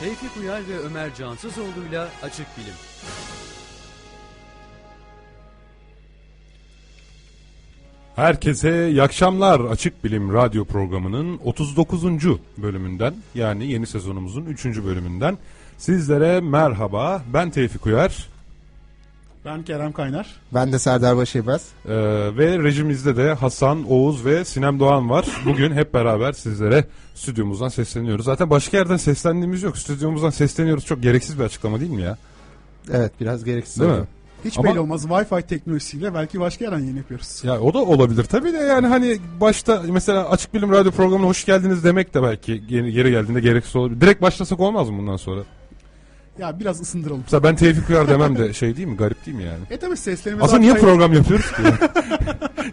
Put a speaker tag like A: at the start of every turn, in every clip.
A: Tevfik Uyar ve Ömer Cansızoğlu'yla Açık Bilim.
B: Herkese iyi akşamlar. Açık Bilim Radyo programının 39. bölümünden yani yeni sezonumuzun 3. bölümünden sizlere merhaba. Ben Tevfik Uyar
C: Ben Kerem Kaynar.
D: Ben de Serdar Başaybaz.
B: ee, ve rejimizde de Hasan, Oğuz ve Sinem Doğan var. Bugün hep beraber sizlere stüdyomuzdan sesleniyoruz. Zaten başka yerden seslendiğimiz yok. Stüdyomuzdan sesleniyoruz. Çok gereksiz bir açıklama değil mi ya?
D: Evet biraz gereksiz
B: Değil
D: oldu.
B: mi?
C: Hiç
B: Ama-
C: belli olmaz Wi-Fi teknolojisiyle belki başka yerden yayın yapıyoruz.
B: Ya o da olabilir tabii de yani hani başta mesela Açık Bilim Radyo programına hoş geldiniz demek de belki geri geri geldiğinde gereksiz olabilir. Direkt başlasak olmaz mı bundan sonra?
C: Ya biraz ısındıralım.
B: Mesela ben Tevfik Uyar demem de şey değil mi? Garip değil mi yani?
C: E tabi seslerimiz...
B: Aslında niye
C: arkaya-
B: program yapıyoruz ki? ya?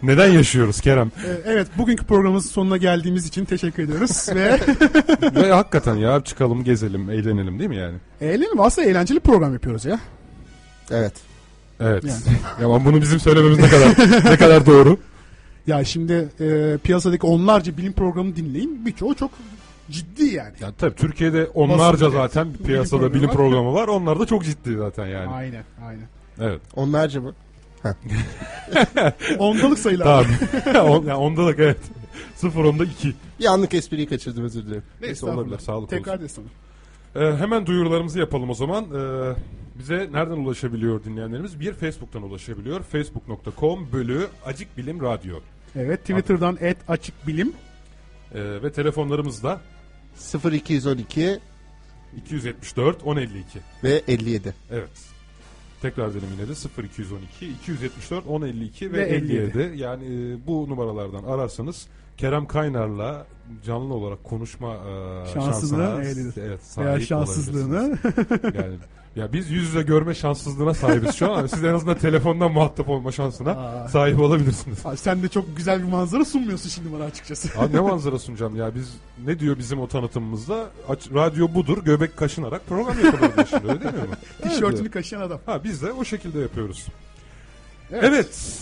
B: Neden yaşıyoruz Kerem?
C: E, Evet bugünkü programımızın sonuna geldiğimiz için teşekkür ediyoruz. Ve
B: Ve hakikaten ya çıkalım, gezelim, eğlenelim değil mi yani?
C: eğlenelim aslında eğlenceli program yapıyoruz ya.
D: Evet.
B: Evet.
C: Yani.
B: Ya ama bunu bizim söylememiz ne kadar ne kadar doğru?
C: Ya şimdi e, piyasadaki onlarca bilim programı dinleyin. Birçoğu çok ciddi yani.
B: Ya tabii Türkiye'de onlarca
C: Basın-
B: zaten piyasada bilim,
C: programı var.
B: programı var. Onlar da çok ciddi zaten yani.
C: Aynen aynen.
B: Evet.
D: Onlarca mı?
C: Ondalık sayılar.
B: Tamam. On, ya ondalık evet. Sıfır onda iki.
D: Bir anlık espriyi kaçırdım özür dilerim.
B: Neyse olabilir. Sağlık olsun.
C: Tekrar de sana.
B: Ee, hemen duyurularımızı yapalım o zaman. Ee, bize nereden ulaşabiliyor dinleyenlerimiz? Bir Facebook'tan ulaşabiliyor. Facebook.com bölü Acik Bilim Radyo.
C: Evet Twitter'dan et açık bilim.
B: Ee, ve telefonlarımız da
D: 0212
B: 274 1052.
D: ve 57.
B: Evet. Tekrar edelim yine de 0212 274 1052 ve,
C: Ve
B: 57.
C: 57.
B: Yani e, bu numaralardan ararsanız Kerem Kaynar'la canlı olarak konuşma e,
C: Şansını
B: şansına
C: elde edin.
B: evet,
C: Veya
B: sahip
C: şanssızlığını.
B: olabilirsiniz. yani ya biz yüz yüze görme şanssızlığına sahibiz şu an. Hani Siz en azından telefondan muhatap olma şansına
C: Aa.
B: sahip olabilirsiniz.
C: Abi sen de çok güzel bir manzara sunmuyorsun şimdi bana açıkçası.
B: Abi ne manzara sunacağım ya biz ne diyor bizim o tanıtımımızda Aç- radyo budur göbek kaşınarak program yapılır diye şimdi öyle değil mi? Öyle diyor.
C: Tişörtünü kaşıyan adam.
B: Ha biz de o şekilde yapıyoruz.
C: Evet.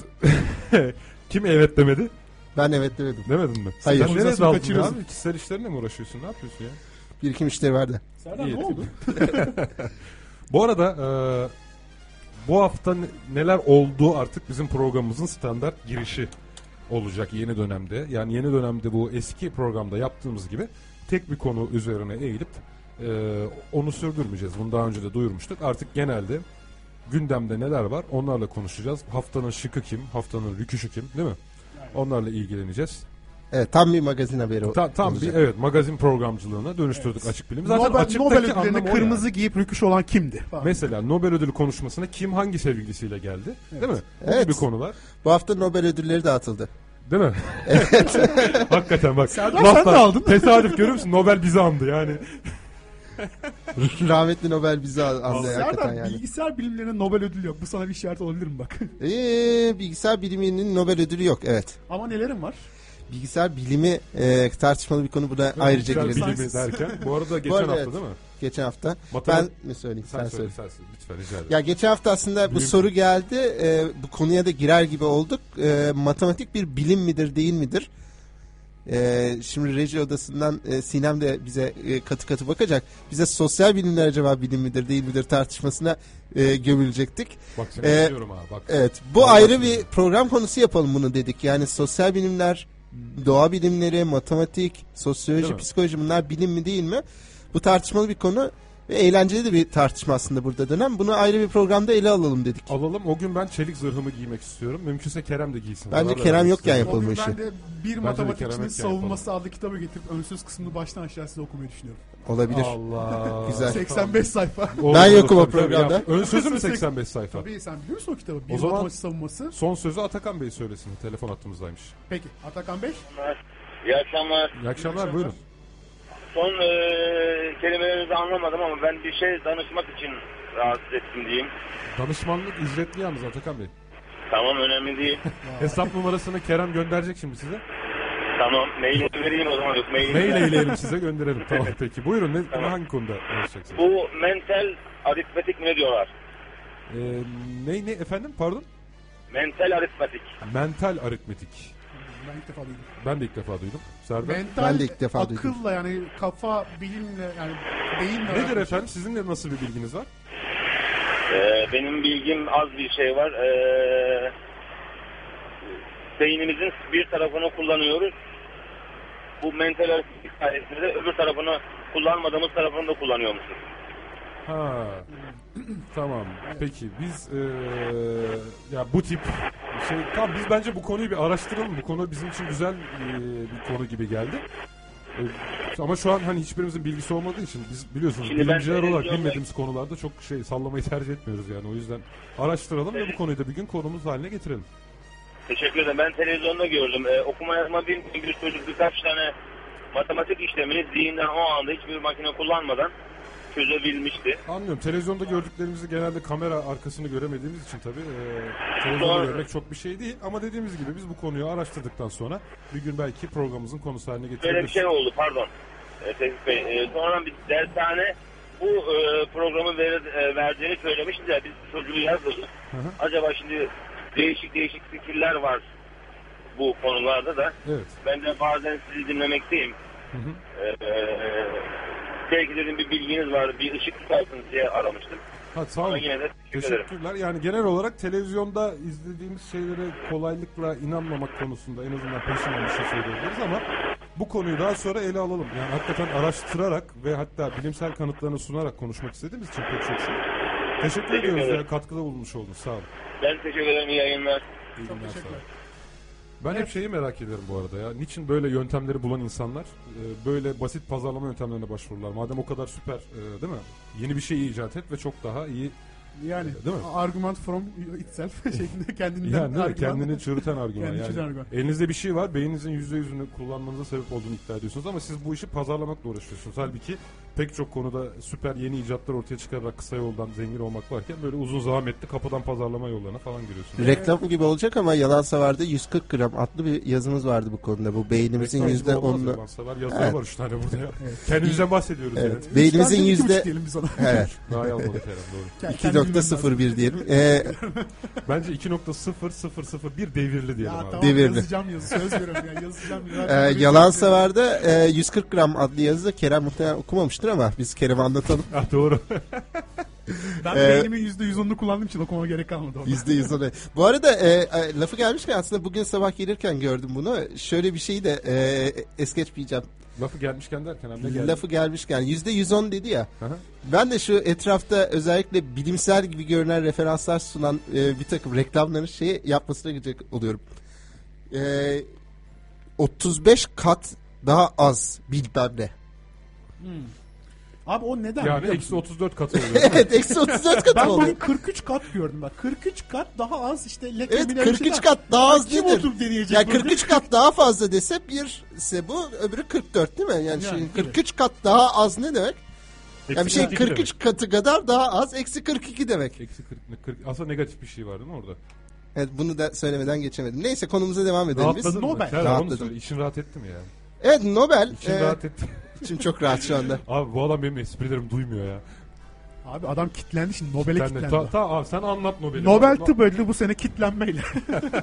B: Evet. Kim evet demedi?
D: Ben evet demedim.
B: Demedin mi?
D: Hayır.
B: Sen nereye
C: Konuşmasını
B: daldın
C: kaçırıyorsun.
B: abi? Kişisel işlerine mi uğraşıyorsun? Ne yapıyorsun ya?
D: Bir iki müşteri vardı.
C: Serdar
B: İyi.
C: ne oldu?
B: Bu arada e, bu hafta ne- neler oldu artık bizim programımızın standart girişi olacak yeni dönemde. Yani yeni dönemde bu eski programda yaptığımız gibi tek bir konu üzerine eğilip e, onu sürdürmeyeceğiz. Bunu daha önce de duyurmuştuk. Artık genelde gündemde neler var onlarla konuşacağız. Haftanın şıkı kim, haftanın rüküşü kim değil mi? Onlarla ilgileneceğiz.
D: Evet tam bir magazin haberi o-
B: Ta- tam bir
D: olacak.
B: evet magazin programcılığına dönüştürdük açık bilim. Zaten
C: Nobel,
B: açıktaki
C: Nobel ödüllerinde
B: anlamı o
C: kırmızı
B: yani.
C: giyip rüküş olan kimdi? Falan.
B: Mesela Nobel ödülü konuşmasına kim hangi sevgilisiyle geldi? Değil mi? Bu
D: Evet.
B: gibi konular.
D: Bu hafta Nobel ödülleri dağıtıldı.
B: Değil mi? Evet. Hakikaten bak.
C: Serdar, sen de aldın.
B: Tesadüf görüyor musun? Nobel bizi andı yani.
D: Rahmetli Nobel bizi al- andı hakikaten
C: Serdar
D: yani.
C: bilgisayar bilimlerine Nobel ödülü yok. Bu sana bir işaret olabilir mi bak?
D: Ee, bilgisayar biliminin Nobel ödülü yok evet.
C: Ama nelerim var?
D: Bilgisayar bilimi e, tartışmalı bir konu buna ayrıca
B: Güzel
D: girelim.
B: bilimi derken. Bu arada geçen
D: arada
B: hafta
D: evet.
B: değil mi?
D: Geçen hafta.
B: Matematik-
D: Ben mi söyleyeyim
B: Sen,
D: sen,
B: söyle,
D: söyle.
B: sen söyle. Lütfen rica ederim.
D: Ya geçen hafta aslında bu
B: Bilim-
D: soru geldi. Ee, bu konuya da girer gibi olduk. Ee, matematik bir bilim midir değil midir? Ee, şimdi reji odasından e, Sinem de bize e, katı katı bakacak. Bize sosyal bilimler acaba bilim midir değil midir tartışmasına e, gömülecektik.
B: Bak seni
D: Ee,
B: dinliyorum ha. Bak.
D: Evet bu
B: Vallahi
D: ayrı bir
B: bilmiyorum.
D: program konusu yapalım bunu dedik. Yani sosyal bilimler, doğa bilimleri, matematik,
B: Değil
D: sosyoloji,
B: mi?
D: psikoloji bunlar bilim mi değil mi? Bu tartışmalı bir konu ve eğlenceli de bir tartışma aslında burada dönem. Bunu ayrı bir programda ele alalım dedik.
B: Alalım. O gün ben çelik zırhımı giymek istiyorum. Mümkünse Kerem de giysin.
D: Bence
B: Ona da
D: Kerem
B: vermek
D: yokken
B: istiyorum.
D: yapalım.
C: O gün
D: işi.
C: ben de bir
B: Kerem
C: matematikçinin
B: Ekken
C: savunması adlı kitabı getirip önsüz kısmını baştan aşağı size okumayı düşünüyorum.
D: Olabilir.
B: Allah.
D: Güzel.
C: 85 sayfa.
B: Olur,
D: Ben
B: olur,
D: yokum o
B: tabii, tabii.
D: programda.
B: Ya, Ön sözü mü 85 sayfa?
C: Tabii sen biliyor musun o kitabı? Bir
B: O zaman-
C: matematik savunması.
B: Son sözü Atakan Bey söylesin. Telefon hattımızdaymış.
C: Peki Atakan Bey.
E: İyi akşamlar.
B: İyi akşamlar buyurun.
E: Son e, kelimelerinizi anlamadım ama ben bir şey danışmak için rahatsız ettim diyeyim.
B: Danışmanlık ücretli yalnız Atakan Bey.
E: Tamam önemli değil.
B: Hesap numarasını Kerem gönderecek şimdi size.
E: tamam mailini vereyim o zaman yok mailini
B: Mail
E: ver.
B: eyleyelim size gönderelim. Tamam peki. Buyurun ne, hangi konuda konuşacaksınız?
E: Bu mental aritmetik ne diyorlar?
B: Ee, ne ne efendim pardon?
E: Mental aritmetik.
B: Mental aritmetik.
C: Ben ilk defa duydum.
B: Ben de ilk defa duydum. Serdar.
C: Mental
D: Ben de ilk defa duydum.
C: akılla yani şey. kafa bilimle yani Beyin merakı.
B: Nedir efendim? Sizin de nasıl bir bilginiz var?
E: Ee, benim bilgim az bir şey var. Ee, beynimizin bir tarafını kullanıyoruz. Bu mental artistik sayesinde de öbür tarafını kullanmadığımız tarafını da kullanıyormuşuz.
B: Ha. tamam. Peki biz eee, ya bu tip şey tamam biz bence bu konuyu bir araştıralım. Bu konu bizim için güzel eee, bir konu gibi geldi. Eee, ama şu an hani hiçbirimizin bilgisi olmadığı için biz biliyorsunuz
E: Şimdi ben
B: bilimciler olarak
E: televizyon-
B: bilmediğimiz konularda çok şey sallamayı tercih etmiyoruz yani. O yüzden araştıralım ve bu konuyu da bir gün konumuz haline getirelim.
E: Teşekkür ederim. Ben televizyonda gördüm. Ee, okuma yazma bilmeyen bir çocuk birkaç tane matematik işlemini zihinden o anda hiçbir makine kullanmadan çözebilmişti.
B: Anlıyorum. Televizyonda gördüklerimizi genelde kamera arkasını göremediğimiz için tabii eee televizyonda
E: Doğru.
B: görmek çok bir şey değil. Ama dediğimiz gibi biz bu konuyu araştırdıktan sonra bir gün belki programımızın konusu haline
E: Böyle bir
B: getirebiliriz.
E: şey oldu pardon. Ee, Tevfik Bey. Ee, sonra bir dershane bu e, programı ver, e, verdiğini söylemişti de biz çocuğu yazdırdık.
B: Hı hı.
E: Acaba şimdi değişik değişik fikirler var bu konularda da.
B: Evet.
E: Ben de bazen sizi dinlemekteyim.
B: hı.
E: Ee, e, belki dedim bir bilginiz var, bir ışık tutarsınız diye aramıştım.
B: Ha, sağ
E: Ama
B: olun.
E: yine de teşekkür ederim.
B: Teşekkürler. Yani genel olarak televizyonda izlediğimiz şeylere kolaylıkla inanmamak konusunda en azından peşinden bir şey söyleyebiliriz ama bu konuyu daha sonra ele alalım. Yani hakikaten araştırarak ve hatta bilimsel kanıtlarını sunarak konuşmak istediğimiz için pek çok şey. Teşekkür
E: Teşekkür
B: ediyoruz.
E: ederim.
B: ya, katkıda bulunmuş oldun. Sağ olun.
E: Ben teşekkür ederim. iyi yayınlar.
B: İyi günler, sağ
C: teşekkürler.
B: olun. Ben hep şeyi merak ederim bu arada ya. Niçin böyle yöntemleri bulan insanlar e, böyle basit pazarlama yöntemlerine başvururlar? Madem o kadar süper e, değil mi? Yeni bir şey icat et ve çok daha iyi
C: Yani
B: Değil mi?
C: argument from itself şeklinde kendinden
B: Yani değil mi?
C: argüman.
B: kendini çığırtan argüman.
C: Kendini
B: yani.
C: çığırtan argüman.
B: Elinizde bir şey var, beyninizin %100'ünü kullanmanıza sebep olduğunu iddia ediyorsunuz ama siz bu işi pazarlamakla uğraşıyorsunuz. Halbuki pek çok konuda süper yeni icatlar ortaya çıkararak kısa yoldan zengin olmak varken böyle uzun zahmetli kapıdan pazarlama yollarına falan giriyorsunuz.
D: Reklam gibi olacak ama yalan savarda 140 gram adlı bir yazımız vardı bu konuda. Bu beynimizin
B: Reklam gibi
D: yüzde
B: olmaz ya,
D: onunu.
B: lan sever yazılar var üç tane burada ya. Kendimizden bahsediyoruz
D: Evet.
B: yani.
D: Beynimizin
C: İki buçuk
D: yüzde
C: diyelim biz ona.
D: evet.
B: Daha yalmadık herhalde doğru.
C: Kendi bilmem lazım.
D: 2.01 diyelim. Ee,
B: Bence 2.0001 devirli diyelim
C: Ya
B: abi.
C: tamam
D: Devirdi.
C: yazacağım yazı söz veriyorum ya yazacağım.
D: e, yalan
C: şey
D: savarda e, 140 gram adlı yazıda Kerem muhtemelen okumamıştır ama biz Kerem'e anlatalım.
B: Ah, doğru.
C: Ben
D: e,
C: beynimin yüzde yüz onunu kullandığım için okumama gerek kalmadı orada.
D: Yüzde yüz oraya. Bu arada e, e, lafı gelmişken aslında bugün sabah gelirken gördüm bunu. Şöyle bir şeyi de e, es geçmeyeceğim.
B: Lafı gelmişken derken hem de geldi.
D: Lafı gelmişken yüzde yüz on dedi ya.
B: Hı hı.
D: Ben de şu etrafta özellikle bilimsel gibi görünen referanslar sunan e, bir takım reklamların şeyi yapmasına gidecek oluyorum. E, 35 kat daha az bilmem ne.
C: Abi o neden?
B: Yani
C: biliyor
B: eksi
C: musun?
B: 34 katı oluyor.
D: Evet eksi 34 kat
C: Ben
D: oldu.
C: bunu 43 kat gördüm bak. 43 kat daha az işte leke
D: Evet
C: bile bir
D: 43
C: şey
D: kat daha az
C: Kim
D: nedir?
C: oturup deneyecek
D: Ya
C: bunu?
D: 43 kat daha fazla dese birse bu öbürü 44 değil mi? Yani,
C: Yani,
D: şey,
C: evet.
D: 43 kat daha az ne demek? Ya bir
B: Eksi
D: şey
B: 42 demek.
D: 43 katı kadar daha az eksi 42 demek.
B: Eksi 40, 40. Aslında negatif bir şey var değil mi orada?
D: Evet bunu da söylemeden geçemedim. Neyse konumuza devam edelim biz.
B: Rahatladın mı?
C: Nobel.
B: Sen onu
D: Rahatladım.
B: söyle. İşin rahat etti mi ya?
D: Evet Nobel.
B: İçin
C: Ee,
D: e,
B: rahat etti.
D: İçim çok rahat şu anda.
B: Abi bu adam benim esprilerimi duymuyor ya.
C: Abi adam kitlendi şimdi Nobel'e
B: Sen de,
C: kitlendi.
B: ta, ta, abi sen anlat Nobel'i.
C: Nobel
B: Bak,
C: tıp ödülü bu sene kitlenmeyle.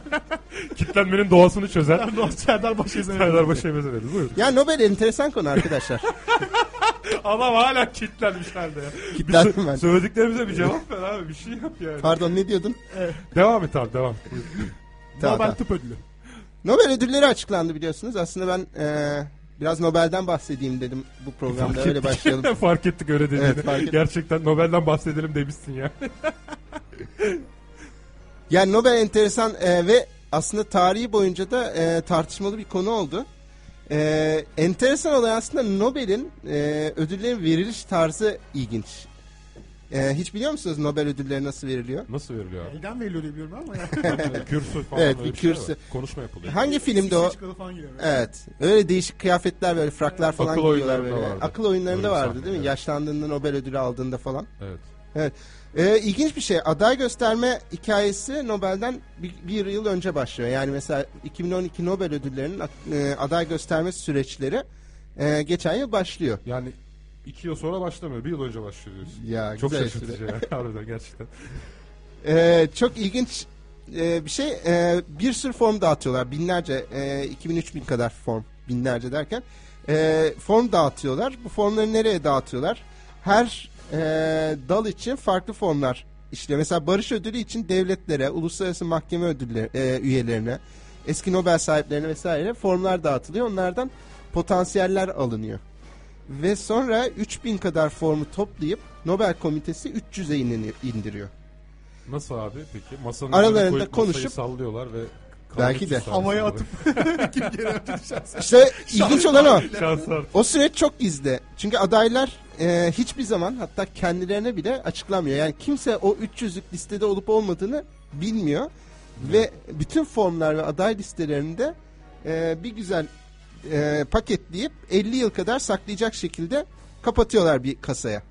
B: Kitlenmenin doğasını çözer.
C: Serdar Baş
B: Serdar Baş'a mezeledi. Buyur.
D: Ya Nobel enteresan konu arkadaşlar.
B: Adam hala kitlenmiş halde ya.
D: Kitlendim
B: Bir şey sö-
D: ben.
B: Söylediklerimize bir cevap ver abi. Bir şey yap yani.
D: Pardon ne diyordun?
B: Devam et abi devam. Buyur.
D: Tamam,
C: Nobel
D: tamam.
C: tıp ödülü.
D: Nobel ödülleri açıklandı biliyorsunuz. Aslında ben e, biraz Nobel'den bahsedeyim dedim bu programda. Öyle başlayalım.
B: fark ettik öyle dediğini.
D: Evet, fark ettim.
B: Gerçekten Nobel'den bahsedelim demişsin ya.
D: Yani Nobel enteresan e, ve aslında tarihi boyunca da e, tartışmalı bir konu oldu. E, enteresan olan aslında Nobel'in e, ödüllerin veriliş tarzı ilginç. E, hiç biliyor musunuz Nobel ödülleri nasıl veriliyor?
B: Nasıl veriliyor abi?
C: Elden veriliyor diye biliyorum ama ya.
B: kürsü falan
D: Evet,
B: öyle
D: bir
B: şeyler
D: kürsü.
B: var. Konuşma yapılıyor.
D: Hangi filmde o?
C: Sıçkalı falan geliyor.
D: Evet. Öyle değişik kıyafetler böyle fraklar falan
B: Akıl
D: giyiyorlar
B: oyunlarında
D: böyle.
B: vardı.
D: Akıl oyunlarında
B: Öyle bir
D: vardı
B: sahne,
D: değil mi?
B: evet.
D: Yaşlandığında Nobel ödülü aldığında falan.
B: Evet.
D: Evet. Ee, ilginç bir şey. Aday gösterme hikayesi Nobel'den bir, bir yıl önce başlıyor. Yani mesela 2012 Nobel ödüllerinin e, aday gösterme süreçleri e, geçen yıl başlıyor.
B: Yani iki yıl sonra başlamıyor. Bir yıl önce başlıyor diyorsun.
D: Ya,
B: Çok
D: güzel
B: şaşırtıcı ya. Harbiden gerçekten.
D: Ee, çok ilginç e, bir şey. Ee, bir sürü form dağıtıyorlar. Binlerce, e, 2000-3000 Ee, kadar form. Binlerce derken. Ee, form dağıtıyorlar. Bu formları nereye dağıtıyorlar? her e, dal için farklı formlar işliyor. Mesela barış ödülü için devletlere, uluslararası mahkeme ödülleri e, üyelerine, eski Nobel sahiplerine vesaire formlar dağıtılıyor. Onlardan potansiyeller alınıyor. Ve sonra 3000 kadar formu toplayıp Nobel Komitesi 300'e inini- indiriyor.
B: Nasıl abi peki? Masanın
D: Aralarında
B: üzerine koyup masayı
D: konuşup-
B: sallıyorlar ve
D: Belki de.
C: Havaya atıp
D: İşte ilginç olan o.
B: şanslar.
D: O süreç çok gizli. Çünkü adaylar e, hiçbir zaman hatta kendilerine bile açıklamıyor. Yani kimse o 300'lük listede olup olmadığını bilmiyor. Ve bütün formlar ve aday listelerinde e, bir güzel e, paketleyip 50 yıl kadar saklayacak şekilde kapatıyorlar bir kasaya.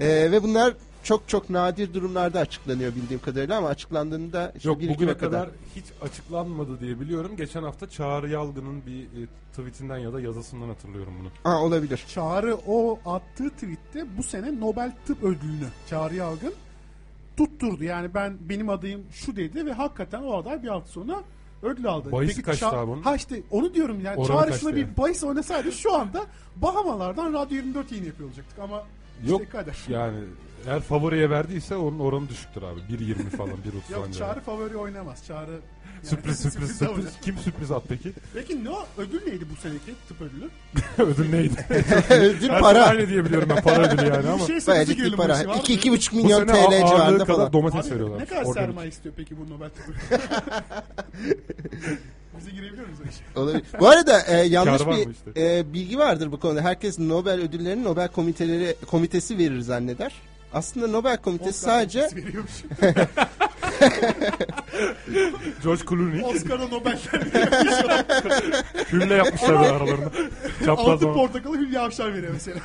D: E, ve bunlar çok çok nadir durumlarda açıklanıyor bildiğim kadarıyla ama açıklandığında işte
B: Yok
D: bir iki
B: bugüne
D: dakikada-
B: kadar hiç açıklanmadı diye biliyorum. Geçen hafta Çağrı Yalgın'ın bir e, tweetinden ya da yazısından hatırlıyorum bunu.
D: Aa, olabilir.
C: Çağrı o attığı tweette bu sene Nobel Tıp Ödülünü Çağrı Yalgın tutturdu. Yani ben benim adayım şu dedi ve hakikaten o aday bir hafta sonra ödül aldı.
B: Bahis kaçtı
C: Ça-
B: abi onun?
C: Ha işte onu diyorum yani
B: Oranı
C: çağrısına
B: kaçtı
C: bir
B: yani.
C: bahis oynasaydı şu anda Bahamalardan Radyo 24 yayını yapıyor olacaktık ama
B: Yok
C: işte kader.
B: yani eğer favoriye verdiyse onun oranı düşüktür abi. 1.20 falan 1.30 falan.
C: Yok
B: yani.
C: çağrı favori oynamaz. Çağrı yani
B: Sürpriz sürpriz
C: davranır.
B: sürpriz. Kim sürpriz at peki?
C: Peki ne o? ödül neydi bu seneki tıp ödülü?
B: Ödül neydi?
D: Ödül
B: Her
D: para.
B: sene Aynı diye biliyorum ben para ödülü yani ama.
C: Bir şey sürpriz
D: Sadece
C: gelin
D: para.
C: başı var mı?
D: 2-2,5
B: Bu sene
D: milyon TL
B: ağırlığı
D: civarında
B: kadar
D: falan.
B: domates
C: Abi,
B: veriyorlar.
C: ne kadar
B: Organik.
C: sermaye istiyor peki bu Nobel tıbbı? Bize girebiliyor muyuz şey? o işe?
D: Olabilir. Bu arada e, yanlış
B: Kar var
D: bir
B: mı işte?
D: e, bilgi vardır bu konuda. Herkes Nobel ödüllerini Nobel komiteleri komitesi verir zanneder. Aslında Nobel komitesi
C: Oscar
D: sadece
C: komitesi veriyormuş.
B: George Clooney
C: Oscar'a Nobel'ler
B: hülle yapmışlar böyle aralarında. Çapraz
C: altın
B: zaman.
C: portakalı Hülya Avşar veriyor mesela.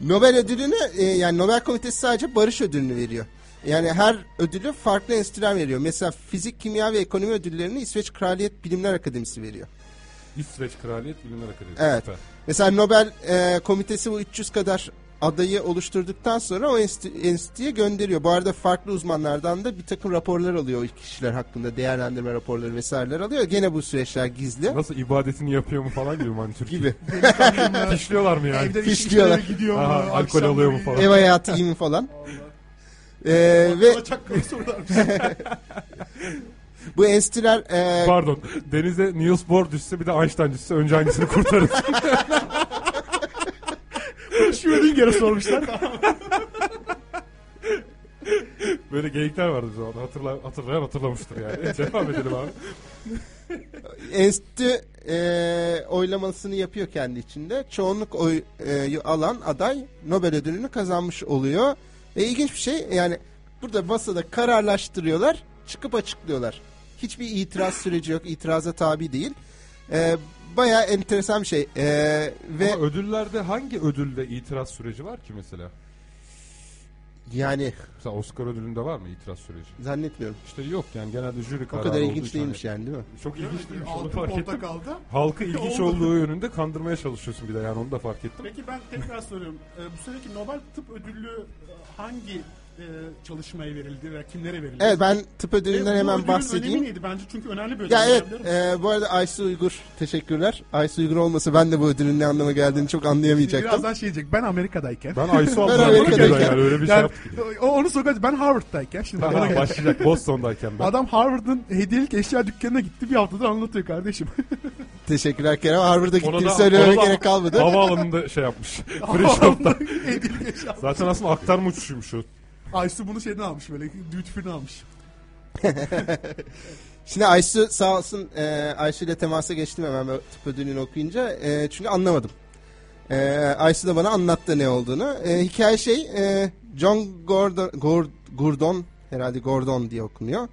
D: Nobel ödülünü e, yani Nobel komitesi sadece barış ödülünü veriyor. Yani her ödülü farklı enstitüler veriyor. Mesela fizik, kimya ve ekonomi ödüllerini İsveç Kraliyet Bilimler Akademisi veriyor.
B: İsveç Kraliyet Bilimler Akademisi.
D: Evet.
B: Süper.
D: Mesela Nobel e, komitesi bu 300 kadar adayı oluşturduktan sonra o enstitü- enstitüye gönderiyor. Bu arada farklı uzmanlardan da bir takım raporlar alıyor o kişiler hakkında değerlendirme raporları vesaireler alıyor. Gene bu süreçler gizli.
B: Nasıl ibadetini yapıyor mu falan gibi mi hani Türkiye.
D: Gibi.
B: Fişliyorlar mı yani?
C: Evden işe
D: Fişliyorlar.
C: gidiyor mu?
B: Aha, alkol
C: akşamları
B: alıyor mu
C: yiyor.
B: falan.
D: Ev hayatı gibi falan. E, ve
C: Bana çakkalı sorularmış.
D: bu enstitüler e,
B: Pardon. Denize Niels Bohr düşse bir de Einstein düşse önce hangisini kurtarır?
C: Schrödinger'e sormuşlar.
B: Böyle geyikler vardı o zaman. Hatırla, hatırlayan hatırlamıştır yani. Devam edelim abi.
D: enstitü e, oylamasını yapıyor kendi içinde. Çoğunluk oyu e, alan aday Nobel ödülünü kazanmış oluyor. Ve ilginç bir şey yani burada masada kararlaştırıyorlar, çıkıp açıklıyorlar. Hiçbir itiraz süreci yok, itiraza tabi değil. E, Baya enteresan bir şey. E, ve
B: Ama ödüllerde hangi ödülde itiraz süreci var ki mesela?
D: yani
B: Mesela Oscar ödülünde var mı itiraz süreci?
D: zannetmiyorum.
B: İşte yok yani genelde jüri
D: O
B: kararı
D: kadar
B: olduğu
D: ilginç
B: için
D: değilmiş yani değil mi?
B: hani- Çok ilginç değilmiş onu
C: Altın
B: fark ettim.
C: portakalda.
B: Halkı ilginç
C: Oldu.
B: olduğu yönünde kandırmaya çalışıyorsun bir de yani onu da fark ettim.
C: Peki ben tekrar soruyorum. Ee, bu seneki Nobel Tıp Ödülü e, hangi e, çalışmaya verildi ve kimlere verildi?
D: Evet ben tıp
C: Ve
D: ödülünden
C: E, bu
D: hemen
C: ödülün
D: bahsedeyim.
C: önemi neydi bence çünkü önemli bir ödül.
D: Ya evet
C: Önemli mi?
D: e, bu arada Aysu Uygur teşekkürler. Aysu Uygur olmasa ben de bu ödülün ne anlama geldiğini çok anlayamayacaktım.
C: Birazdan şey diyecek ben Amerika'dayken.
B: Ben Aysu
D: Ben
B: abla
D: Amerika'dayken-
B: yani öyle bir şey
C: yani,
B: yaptım.
C: o, onu sokacak ben Harvard'dayken. Şimdi ona
B: Ha,
C: geleceğim.
B: başlayacak Boston'dayken ben.
C: Adam Harvard'ın hediyelik eşya dükkanına gitti bir haftadır anlatıyor kardeşim.
D: Teşekkürler Kerem. Harvard'a
B: Ona
D: gittiğini
B: da-
D: söylememe
B: ona da-
D: gerek kalmadı.
B: Havaalanında şey yapmış. Free shop'ta.
C: hediyelik eşya.
B: Zaten aslında aktarma uçuşuymuş o.
C: Aysu bunu şeyden almış böyle duty free'den almış.
D: Şimdi Aysu sağ olsun e, Aysu ile temasa geçtim hemen böyle tıp ödülünü okuyunca. E, çünkü anlamadım. E, Aysu da bana anlattı ne olduğunu. E, hikaye şey e, John Gordon, Gor- Gordon herhalde Gordon diye okunuyor.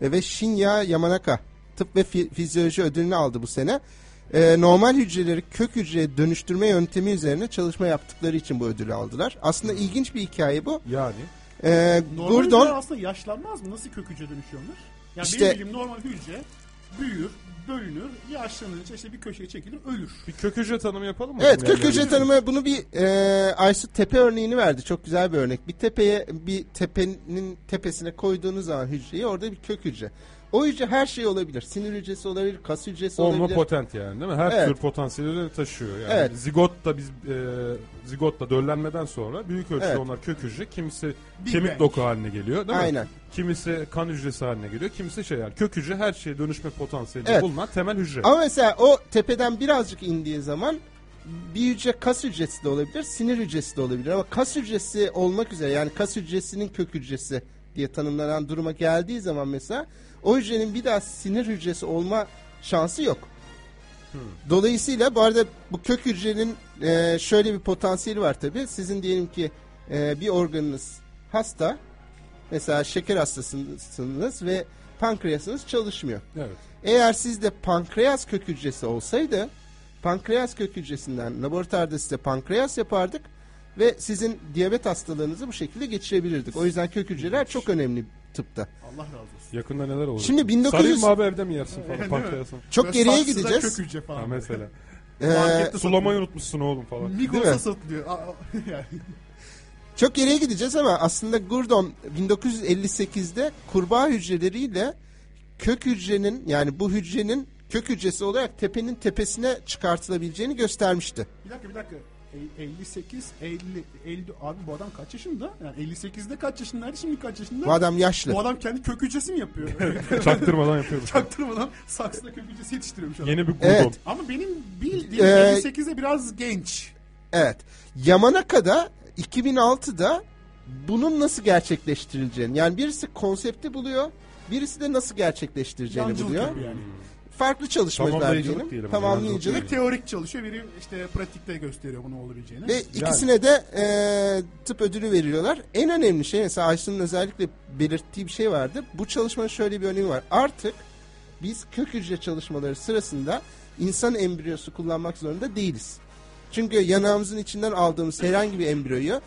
D: E, ve Shinya Yamanaka tıp ve fi- fizyoloji ödülünü aldı bu sene. E, normal hücreleri kök hücreye dönüştürme yöntemi üzerine çalışma yaptıkları için bu ödülü aldılar. Aslında ilginç bir hikaye bu.
B: Yani.
D: E,
C: Normal
D: Gordon
C: hücre aslında yaşlanmaz mı? Nasıl kök hücre dönüşüyorlar? Yani
D: İşte-
C: benim bildiğim normal hücre büyür, bölünür, yaşlanınca işte bir köşeye çekilir, ölür.
B: Bir kök hücre tanımı yapalım mı?
D: Evet
B: Yani-
D: kök hücre tanımı bunu bir e, Aysu tepe örneğini verdi. Çok güzel bir örnek. Bir tepeye bir tepenin tepesine koyduğunuz zaman hücreyi orada bir kök hücre. O hücre her şey olabilir. Sinir hücresi olabilir, kas hücresi olabilir.
B: Omnipotent yani değil mi? Her
D: Evet.
B: tür potansiyeli de taşıyor. Yani
D: Evet.
B: Zigot da biz e, zigot da döllenmeden sonra büyük ölçüde
D: Evet.
B: onlar kök hücre. Kimisi
C: Big
B: kemik
C: Bang.
B: doku haline geliyor değil mi?
D: Aynen.
B: Kimisi kan hücresi haline geliyor. Kimisi şey yani kök hücre her şeye dönüşme potansiyeli
D: Evet.
B: bulunan temel hücre.
D: Ama mesela o tepeden birazcık indiği zaman bir hücre kas hücresi de olabilir, sinir hücresi de olabilir. Ama kas hücresi olmak üzere yani kas hücresinin kök hücresi diye tanımlanan duruma geldiği zaman mesela o hücrenin bir daha sinir hücresi olma şansı yok. Dolayısıyla bu arada bu kök hücrenin e, şöyle bir potansiyeli var tabi. Sizin diyelim ki e, bir organınız hasta, mesela şeker hastasınız ve pankreasınız çalışmıyor.
B: Evet.
D: Eğer sizde pankreas kök hücresi olsaydı pankreas kök hücresinden laboratuvarda size pankreas yapardık ve sizin diyabet hastalığınızı bu şekilde geçirebilirdik. O yüzden kök hücreler çok önemli tıpta.
C: Allah razı olsun.
B: Yakında neler olacak?
D: Şimdi 1900
B: Sarayım mı abi evde mi yersin
C: Değil
B: falan
C: mi?
B: pankreasın?
D: Çok
C: Böyle
D: geriye
C: saksıda
D: gideceğiz.
C: kök hücre
B: Ha,
C: falan.
B: mesela.
D: Ee,
C: Markette
B: Sulamayı unutmuşsun oğlum falan.
D: Değil mi?
C: Migros'a satılıyor. Aa, yani.
D: çok geriye gideceğiz ama aslında Gurdon 1958'de kurbağa hücreleriyle kök hücrenin yani bu hücrenin kök hücresi olarak tepenin tepesine çıkartılabileceğini göstermişti.
C: Bir dakika bir dakika. E- 58, 50, 50. Abi bu adam kaç yaşında? Yani 58'de kaç yaşındaydı şimdi kaç yaşında?
D: Bu adam yaşlı.
C: Bu adam kendi kök hücresi mi yapıyor?
B: Çaktırmadan yapıyoruz.
C: Çaktırmadan saksıda kök hücresi yetiştiriyormuş adam.
B: Yeni bir grup.
D: Evet.
C: Ama benim bildiğim
D: Ee,
C: 58'e biraz genç.
D: Evet. Yamanaka'da 2006'da bunun nasıl gerçekleştirileceğini yani birisi konsepti buluyor birisi de nasıl gerçekleştireceğini
C: Yancılık
D: buluyor.
C: yapıyor yani.
D: Farklı çalışmalar
B: Tamamlayıcılık
D: diyelim.
B: diyelim.
D: Tamamlayıcılık.
C: Biri teorik çalışıyor, biri işte pratikte gösteriyor bunu olabileceğini.
D: Ve ikisine de e, tıp ödülü veriyorlar. En önemli şey mesela Aysun'un özellikle belirttiği bir şey vardı. Bu çalışmanın şöyle bir önemi var. Artık biz kök hücre çalışmaları sırasında insan embriyosu kullanmak zorunda değiliz. Çünkü yanağımızın içinden aldığımız herhangi bir embriyoyu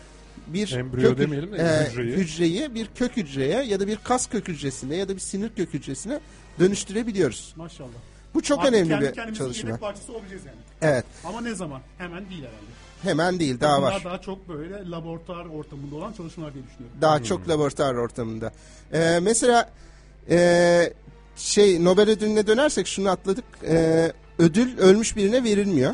D: bir
B: Embriyo
D: kök hü- e,
B: demeyelim de hücreyi.
D: hücreyi bir kök hücreye ya da bir kas kök hücresine ya da bir sinir kök hücresine dönüştürebiliyoruz.
C: Maşallah.
D: Bu çok
C: Artık
D: önemli
C: kendi
D: bir
C: kendimizin
D: çalışma.
C: yedek parçası olacağız yani.
D: Evet,
C: Ama ne zaman? Hemen değil herhalde.
D: hemen değil, daha
C: Bunlar
D: var.
C: daha çok böyle laboratuvar ortamında olan çalışmalar diye düşünüyorum.
D: Daha çok laboratuvar ortamında. Ee, mesela ee, şey Nobel ödülüne dönersek şunu atladık. Ee, ödül ölmüş birine verilmiyor.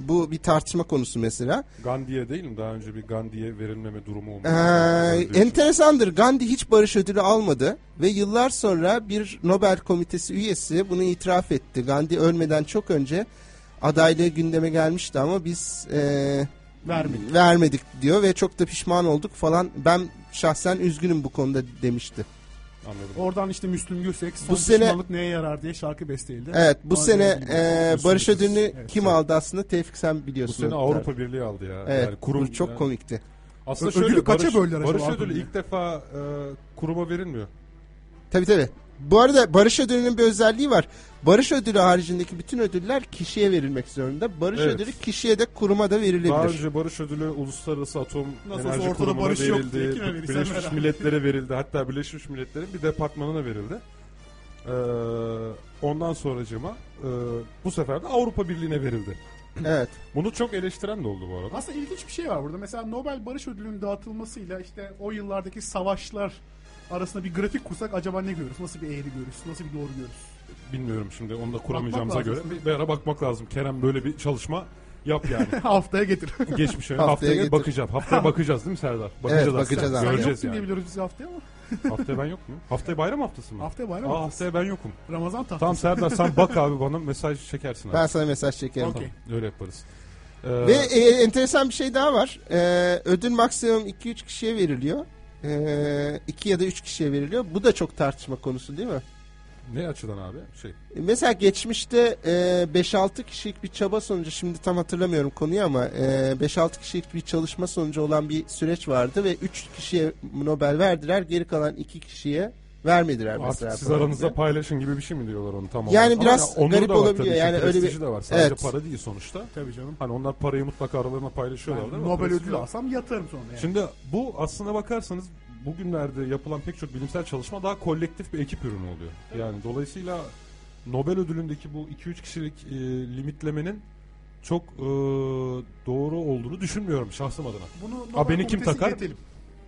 D: Bu bir tartışma konusu mesela.
B: Gandhi'ye değil mi? Daha önce bir Gandhi'ye verilmeme durumu olmuş.
D: Ee, enteresandır. Gandhi hiç barış ödülü almadı ve yıllar sonra bir Nobel komitesi üyesi bunu itiraf etti. Gandhi ölmeden çok önce adaylığı gündeme gelmişti ama biz ee,
C: Vermedik.
D: vermedik diyor ve çok da pişman olduk falan. Ben şahsen üzgünüm bu konuda demişti.
B: Anladım.
C: Oradan işte Müslüm Gürses son
D: Bu sene-
C: pişmanlık neye yarar diye şarkı besteledi.
D: Evet bu
C: Ona
D: sene
C: değindim.
D: e, Barış
B: Üstüne
D: Ödülü'nü
C: Evet,
D: kim
C: evet.
D: aldı aslında Tevfik sen
B: Bu
D: biliyorsun.
B: sene
D: onu.
B: Avrupa Birliği aldı ya.
D: Evet
B: yani kurum
D: bu çok
B: yani-
D: komikti.
B: Aslında
C: Ödülü
B: şöyle,
C: kaça
B: barış,
C: böldüler acaba
B: Barış
C: Avrupa
B: ödülü
C: Birliği?
B: ilk defa e, kuruma verilmiyor.
D: Tabii tabii. Bu arada Barış Ödülü'nün bir özelliği var. Barış Ödülü haricindeki bütün ödüller kişiye verilmek zorunda. Barış
B: Evet.
D: Ödülü kişiye de kuruma da
B: Daha
D: verilebilir.
B: önce barış ödülü Uluslararası Atom
C: Nasıl olsa
B: Enerji
C: ortada
B: Kurumu'na
C: barış yok diye
B: verildi.
C: kime verirsen
B: Birleşmiş
C: ver abi.
B: Milletler'e verildi. Hatta Birleşmiş Milletler'in bir departmanına verildi. Ee, ondan sonracığıma e, bu sefer de Avrupa Birliği'ne verildi.
D: Evet.
B: Bunu çok eleştiren de oldu bu arada.
C: Aslında ilginç bir şey var burada. Mesela Nobel Barış Ödülü'nün dağıtılmasıyla işte o yıllardaki savaşlar arasında bir grafik kursak acaba ne görürüz? Nasıl bir eğri görürüz? Nasıl bir doğru görürüz?
B: Bilmiyorum şimdi onu da kuramayacağımıza
C: Bakmak
B: göre.
C: lazım.
B: Bir, bir ara bakmak lazım. Kerem böyle bir çalışma yap yani.
C: Haftaya getir.
B: Geçmiş yani.
D: Haftaya
B: haftaya
D: getir.
B: bakacağız. Haftaya bakacağız değil mi Serdar? Bakacağız aslında.
D: bakacağız abi.
B: Göreceğiz
C: Sen yoksun
B: yani.
C: diye biliyoruz biz haftaya ama.
B: haftaya ben yok muyum? Haftaya bayram haftası mı?
C: Haftaya bayram
B: Aa,
C: haftası.
B: haftaya ben yokum.
C: Ramazan tahtası.
B: Tamam Serdar sen bak abi bana mesaj çekersin abi.
D: Ben sana mesaj çekerim.
C: Okey.
B: Tamam, Öyle yaparız. Ee,
D: Ve e, enteresan bir şey daha var. Ee, ödül maksimum 2-3 kişiye veriliyor. 2 ya da 3 kişiye veriliyor. Bu da çok tartışma konusu değil mi?
B: ne açıdan abi? Şey.
D: E, Mesela geçmişte e, 5-6 kişilik bir çaba sonucu şimdi tam hatırlamıyorum konuyu ama e, 5-6 kişilik bir çalışma sonucu olan bir süreç vardı ve 3 kişiye Nobel verdiler geri kalan 2 kişiye vermediler
B: Artık
D: mesela.
B: siz
D: falan.
B: aranızda paylaşın gibi bir şey mi diyorlar onu tam olarak?
D: Yani
B: Ama
D: biraz
B: ya onuru
D: garip
B: da var
D: olabiliyor.
B: tabii,
D: Yani
B: şimdi
D: öyle bir-
B: prestiji de var. Sadece
D: Evet.
B: para değil sonuçta.
C: Tabii canım.
B: Hani onlar parayı mutlaka aralarına paylaşıyorlar değil mi?
C: Nobel
B: Prestij
C: ödülü
B: var.
C: alsam yatarım sonra yani.
B: Şimdi bu aslına bakarsanız bugünlerde yapılan pek çok bilimsel çalışma daha kolektif bir ekip ürünü oluyor. Yani dolayısıyla Nobel ödülündeki bu 2-3 kişilik e, limitlemenin çok e, doğru olduğunu düşünmüyorum şahsım adına.
C: Bunu
B: Aa, beni kim
C: komitesi
B: takar?
C: iletelim.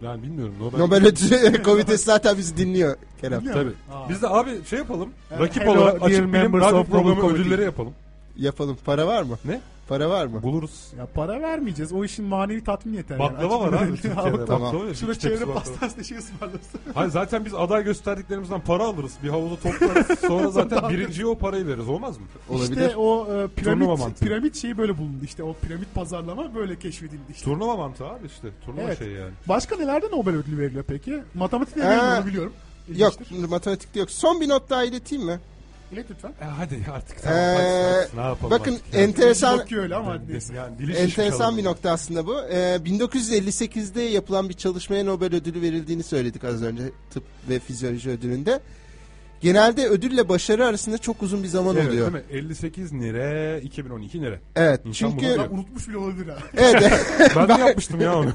B: Yani bilmiyorum Nobel.
D: Nobel ödülü komitesi zaten bizi dinliyor Kerem.
C: Dinliyor.
B: Tabii.
C: Aa.
B: Biz de abi şey yapalım.
C: Evet.
B: rakip
C: Hello,
B: olarak
C: dear
B: açık bilim
C: members
B: radyo
C: of Global
B: programı
C: Committee.
B: ödülleri yapalım.
D: Yapalım. Para var mı?
B: Ne?
D: Para var mı?
B: Buluruz.
C: Ya para vermeyeceğiz. O işin manevi tatmin yeter.
B: Baklava
C: yani.
B: var abi
C: Açık bir-
B: Türkiye'de.
C: Al bakalım.
D: Tamam.
B: Baklava ya,
C: Şurada
B: bir tepsi
C: çevre
B: baklava.
C: pastanesi şey ısmarlasın.
B: Hayır zaten biz aday gösterdiklerimizden para alırız. Bir havuza toplarız. Sonra zaten birinciye o parayı veririz. Olmaz mı?
D: Olabilir.
C: İşte o e,
B: Turnuva
C: piramit,
B: mantığı.
C: piramit şeyi böyle bulundu. İşte o piramit pazarlama böyle keşfedildi işte.
B: Turnuva mantığı abi işte. Turnuva
C: Evet.
B: şeyi yani.
C: Başka nelerde Nobel ödülü veriliyor peki? Matematikte
D: Ee,
C: veriliyor onu biliyorum.
D: Yok
C: İlginçtir.
D: matematikte yok. Son bir not daha ileteyim mi?
C: İlet lütfen.
B: E hadi artık
D: tamam, hadi, Ee, hadi.
B: ne yapalım
D: Bakın enteresan
C: Bakıyor öyle ama hani neyse.
B: yani dili
D: enteresan bir nokta aslında bu. Ee, 1958'de yapılan bir çalışmaya Nobel ödülü verildiğini söyledik az önce tıp ve fizyoloji ödülünde. Genelde ödülle başarı arasında çok uzun bir zaman
B: Evet,
D: oluyor.
B: değil mi? 58 nere, 2012 nere?
D: Evet.
B: İnsan bunu
D: Çünkü
B: diyor.
C: Ben unutmuş bile olabilir ha.
D: evet
B: Ben de yapmıştım ya onu.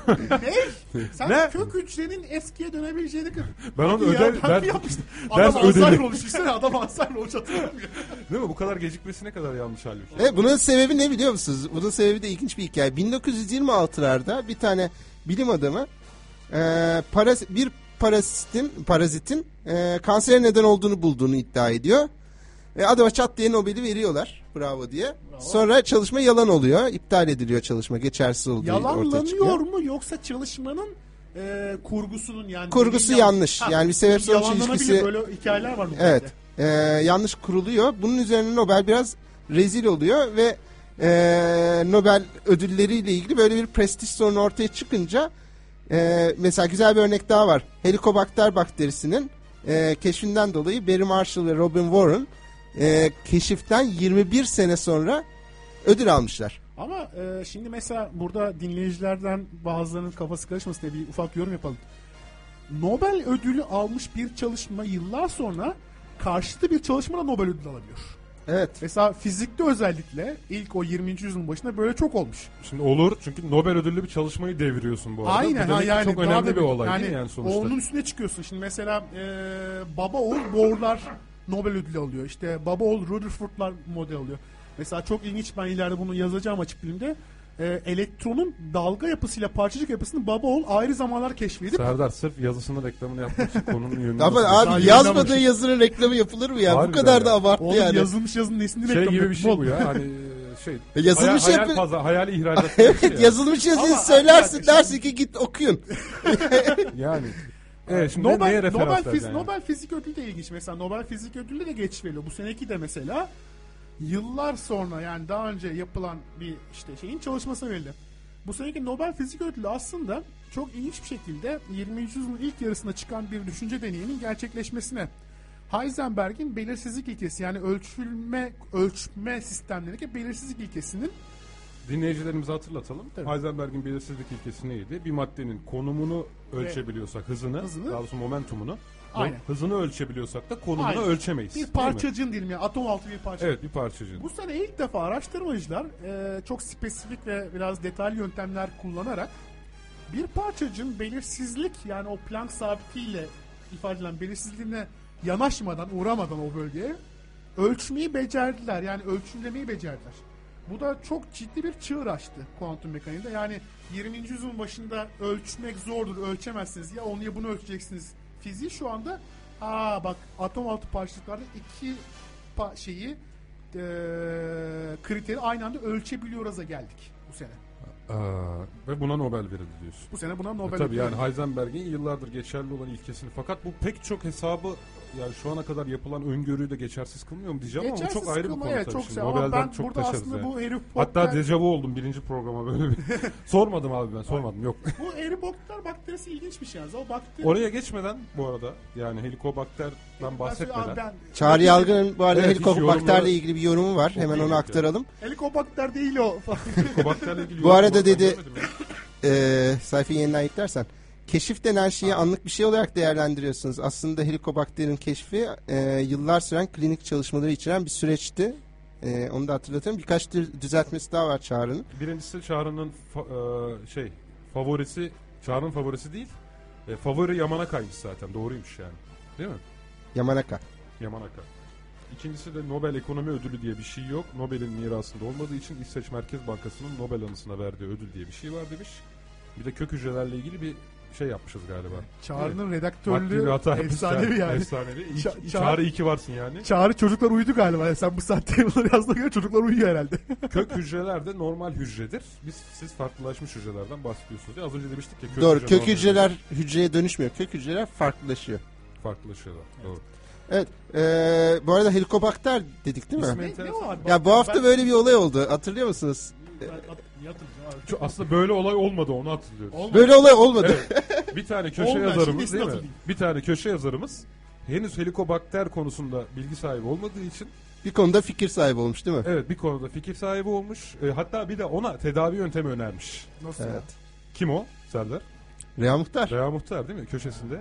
C: Sen
B: Ne?
C: kök hücrenin eskiye dönebileceğini kır.
B: Ben onu
C: Ya,
B: ödev,
C: ben
B: ben,
C: mi yapmıştım?
B: ders
C: Adam Alzheimer
B: ödevi.
C: olmuş. İşte adam Alzheimer olmuş hatırlamıyor.
B: Değil mi? Bu kadar gecikmesi ne kadar yanlış halbuki.
D: E, bunun sebebi ne biliyor musunuz? Bunun sebebi de ilginç bir hikaye. 1926'larda bir tane bilim adamı e, paraz- bir parazitin parazitin e, kansere neden olduğunu bulduğunu iddia ediyor. Ve adama çat diye Nobel'i veriyorlar. Bravo diye. Sonra çalışma yalan oluyor. İptal ediliyor çalışma. Geçersiz olduğu ortaya
C: Yalanlanıyor
D: çıkıyor.
C: mu yoksa çalışmanın e, kurgusunun yani
D: Kurgusu
C: dediğin yan-
D: yanlış.
C: Ha,
D: Yani bir sebep sonuç
C: yalanlanabilir.
D: ilişkisi-
C: böyle hikayeler var mı?
D: Evet. e, yanlış kuruluyor. Bunun üzerine Nobel biraz rezil oluyor ve e, Nobel ödülleriyle ilgili böyle bir prestij sorunu ortaya çıkınca e, mesela güzel bir örnek daha var. Helicobacter bakterisinin e, keşfinden dolayı Barry Marshall ve Robin Warren e, keşiften 21 sene sonra ödül almışlar.
C: Ama e, şimdi mesela burada dinleyicilerden bazılarının kafası karışmasın diye bir ufak yorum yapalım. Nobel ödülü almış bir çalışma yıllar sonra karşıtı bir çalışma da Nobel ödülü alabiliyor.
D: Evet.
C: Mesela fizikte özellikle ilk o 20. yüzyılın başında böyle çok olmuş.
B: Şimdi olur çünkü Nobel ödüllü bir çalışmayı deviriyorsun bu arada.
C: Aynen.
B: Bu
C: ha,
B: demek ki
C: yani
B: çok
C: daha
B: önemli
C: da
B: bir olay
C: yani,
B: değil mi yani sonuçta?
C: Onun üstüne çıkıyorsun. Şimdi mesela e, baba oğul Bohr'lar Nobel ödülü alıyor. İşte baba oğul Rutherford'lar model alıyor. Mesela çok ilginç ben ileride bunu yazacağım açık bilimde. E, elektronun dalga yapısıyla parçacık yapısını baba oğul ayrı zamanlar keşfedip
B: Serdar sırf yazısını reklamını yapmak için konunun yönünü...
D: Ama
B: nasıl-
D: abi yazmadığı yazının reklamı yapılır mı ya? Bu
B: Harbiden
D: kadar da
B: ya.
D: abarttı
C: oğlum
D: yani.
C: yazılmış yazın nesini
B: şey
C: reklam
B: gibi bir
C: yapıyor?
B: şey bu
C: Oğlum,
B: ya. Hani şey...
D: E, yazılmış
B: hayal,
D: yapı-
B: hayal, pazar, hayali ihracat. şey
D: Evet, yazılmış yazıyı
C: Ama-
D: söylersin
C: Ama-
D: dersin ki git okuyun.
B: Yani. Evet şimdi neye
C: Nobel,
B: referanslar
C: Nobel, fiz-
B: yani?
C: Nobel fizik ödülü de ilginç mesela. Nobel fizik ödülü de geç veriliyor. Bu seneki de mesela yıllar sonra yani daha önce yapılan bir işte şeyin çalışmasına verildi. Bu seneki Nobel fizik ödülü aslında çok ilginç bir şekilde 20. yüzyılın ilk yarısında çıkan bir düşünce deneyinin gerçekleşmesine Heisenberg'in belirsizlik ilkesi yani ölçülme ölçme sistemlerindeki belirsizlik ilkesinin
B: Dinleyicilerimize hatırlatalım. Heisenberg'in belirsizlik ilkesi neydi? Bir maddenin konumunu ölçebiliyorsak hızını,
C: Hızını.
B: daha doğrusu momentumunu.
C: Aynen.
B: Hızını ölçebiliyorsak da konumunu
C: Aynen.
B: ölçemeyiz.
C: bir
B: değil mi?
C: parçacığın diyelim ya atom altı bir parça.
B: Evet bir parçacığın.
C: Bu sene ilk defa araştırmacılar e, çok spesifik ve biraz detaylı yöntemler kullanarak bir parçacığın belirsizlik yani o Planck sabitiyle ifade edilen belirsizliğine yanaşmadan, uğramadan o bölgeye ölçmeyi becerdiler. Yani ölçümlemeyi becerdiler. Bu da çok ciddi bir çığır açtı kuantum mekaniğinde. Yani 20. yüzyılın başında ölçmek zordur, ölçemezsiniz. Ya onu ya bunu ölçeceksiniz. Fiziği şu anda aa bak atom altı parçacıklarda iki pa- şeyi eee, kriteri aynı anda ölçebiliyoruz'a geldik bu sene.
B: Aa, ve buna Nobel verildi diyorsun.
C: Bu sene buna
B: E
C: Nobel
B: tabii
C: ödülü
B: yani Heisenberg'in yıllardır geçerli olan ilkesini fakat bu pek çok hesabı yani şu ana kadar yapılan öngörüyü de geçersiz kılmıyor mu diyeceğim ama bu
C: Geçersiz
B: çok ayrı bir
C: kılma,
B: konu
C: evet,
B: tabii
C: çok
B: şimdi.
C: güzel ama
B: Nobel'den
C: ben
B: çok
C: burada
B: taşarız
C: aslında
B: yani.
C: bu Harry Potter
B: Hatta dejavu oldum birinci programa böyle bir. sormadım abi ben sormadım yok.
C: bu Harry Potter bakterisi ilginç bir şey yalnız. O bakteri
B: Oraya geçmeden bu arada yani helikobakterden bahsetmeden.
C: Abi ben-
D: Çağrı Yalgın'ın bu arada
B: Evet, hiç yorumları-
D: helikobakterle ilgili bir yorumu var. Hemen
B: değil
D: onu
B: ya.
D: aktaralım.
C: Helikobakter değil o.
B: Helikobakterle ilgili
D: Bu arada
B: yorumlar ben
D: dedi-
B: görmedim ya.
D: Ee, sayfayı yeniden yüklersen. Keşif denen şeyi anlık bir şey olarak değerlendiriyorsunuz. Aslında helikobakterin keşfi e, yıllar süren klinik çalışmaları içeren bir süreçti. E, onu da hatırlatalım. Birkaç dü- düzeltmesi daha var Çağrı'nın.
B: Birincisi Çağrı'nın fa- e, şey favorisi Çağrı'nın favorisi değil. E, favori Yaman'a kaymış zaten doğruymuş yani. Değil mi?
D: Yamanaka.
B: Yaman Akar. İkincisi de Nobel Ekonomi Ödülü diye bir şey yok. Nobel'in mirasında olmadığı için İsveç Merkez Bankası'nın Nobel anısına verdiği ödül diye bir şey var demiş. Bir de kök hücrelerle ilgili bir şey yapmışız galiba.
C: Çağrı'nın
B: Maddi bir
C: redaktörlüğü
B: hata yapmışız.
C: efsanevi yani.
B: Efsanevi. İyi-
C: Ça-
B: iyi-
C: ça-
B: Çağrı iki varsın yani.
C: Çağrı çocuklar uyudu galiba. Yani sen bu saatte bunları yazdığına göre çocuklar uyuyor herhalde.
B: Kök hücreler de normal hücredir. Biz siz farklılaşmış hücrelerden bahsediyorsunuz. Ya, az önce demiştik ya kök
D: Doğru.
B: hücre
D: Kök
B: normal
D: hücreler hücreye dönüşmüyor. Kök hücreler farklılaşıyor.
B: hücre. farklılaşıyorlar. Doğru.
D: Evet. Ee, bu arada helikobakter dedik değil mi?
B: İsmi-
C: Ne- ne o abi?
D: Ya bu hafta
C: Ben-
D: böyle bir olay oldu. Hatırlıyor musunuz?
C: Ben- ben- hatırlayacağım abi.
B: Şu aslında böyle olay olmadı onu hatırlıyoruz.
C: Olmadı.
D: Böyle olay olmadı.
B: Bir tane köşe
C: Olmayan
B: yazarımız
C: şeyin
B: değil mi?
C: nesini
B: Bir tane köşe yazarımız henüz helikobakter konusunda bilgi sahibi olmadığı için
D: Bir konuda fikir sahibi olmuş değil mi?
B: evet bir konuda fikir sahibi olmuş. E, hatta bir de ona tedavi yöntemi önermiş.
C: Nasıl
D: Evet.
B: Kim o? Serdar.
D: Reha Muhtar.
B: Rea Muhtar değil mi? Köşesinde.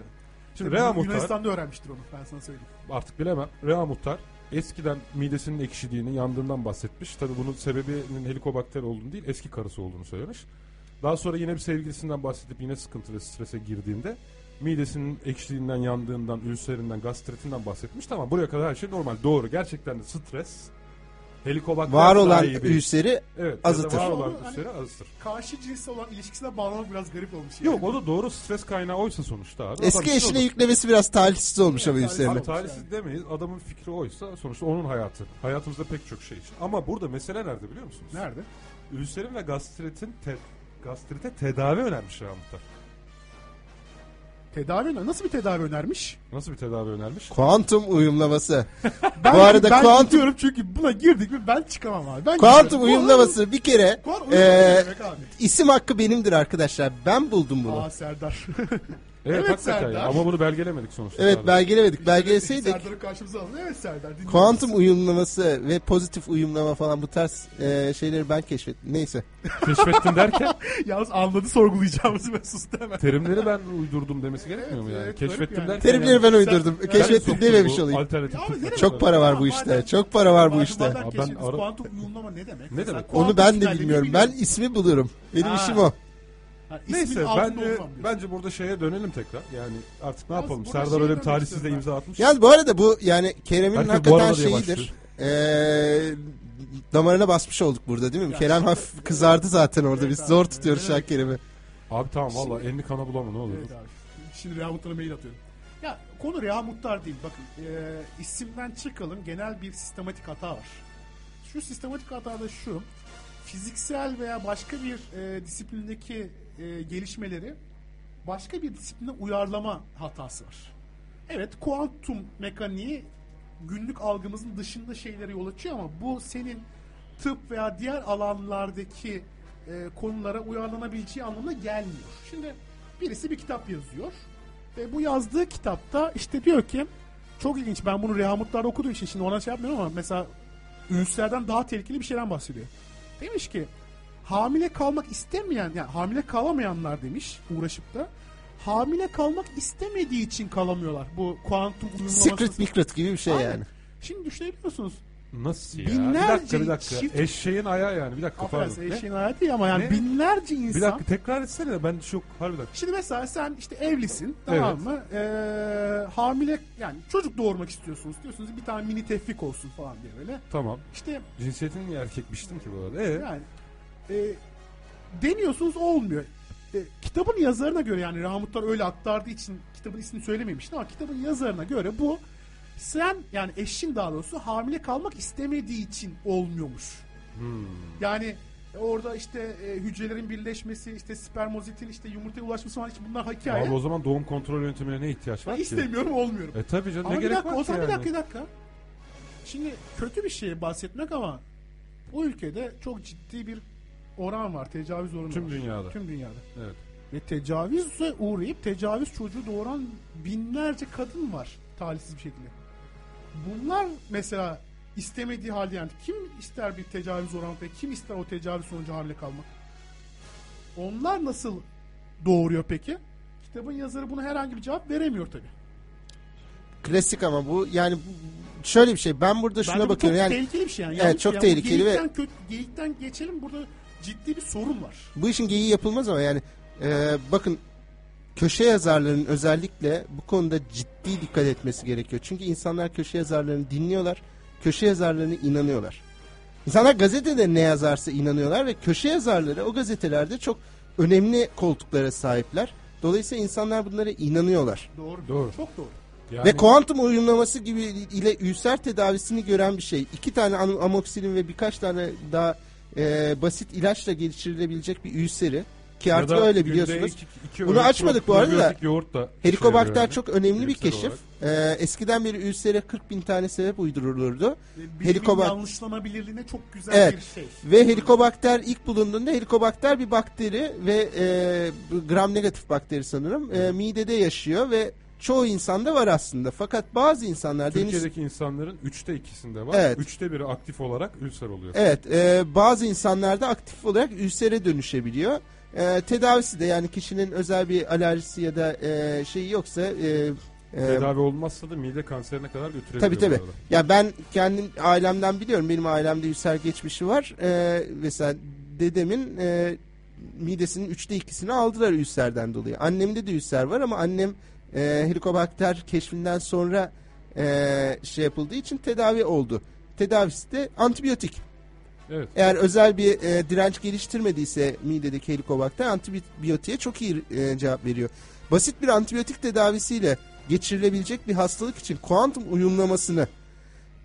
B: Şimdi
C: ya?
B: Rea
C: Bunu
B: Muhtar
C: Yunanistan'da öğrenmiştir onu ben sana söyleyeyim.
B: artık bilemem. Rea Muhtar eskiden midesinin ekşidiğini, yandığından bahsetmiş. Tabii bunun sebebinin helikobakter olduğunu değil, eski karısı olduğunu söylemiş. Daha sonra yine bir sevgilisinden bahsedip yine sıkıntı ve strese girdiğinde midesinin ekşiliğinden, yandığından, ülserinden, gastritinden bahsetmiş. Tamam buraya kadar her şey normal. Doğru. Gerçekten de stres helikobakter
D: Var olan
B: sahibi-
D: ülseri
B: evet, ya da
D: azıtır.
B: Var olan
C: Ama hani-
B: ülseri azıtır.
C: Karşı cinse olan ilişkisine bağlamak biraz garip olmuş. yani.
B: Yok o da doğru stres kaynağı oysa sonuçta abi. Adam
D: eski
B: şey
D: eşine
B: olur.
D: yüklemesi biraz talihsiz olmuş ama
C: Evet,
D: Hüseyin'e.
B: Abi talihsiz demeyiz. Adamın fikri oysa sonuçta onun hayatı. Hayatımızda pek çok şey için. Ama burada mesele nerede biliyor musunuz?
C: Nerede?
B: Ülserin ve gastritin te- gastrite tedavi önermiş Rahmutlar.
C: Tedavi öner- Nasıl bir tedavi önermiş?
B: Nasıl bir tedavi önermiş?
D: Kuantum uyumlaması.
C: Ben,
D: Bu arada
C: ben
D: kuantum-
C: gidiyorum çünkü buna girdik mi ben çıkamam abi. Ben
D: Kuantum
C: gidiyorum.
D: uyumlaması bir kere
C: Kuantum
D: e,
C: uyumlaması ne demek abi.
D: isim hakkı benimdir arkadaşlar. Ben buldum bunu.
C: Aa Serdar.
B: Evet,
C: Evet,
B: hakikaten
C: Serdar.
B: ya. Ama bunu belgelemedik sonuçta.
D: evet
B: Serdar.
D: belgelemedik. Belgeleseydik
C: Serdar'ı karşımıza alalım. Evet Serdar dinliyoruz.
D: kuantum uyumlaması ve pozitif uyumlama falan bu tarz e, şeyleri ben keşfettim. Neyse.
B: Keşfettim derken
C: Yalnız anladı sorgulayacağımızı ve sustu hemen.
B: terimleri ben uydurdum demesi gerekmiyor mu yani?
C: evet, garip
B: Keşfettim
C: yani.
B: derken.
D: Terimleri
B: yani-
D: ben uydurdum.
C: Sen-
D: Keşfettim
B: Ben
D: dememiş
B: bu
D: olayım.
B: Alternatif
C: Ya
B: Türk
C: ne demek?
D: Çok para var bu
C: Madem-
D: işte. Çok para var bu işte.
C: Madem
B: ben
C: keşfiniz,
B: ara-
C: Kuantum uyumlama ne demek?
B: Ne
C: Mesela
B: demek?
C: kuantum
D: Onu ben de
C: finalde ne
D: bilmiyorum. Ben
C: bileyim?
D: ismi bulurum. Benim
C: Ha.
D: işim o.
C: Ha, ismin
B: Neyse
C: altında
B: ben de,
C: olmam diyorsun.
B: bence burada şeye dönelim tekrar. Yani artık ne
C: Biraz
B: yapalım?
C: burada
B: Serdar
C: şeye
B: öyle bir
C: dönmek
B: talihsizle
C: istiyorum ben.
B: imza atmış.
D: Yani bu arada bu yani Kerem'in
B: Herkes bu
D: hakikaten
B: arada diye
D: şeyidir. Ee, damarına basmış olduk burada değil mi? Kerem hafif kızardı zaten orada.
C: Evet
D: Biz
C: abi,
D: zor
C: evet.
D: tutuyoruz şu an Kerem'i.
B: Abi tamam valla elini kana bulama ne olur.
C: Evet abi. Şimdi Reha Muhtar'a mail atıyorum. Ya konu Reha Muhtar değil. Bakın e, isimden çıkalım. Genel bir sistematik hata var. Şu sistematik hata da şu. Fiziksel veya başka bir e, disiplindeki e, gelişmeleri başka bir disipline uyarlama hatası var. Evet kuantum mekaniği günlük algımızın dışında şeylere yol açıyor ama bu senin tıp veya diğer alanlardaki e, konulara uyarlanabileceği anlamına gelmiyor. Şimdi birisi bir kitap yazıyor ve bu yazdığı kitapta işte diyor ki çok ilginç ben bunu Reha Mutlar'da okuduğum için şimdi ona şey yapmıyorum ama mesela ülserden daha tehlikeli bir şeyden bahsediyor. Demiş ki hamile kalmak istemeyen yani hamile kalamayanlar demiş uğraşıp da hamile kalmak istemediği için kalamıyorlar. Bu kuantum uyumlaması.
D: Secret Micret gibi bir şey
C: Aynen.
D: yani.
C: Şimdi düşünebiliyorsunuz.
B: Nasıl ya?
C: Binlerce
B: bir dakika bir dakika.
C: çift-
B: Eşeğin ayağı yani. Bir dakika pardon.
C: Affedersin
B: Ne?
C: eşeğin hayatı değil ama yani
B: Ne?
C: binlerce insan.
B: Bir dakika tekrar etsene de ben çok harbiden.
C: Şimdi mesela sen işte evlisin tamam
B: Evet.
C: mı? Ee, hamile yani çocuk doğurmak istiyorsunuz. Diyorsunuz bir tane mini tevfik olsun falan diye böyle.
B: Tamam.
C: İşte
B: Cinsiyetini niye erkekmiştim ki bu arada? Ee,
C: yani e, deniyorsunuz olmuyor. E, kitabın yazarına göre yani Rahmutlar öyle aktardığı için kitabın ismini söylememişti ama kitabın yazarına göre bu sen yani eşin daha doğrusu hamile kalmak istemediği için olmuyormuş.
B: Hmm.
C: Yani orada işte e, hücrelerin birleşmesi, işte spermozitin işte yumurtaya ulaşması falan hiç bunlar hikaye.
B: Abi o zaman doğum kontrol yöntemine ne ihtiyaç var
C: Ben
B: ki?
C: istemiyorum olmuyorum.
B: E tabii canım
C: Ama
B: ne
C: bir
B: gerek
C: dakika, o
B: var ki
C: zaman
B: yani?
C: bir dakika, bir dakika. Şimdi kötü bir şey bahsetmek ama bu ülkede çok ciddi bir oran var, tecavüz oranı
B: Tüm
C: var.
B: dünyada.
C: Tüm dünyada.
B: Evet.
C: Ve tecavüze uğrayıp tecavüz çocuğu doğuran binlerce kadın var talihsiz bir şekilde. Bunlar mesela istemediği halde yani kim ister bir tecavüz oranı ve kim ister o tecavüz sonucu hamile kalmak? Onlar nasıl doğuruyor peki? Kitabın yazarı buna herhangi bir cevap veremiyor tabii.
D: Klasik ama bu yani bu- şöyle bir şey. Ben burada şuna
C: Bence bu
D: bakıyorum.
C: çok
D: Yani
C: tehlikeli bir şey yani.
D: Evet,
C: Yanlış
D: çok
C: bir- bu
D: tehlikeli ve-
C: geyikten, kötü, geyikten geçelim burada ciddi bir sorun var.
D: bu işin geyiği yapılmaz ama yani e, bakın köşe yazarlarının özellikle bu konuda ciddi dikkat etmesi gerekiyor. Çünkü insanlar köşe yazarlarını dinliyorlar. Köşe yazarlarına inanıyorlar. İnsanlar gazetede ne yazarsa inanıyorlar ve köşe yazarları o gazetelerde çok önemli koltuklara sahipler. Dolayısıyla insanlar bunlara inanıyorlar.
C: Doğru.
B: Doğru.
C: Çok doğru.
B: Yani,
D: Ve kuantum uyumlaması gibi ile ülser tedavisini gören bir şey. İki tane am- amoksilin ve birkaç tane daha e, basit ilaçla geliştirilebilecek bir ülseri ki
B: ya
D: artık
B: da
D: öyle
B: günde
D: biliyorsunuz.
B: iki- iki
D: Bunu
B: öğün
D: açmadık bu arada da.
B: probiyotik yoğurt da
D: Helikobakter
B: işe yarıyor.
D: çok önemli bir
B: Bilimsel
D: keşif.
B: olarak.
D: E, eskiden beri ülsere 40 bin tane sebep uydurulurdu.
C: Ve bilimin
D: Helikobak-
C: yanlışlanabilirliğine çok güzel
D: Evet.
C: bir şey.
D: Ve helikobakter ilk bulunduğunda helikobakter bir bakteri ve e, bu gram negatif bakteri sanırım e, midede yaşıyor ve çoğu insanda var aslında. Fakat bazı insanlarda henüz-
B: Türkiye'deki insanların üçte ikisinde var.
D: Evet.
B: Üçte biri aktif olarak ülser oluyor.
D: Evet, e, bazı insanlarda aktif olarak ülsere dönüşebiliyor. E, tedavisi de yani kişinin özel bir alerjisi ya da e, şeyi yoksa e, e,
B: Tedavi olmazsa da mide kanserine kadar götürebiliyor.
D: Tabii tabii.
B: bu arada.
D: Ya ben kendim ailemden biliyorum. Benim ailemde ülser geçmişi var. Ee, mesela dedemin e, midesinin üçte ikisini aldılar ülserden dolayı. Annemde de ülser var ama annem e, helikobakter keşfinden sonra e, şey yapıldığı için tedavi oldu. Tedavisi de antibiyotik.
B: Evet.
D: Eğer özel bir e, direnç geliştirmediyse midedeki helikobakter antibiyotiğe çok iyi e, cevap veriyor. Basit bir antibiyotik tedavisiyle geçirilebilecek bir hastalık için kuantum uyumlamasını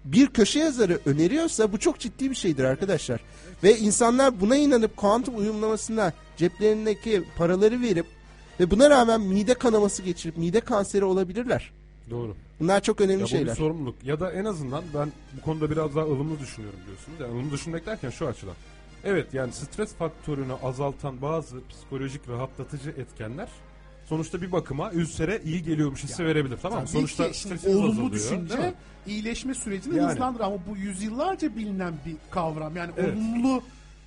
D: bir köşe yazarı öneriyorsa bu çok ciddi bir şeydir arkadaşlar. Ve insanlar buna inanıp kuantum uyumlamasına ceplerindeki paraları verip ve buna rağmen mide kanaması geçirip mide kanseri olabilirler.
B: Doğru.
D: Bunlar çok önemli
B: Ya bu bir
D: şeyler.
B: sorumluluk. Ya da en azından ben bu konuda biraz daha ılımlı düşünüyorum diyorsunuz. Yani ılımlı düşünmek derken şu açıdan. Evet yani stres faktörünü azaltan bazı psikolojik rahatlatıcı etkenler sonuçta bir bakıma ülsere iyi geliyormuş hissi verebilir. Tamam mı?
C: Tabii
B: Sonuçta
C: ki şimdi
B: stresiniz
C: olumlu
B: azalıyor, değil mi?
C: düşünce iyileşme sürecini
B: Yani.
C: hızlandırır ama bu yüzyıllarca bilinen bir kavram. Yani
B: Evet.
C: olumlu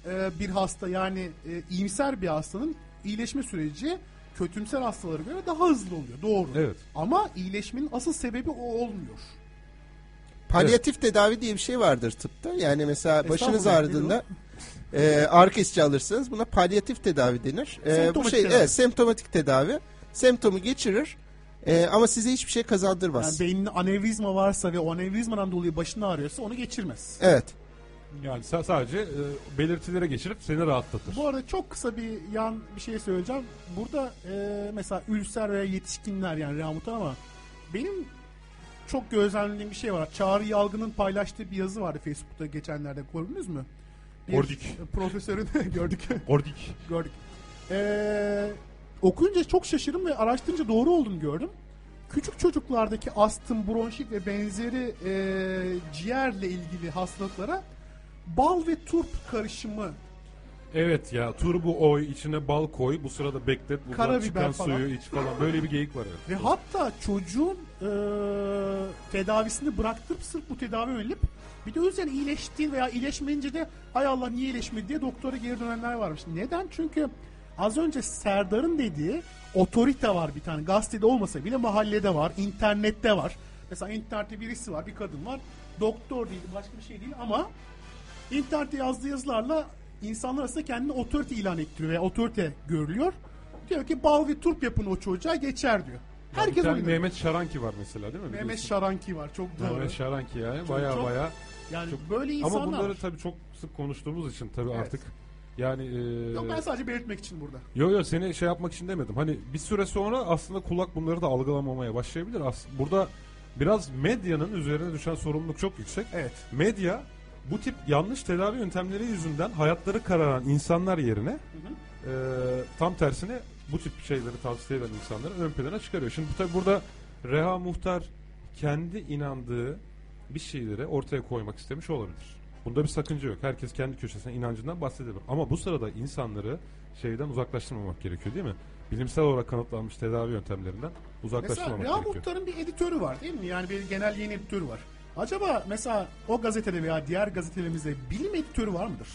C: e, bir hasta yani e, iyimser bir hastanın iyileşme süreci kötümser hastalara göre daha hızlı oluyor. Doğru.
B: Evet.
C: Ama iyileşmenin asıl sebebi o olmuyor.
D: Palyatif tedavi diye bir şey vardır tıpta. Yani mesela başınız
C: Estağfurullah,
D: ağrıdığında e, ağrı kesici alırsınız. Buna palyatif tedavi denir. E, bu
C: Semptomatik
D: şey
C: tedavi.
D: evet, semptomatik tedavi. Semptomu geçirir e, ama size hiçbir şey
C: Yani
D: kazandırmaz.
C: beyninde anevrizma varsa ve o anevrizmadan dolayı başını ağrıyorsa onu geçirmez.
D: Evet.
B: Yani sa- sadece e, belirtilere geçirip seni rahatlatır.
C: Bu arada çok kısa bir yan bir şey söyleyeceğim. Burada e, mesela ülser veya yetişkinler yani Ramutan ama benim çok gözlemlediğim bir şey var. Çağrı Yalgın'ın paylaştığı bir yazı vardı Facebook'ta geçenlerde gördünüz mü? Bir
B: Gördük.
C: Profesörün gördük.
B: Ordik.
C: gördük. E, okuyunca çok şaşırdım ve araştırınca doğru olduğunu gördüm. Küçük çocuklardaki astım, bronşit ve benzeri e, ciğerle ilgili hastalıklara bal ve turp karışımı
B: Evet ya turbu oy içine bal koy bu sırada beklet buradan
C: Karabiber
B: çıkan
C: falan.
B: suyu iç falan böyle bir geyik var evet.
C: Ve hatta çocuğun e, tedavisini bıraktırıp sırf bu tedavi yönelip bir de o yüzden iyileştiğin veya iyileşmeyince de hay Allah niye iyileşmedi diye doktora geri dönenler varmış. Neden? Çünkü az önce Serdar'ın dediği otorite var bir tane. Gazetede olmasa bile mahallede var, internette var. Mesela internette birisi var, bir kadın var. Doktor değil, başka bir şey değil ama İnternette yazdığı yazılarla insanlar arasında kendini otorite ilan ettiriyor veya otorite görülüyor. Diyor ki bal ve turp yapın o çocuğa geçer diyor.
B: bir
C: Herkes
B: tane
C: onu Mehmet,
B: Mehmet Şaranki var mesela değil mi?
C: Mehmet
B: Biliyorsun.
C: Şaranki var çok doğru.
B: Mehmet Şaranki yani baya
C: çok-
B: baya.
C: yani
B: çok-
C: böyle insanlar
B: Ama bunları
C: var.
B: tabii çok sık konuştuğumuz için tabii
C: Evet.
B: artık yani e,
C: Yok ben sadece belirtmek için burada.
B: yo yo seni şey yapmak için demedim. Hani bir süre sonra aslında kulak bunları da algılamamaya başlayabilir. As burada biraz medyanın üzerine düşen sorumluluk çok yüksek.
C: Evet.
B: Medya bu tip yanlış tedavi yöntemleri yüzünden hayatları kararan insanlar yerine e, tam tersine bu tip şeyleri tavsiye eden insanları ön plana çıkarıyor. Şimdi tabi burada Reha Muhtar kendi inandığı bir şeyleri ortaya koymak istemiş olabilir. Bunda bir sakınca yok. Herkes kendi köşesine inancından bahsedebilir. Ama bu sırada insanları şeyden uzaklaştırmamak gerekiyor değil mi? Bilimsel olarak kanıtlanmış tedavi yöntemlerinden
C: Mesela
B: uzaklaştırmamak
C: Reha
B: gerekiyor.
C: Muhtar'ın bir editörü var değil mi? Yani bir genel yayın editörü var. Acaba mesela o gazetede veya diğer gazetelerimizde bilim editörü var mıdır?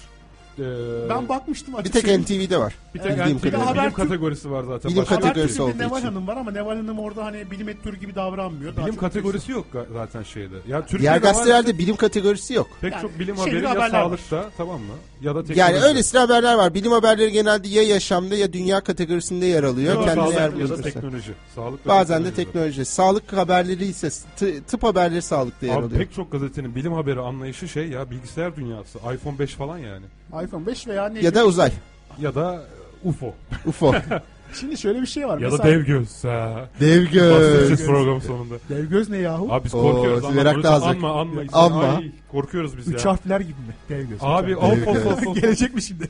B: Ee,
C: Ben bakmıştım
D: Bir
C: açıkçası.
D: tek NTV'de var.
B: Şey- bir tek
D: Bildiğim
B: NTV'de
D: kadarıyla.
C: Bir de
B: bilim
C: Habertürk-
B: kategorisi var zaten.
D: Bilim
B: Başka-
D: kategorisi
C: Habertürk'te
D: olduğu
C: Neval
D: için.
C: Hanım var ama Neval Hanım orada hani bilim editörü gibi davranmıyor. Daha
B: Bilim
C: çok-
B: kategorisi yok ga- zaten şeyde. Ya Türkiye'de
D: Diğer
B: var
D: gazetelerde bilim kategorisi yok.
B: pek
C: Yani
B: çok bilim
C: şeyde
B: haberi ya
C: haberler var.
B: sağlıkta tamam mı? Ya da teknoloji.
D: Yani öylesine haberler var. Bilim haberleri genelde ya yaşamda ya dünya kategorisinde yer
B: ya
D: alıyor.
B: da,
D: Kendine
B: sağlık
D: yer
B: ya da
D: bulursa.
B: teknoloji. Sağlık ve
D: Bazen de
B: teknoloji.
D: teknoloji. Sağlık haberleri ise tı- tıp haberleri sağlıkta yer
B: Abi
D: alıyor.
B: pek çok gazetenin bilim haberi anlayışı şey ya bilgisayar dünyası. iPhone 5 falan yani.
C: iPhone 5 veya ne
D: Ya da uzay.
B: Ya da e, UFO.
D: UFO.
C: Şimdi şöyle bir şey var.
B: Ya da
C: Mesela
B: dev göz. Ha.
D: Dev Ee, göz.
B: Bahsedeceğiz programın sonunda.
C: dev göz ne yahu?
B: Abi biz
D: Oo,
B: korkuyoruz.
D: siz
B: anla,
D: meraklı
B: lütfen
D: azıcık.
B: Anma anma. İşte,
D: Anma.
B: ay, korkuyoruz biz
C: Üç
B: ya.
C: harfler gibi mi? Dev göz.
B: Abi
C: Hocam.
B: al
D: Dev göz.
B: of of of.
C: gelecek mi şimdi?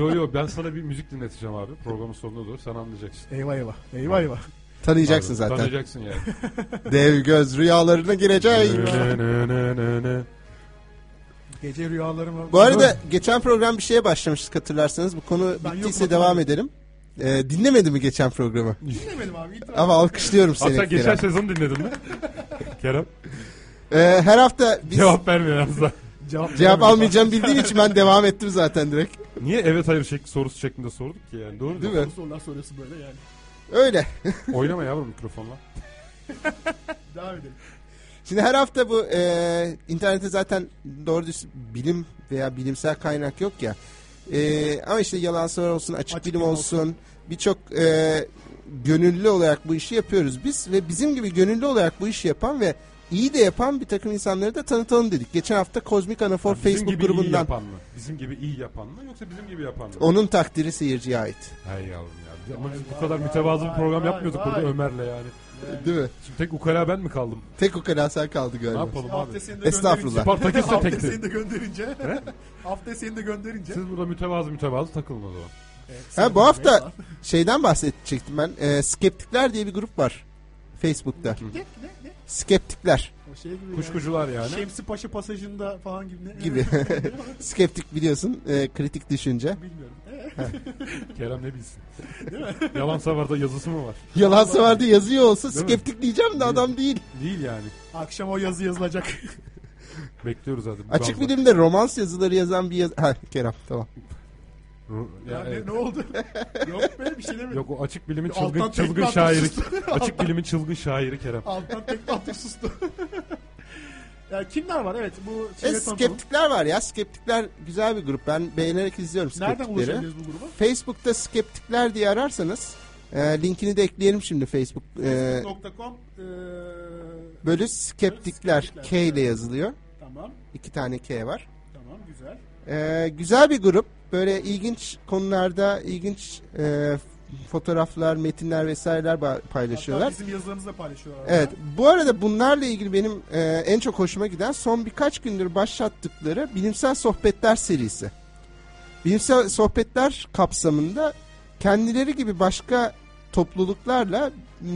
B: Yo yo ben sana bir müzik dinleteceğim abi. Programın sonunda dur. Sen anlayacaksın.
C: eyvah eyvah. Eyvah eyvah.
D: Tanıyacaksın
B: Abi,
D: zaten.
B: Tanıyacaksın yani.
D: Dev göz rüyalarına gireceğim.
B: Ne, ne, ne, ne, ne.
C: Gece rüyalarıma...
D: Bu arada geçen program bir şeye başlamıştık hatırlarsanız. Bu konu
C: Ben
D: bittiyse
C: yokum,
D: devam
C: hatırlamıyorum.
D: edelim. Ee, dinlemedi mi geçen programı?
C: Dinlemedim abi. itiraf
D: Ama alkışlıyorum seni.
B: Hatta geçen
D: Kerem.
B: sezon dinledin mi? Kerem
D: Ee, her hafta biz cevap,
B: cevap vermiyor aslında.
C: Cevap,
D: almayacağım bildiğim için ben devam ettim zaten direkt.
B: Niye evet hayır şekli sorusu şeklinde sorduk ki yani doğru
D: Değil
B: mu?
D: mi?
C: Sorular soruyorsun böyle yani.
D: Öyle.
B: Oynama yavrum mikrofonla.
C: Devam edelim.
D: Şimdi her hafta bu e, internette zaten doğru düz bilim veya bilimsel kaynak yok ya. E, ama işte yalan sorar olsun, açık,
C: Açık
D: bilim
C: bilim
D: olsun. Birçok e, gönüllü olarak bu işi yapıyoruz biz. Ve bizim gibi gönüllü olarak bu işi yapan ve iyi de yapan bir takım insanları da tanıtalım dedik. Geçen hafta Kozmik Anafor
B: Yani bizim
D: Facebook
B: gibi iyi
D: grubundan.
B: yapan mı? Bizim gibi iyi yapan mı yoksa bizim gibi yapan mı?
D: Onun takdiri seyirciye ait.
B: Hay yavrum ya. Ama biz
C: Vay,
B: bu kadar
C: vay,
B: mütevazı bir
C: vay,
B: program
C: vay,
B: yapmıyorduk
C: vay.
B: burada Ömer'le yani.
D: Değil mi?
B: Şimdi tek ukala ben mi kaldım?
D: Tek o kalasel kaldı
B: E, Ne
D: galiba.
B: yapalım abi?
C: Hafta seni de
D: Estağfurullah.
B: Spartaküs de
C: Hafta
B: tekti.
C: seni de gönderince. Hafta seni de gönderince.
B: Siz burada mütevazı mütevazı takılın o zaman.
D: Ha, bu hafta şeyden bahsedecektim ben. E, Skeptikler diye bir grup var Facebook'ta.
C: Ne ne ne?
D: Skeptikler
C: O şey gibi.
B: Kuşkucular yani.
C: yani. Şemsi Paşa pasajında falan gibi. Ne?
D: gibi. Skeptik biliyorsun e, kritik düşünce.
C: Bilmiyorum. E,
B: Kerem ne bilsin? Yalan savarda yazısı mı var?
D: Yalansa vardı yazıyor olsa
B: Değil mi?
D: skeptik diyeceğim de adam değil.
B: Değil yani.
C: akşam o yazı yazılacak.
B: Bekliyoruz zaten. Bu
D: Açık
B: gazla-
D: bilimde romans yazıları yazan bir yaz... Ha Kerem tamam.
B: Ru-
C: ya
B: Ya, evet.
C: ne, ne oldu? Yok be bir şey demedim.
B: Yok o açık bilimin
C: Alttan
B: çılgın,
C: tekme
B: çılgın
C: attı,
B: şairi.
C: sustu.
B: açık bilimin çılgın şairi Kerem.
C: Alttan tekme atıp sustu. ya kimler var? Evet bu
D: E,
C: şeyle tanıtalım.
D: skeptikler var ya. Skeptikler güzel bir grup. Ben beğenerek izliyorum
C: Nereden
D: skeptikleri.
C: ulaşabiliriz bu gruba?
D: Facebook'ta skeptikler diye ararsanız e, linkini de ekleyelim şimdi Facebook e,
C: Facebook.com e,
D: bölü skeptikler
C: Skeptikler.
D: K ile yazılıyor.
C: Tamam.
D: İki tane K var.
C: Tamam güzel.
D: Ee, güzel bir grup. Böyle ilginç konularda ilginç e, fotoğraflar, metinler vesaireler ba-
C: Hatta
D: paylaşıyorlar.
C: bizim yazılarımızı da paylaşıyorlar.
D: Evet. Bu arada bunlarla ilgili benim e, en çok hoşuma giden son birkaç gündür başlattıkları bilimsel sohbetler serisi. Bilimsel sohbetler kapsamında kendileri gibi başka topluluklarla m,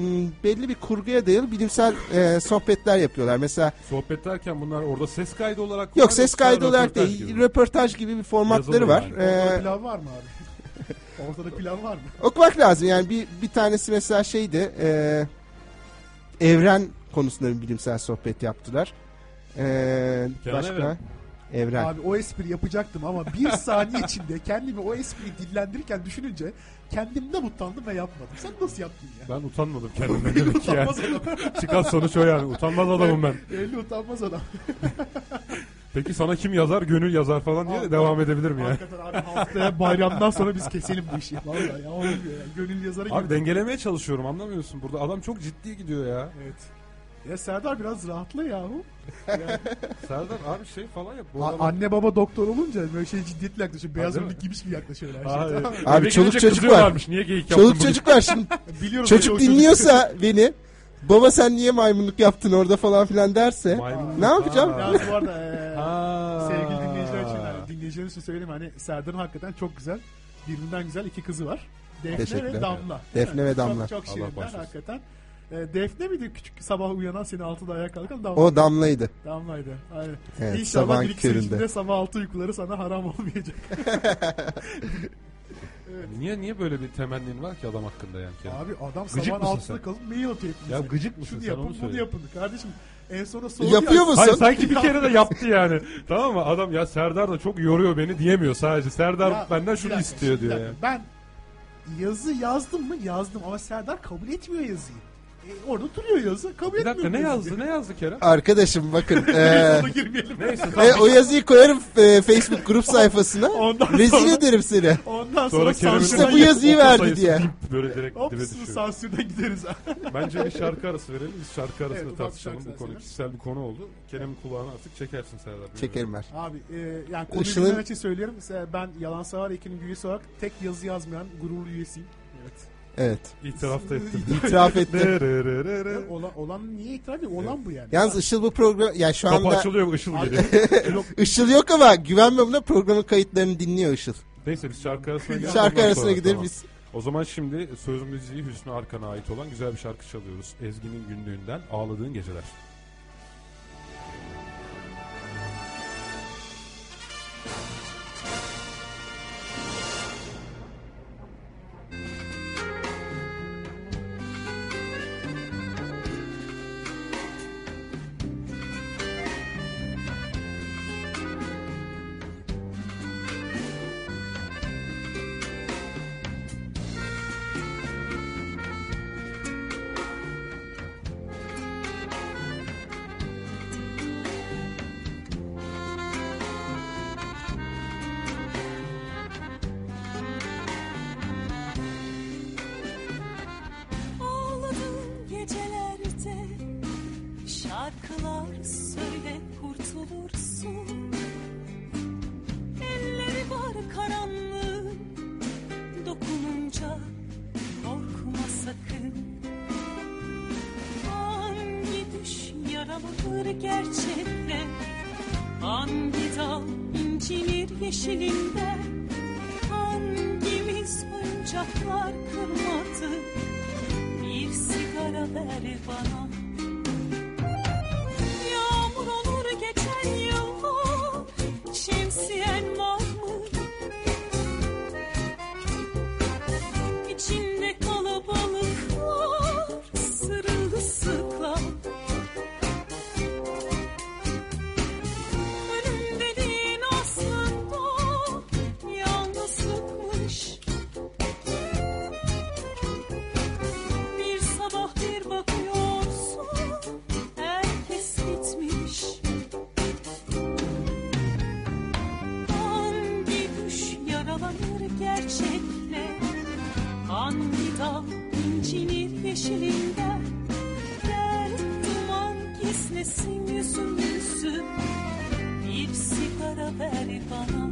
D: belli bir kurguya dayalı bilimsel e, sohbetler yapıyorlar. Mesela
B: Sohbet derken bunlar orada ses kaydı olarak
D: yok
B: var,
D: ses
B: yoksa
D: kaydı olarak
B: röportaj
D: değil,
B: gibi.
D: röportaj gibi bir formatları
B: Yazılı
D: var.
B: yani.
D: Ee,
C: Ortada pilav var mı abi? Ortada pilav var mı?
D: Okumak lazım yani bir bir tanesi mesela şeydi e, evren konusunda bir bilimsel sohbet yaptılar. E,
B: Kenan
D: başka
B: Evren.
D: evren.
C: Abi o espri yapacaktım ama bir saniye içinde kendimi o espriyi dillendirirken düşününce kendimden utandım ve yapmadım. Sen nasıl yaptın ya?
B: Ben utanmadım kendimden demek ki yani.
C: Utanmaz adam.
B: Çıkan sonuç o yani. Utanmaz adamım ben.
C: Belli utanmaz adam.
B: Peki sana kim yazar? Gönül yazar falan diye de
C: Abi,
B: devam
C: abi,
B: edebilirim yani.
C: Hakikaten abi haftaya bayramdan sonra biz keselim bu işi. Vallahi ya olmuyor ya. Gönül yazarı
B: Abi
C: gibi.
B: dengelemeye çalışıyorum anlamıyorsun burada. Adam çok ciddi gidiyor ya.
C: Evet. Ya Serdar biraz rahatla yahu.
B: Serdar abi şey falan yap. Bu
C: A-
B: adam-
C: anne baba doktor olunca böyle şey ciddiyetle yaklaşıyor. Beyaz
B: değil mi?
C: önlük giymiş gibi yaklaşıyor her şey.
B: Aa,
C: Tamam.
B: evet.
D: Abi
B: Eve
D: çoluk
B: gelince
D: çocuk var.
B: kızıyorlarmış. Niye geyik yaptın
D: Çoluk
B: bugün?
D: çocuk var şimdi.
C: Biliyoruz öyle o
D: çocuk dinliyorsa beni baba sen niye maymunluk yaptın orada falan filan derse
B: Maymunluk.
D: ne yapacağım?
B: Aa.
C: Yalnız bu arada eee,
B: Aa.
C: sevgili dinleyiciler için hani dinleyiciler için söyleyeyim hani Serdar'ın hakikaten çok güzel birbirinden güzel iki kızı var. Defne
D: Teşekkürler.
C: ve Damla.
D: Defne ve
C: Çok-
D: Damla.
C: Çok,
B: Allah
C: şirinler
B: bağışlasın.
C: hakikaten. Ee, Defne miydi küçük sabah uyanan seni altıda ayağa kalkan Damla?
D: O damlaydı.
C: Damlaydı. Aynen.
D: Evet,
C: İnşallah
D: sabahın
C: bir iki sene
D: köründe.
C: içinde sabah altı uykuları sana haram olmayacak.
B: Niye niye böyle bir temennin var ki adam hakkında yani? Kerem?
C: Abi adam
B: Gıcık
C: sabah
B: mısın
C: altıda
B: sen?
C: kalıp mail atıyor hepimize.
B: Ya gıcık mısın
C: Şunu
B: sen, onu
C: yapın bunu
B: söyle.
C: yapın. Kardeşim en sona soğuk
D: Yapıyor musun?
B: Hayır sanki bir kere de yaptı yani. tamam mı? Adam ya Serdar da çok yoruyor beni diyemiyor sadece. Serdar
C: Ya,
B: benden
C: bir
B: şunu
C: dakika,
B: istiyor
C: şimdi bir
B: diyor
C: dakika.
B: yani.
C: Ben yazı yazdım mı yazdım ama Serdar kabul etmiyor yazıyı. E, orada duruyor yazı. Kabul
B: Bir dakika
C: etmiyor
B: ne Ee,
C: bizi.
B: yazdı ne yazdı Kerem?
D: Arkadaşım bakın. eee,
C: Ona girmeyelim.
B: Neyse tamam.
D: e, o yazıyı koyarım e, Facebook grup sayfasına.
C: Ondan sonra-
D: Rezil ederim seni.
C: Ondan sonra,
B: Sonra Kerem'in
D: İşte bu
C: sansürden-
D: yazıyı
B: oku
D: verdi
B: sayısı
D: diye.
B: bip Böyle direkt
C: Hop
B: dibe
C: sizi
B: düşüyor.
C: sansürden gideriz.
B: Bence bir şarkı arası verelim. Biz şarkı arasında
C: ufak bir
B: tartışalım.
C: şarkı
B: Bu konu
C: arası
B: kişisel bir konu oldu. Kerem'in kulağını artık çekersin Serdar.
D: Çekerim ben.
C: Abi e, yani konuyu
D: Işıl'ın-
C: bilmem için söylüyorum. Mesela Ben Yalan Savar ekinin üyesi olarak tek yazı yazmayan gururlu üyesiyim. Evet.
D: Evet.
B: İtiraf da ettim.
D: İtiraf ettim.
B: Derererere.
C: Olan, olan niye itiraz ediyor? Olan bu yani.
D: Yalnız Işıl bu program... Ya şu
B: Kapı
D: anda
B: açılıyor ışıl geliyor.
D: Işıl yok ama güvenme buna programın kayıtlarını dinliyor Işıl.
B: Neyse biz şarkı arasına gidelim.
D: Şarkı
B: Ondan
D: arasına
B: sonra,
D: gider
B: tamam.
D: biz.
B: O zaman şimdi söz müziği Hüsnü Arkan'a ait olan güzel bir şarkı çalıyoruz. Ezgi'nin günlüğünden Ağladığın Geceler.
F: Ağladım gecelerde Şarkılar söyle kurtulursun Elleri var karanlığın Dokununca korkma sakın Hangi düş yaramadır gerçekte Hangi dal incinir yeşilinden Hangimiz oyuncaklar kırmadı bir sigara ver bana Yağmur olur geçen yıllar Şemsiyen var mı? İçinde kalabalıklar Sırılsıklam Ölüm dediğin aslında Yalnızlıkmış Bir sabah bir bakıyorsun herkes gitmiş. Hangi düş yaralanır gerçekle? Hangi dal incinir yeşilinden? Gel duman kesmesin yüzün yüzü. Bir sigara ver bana.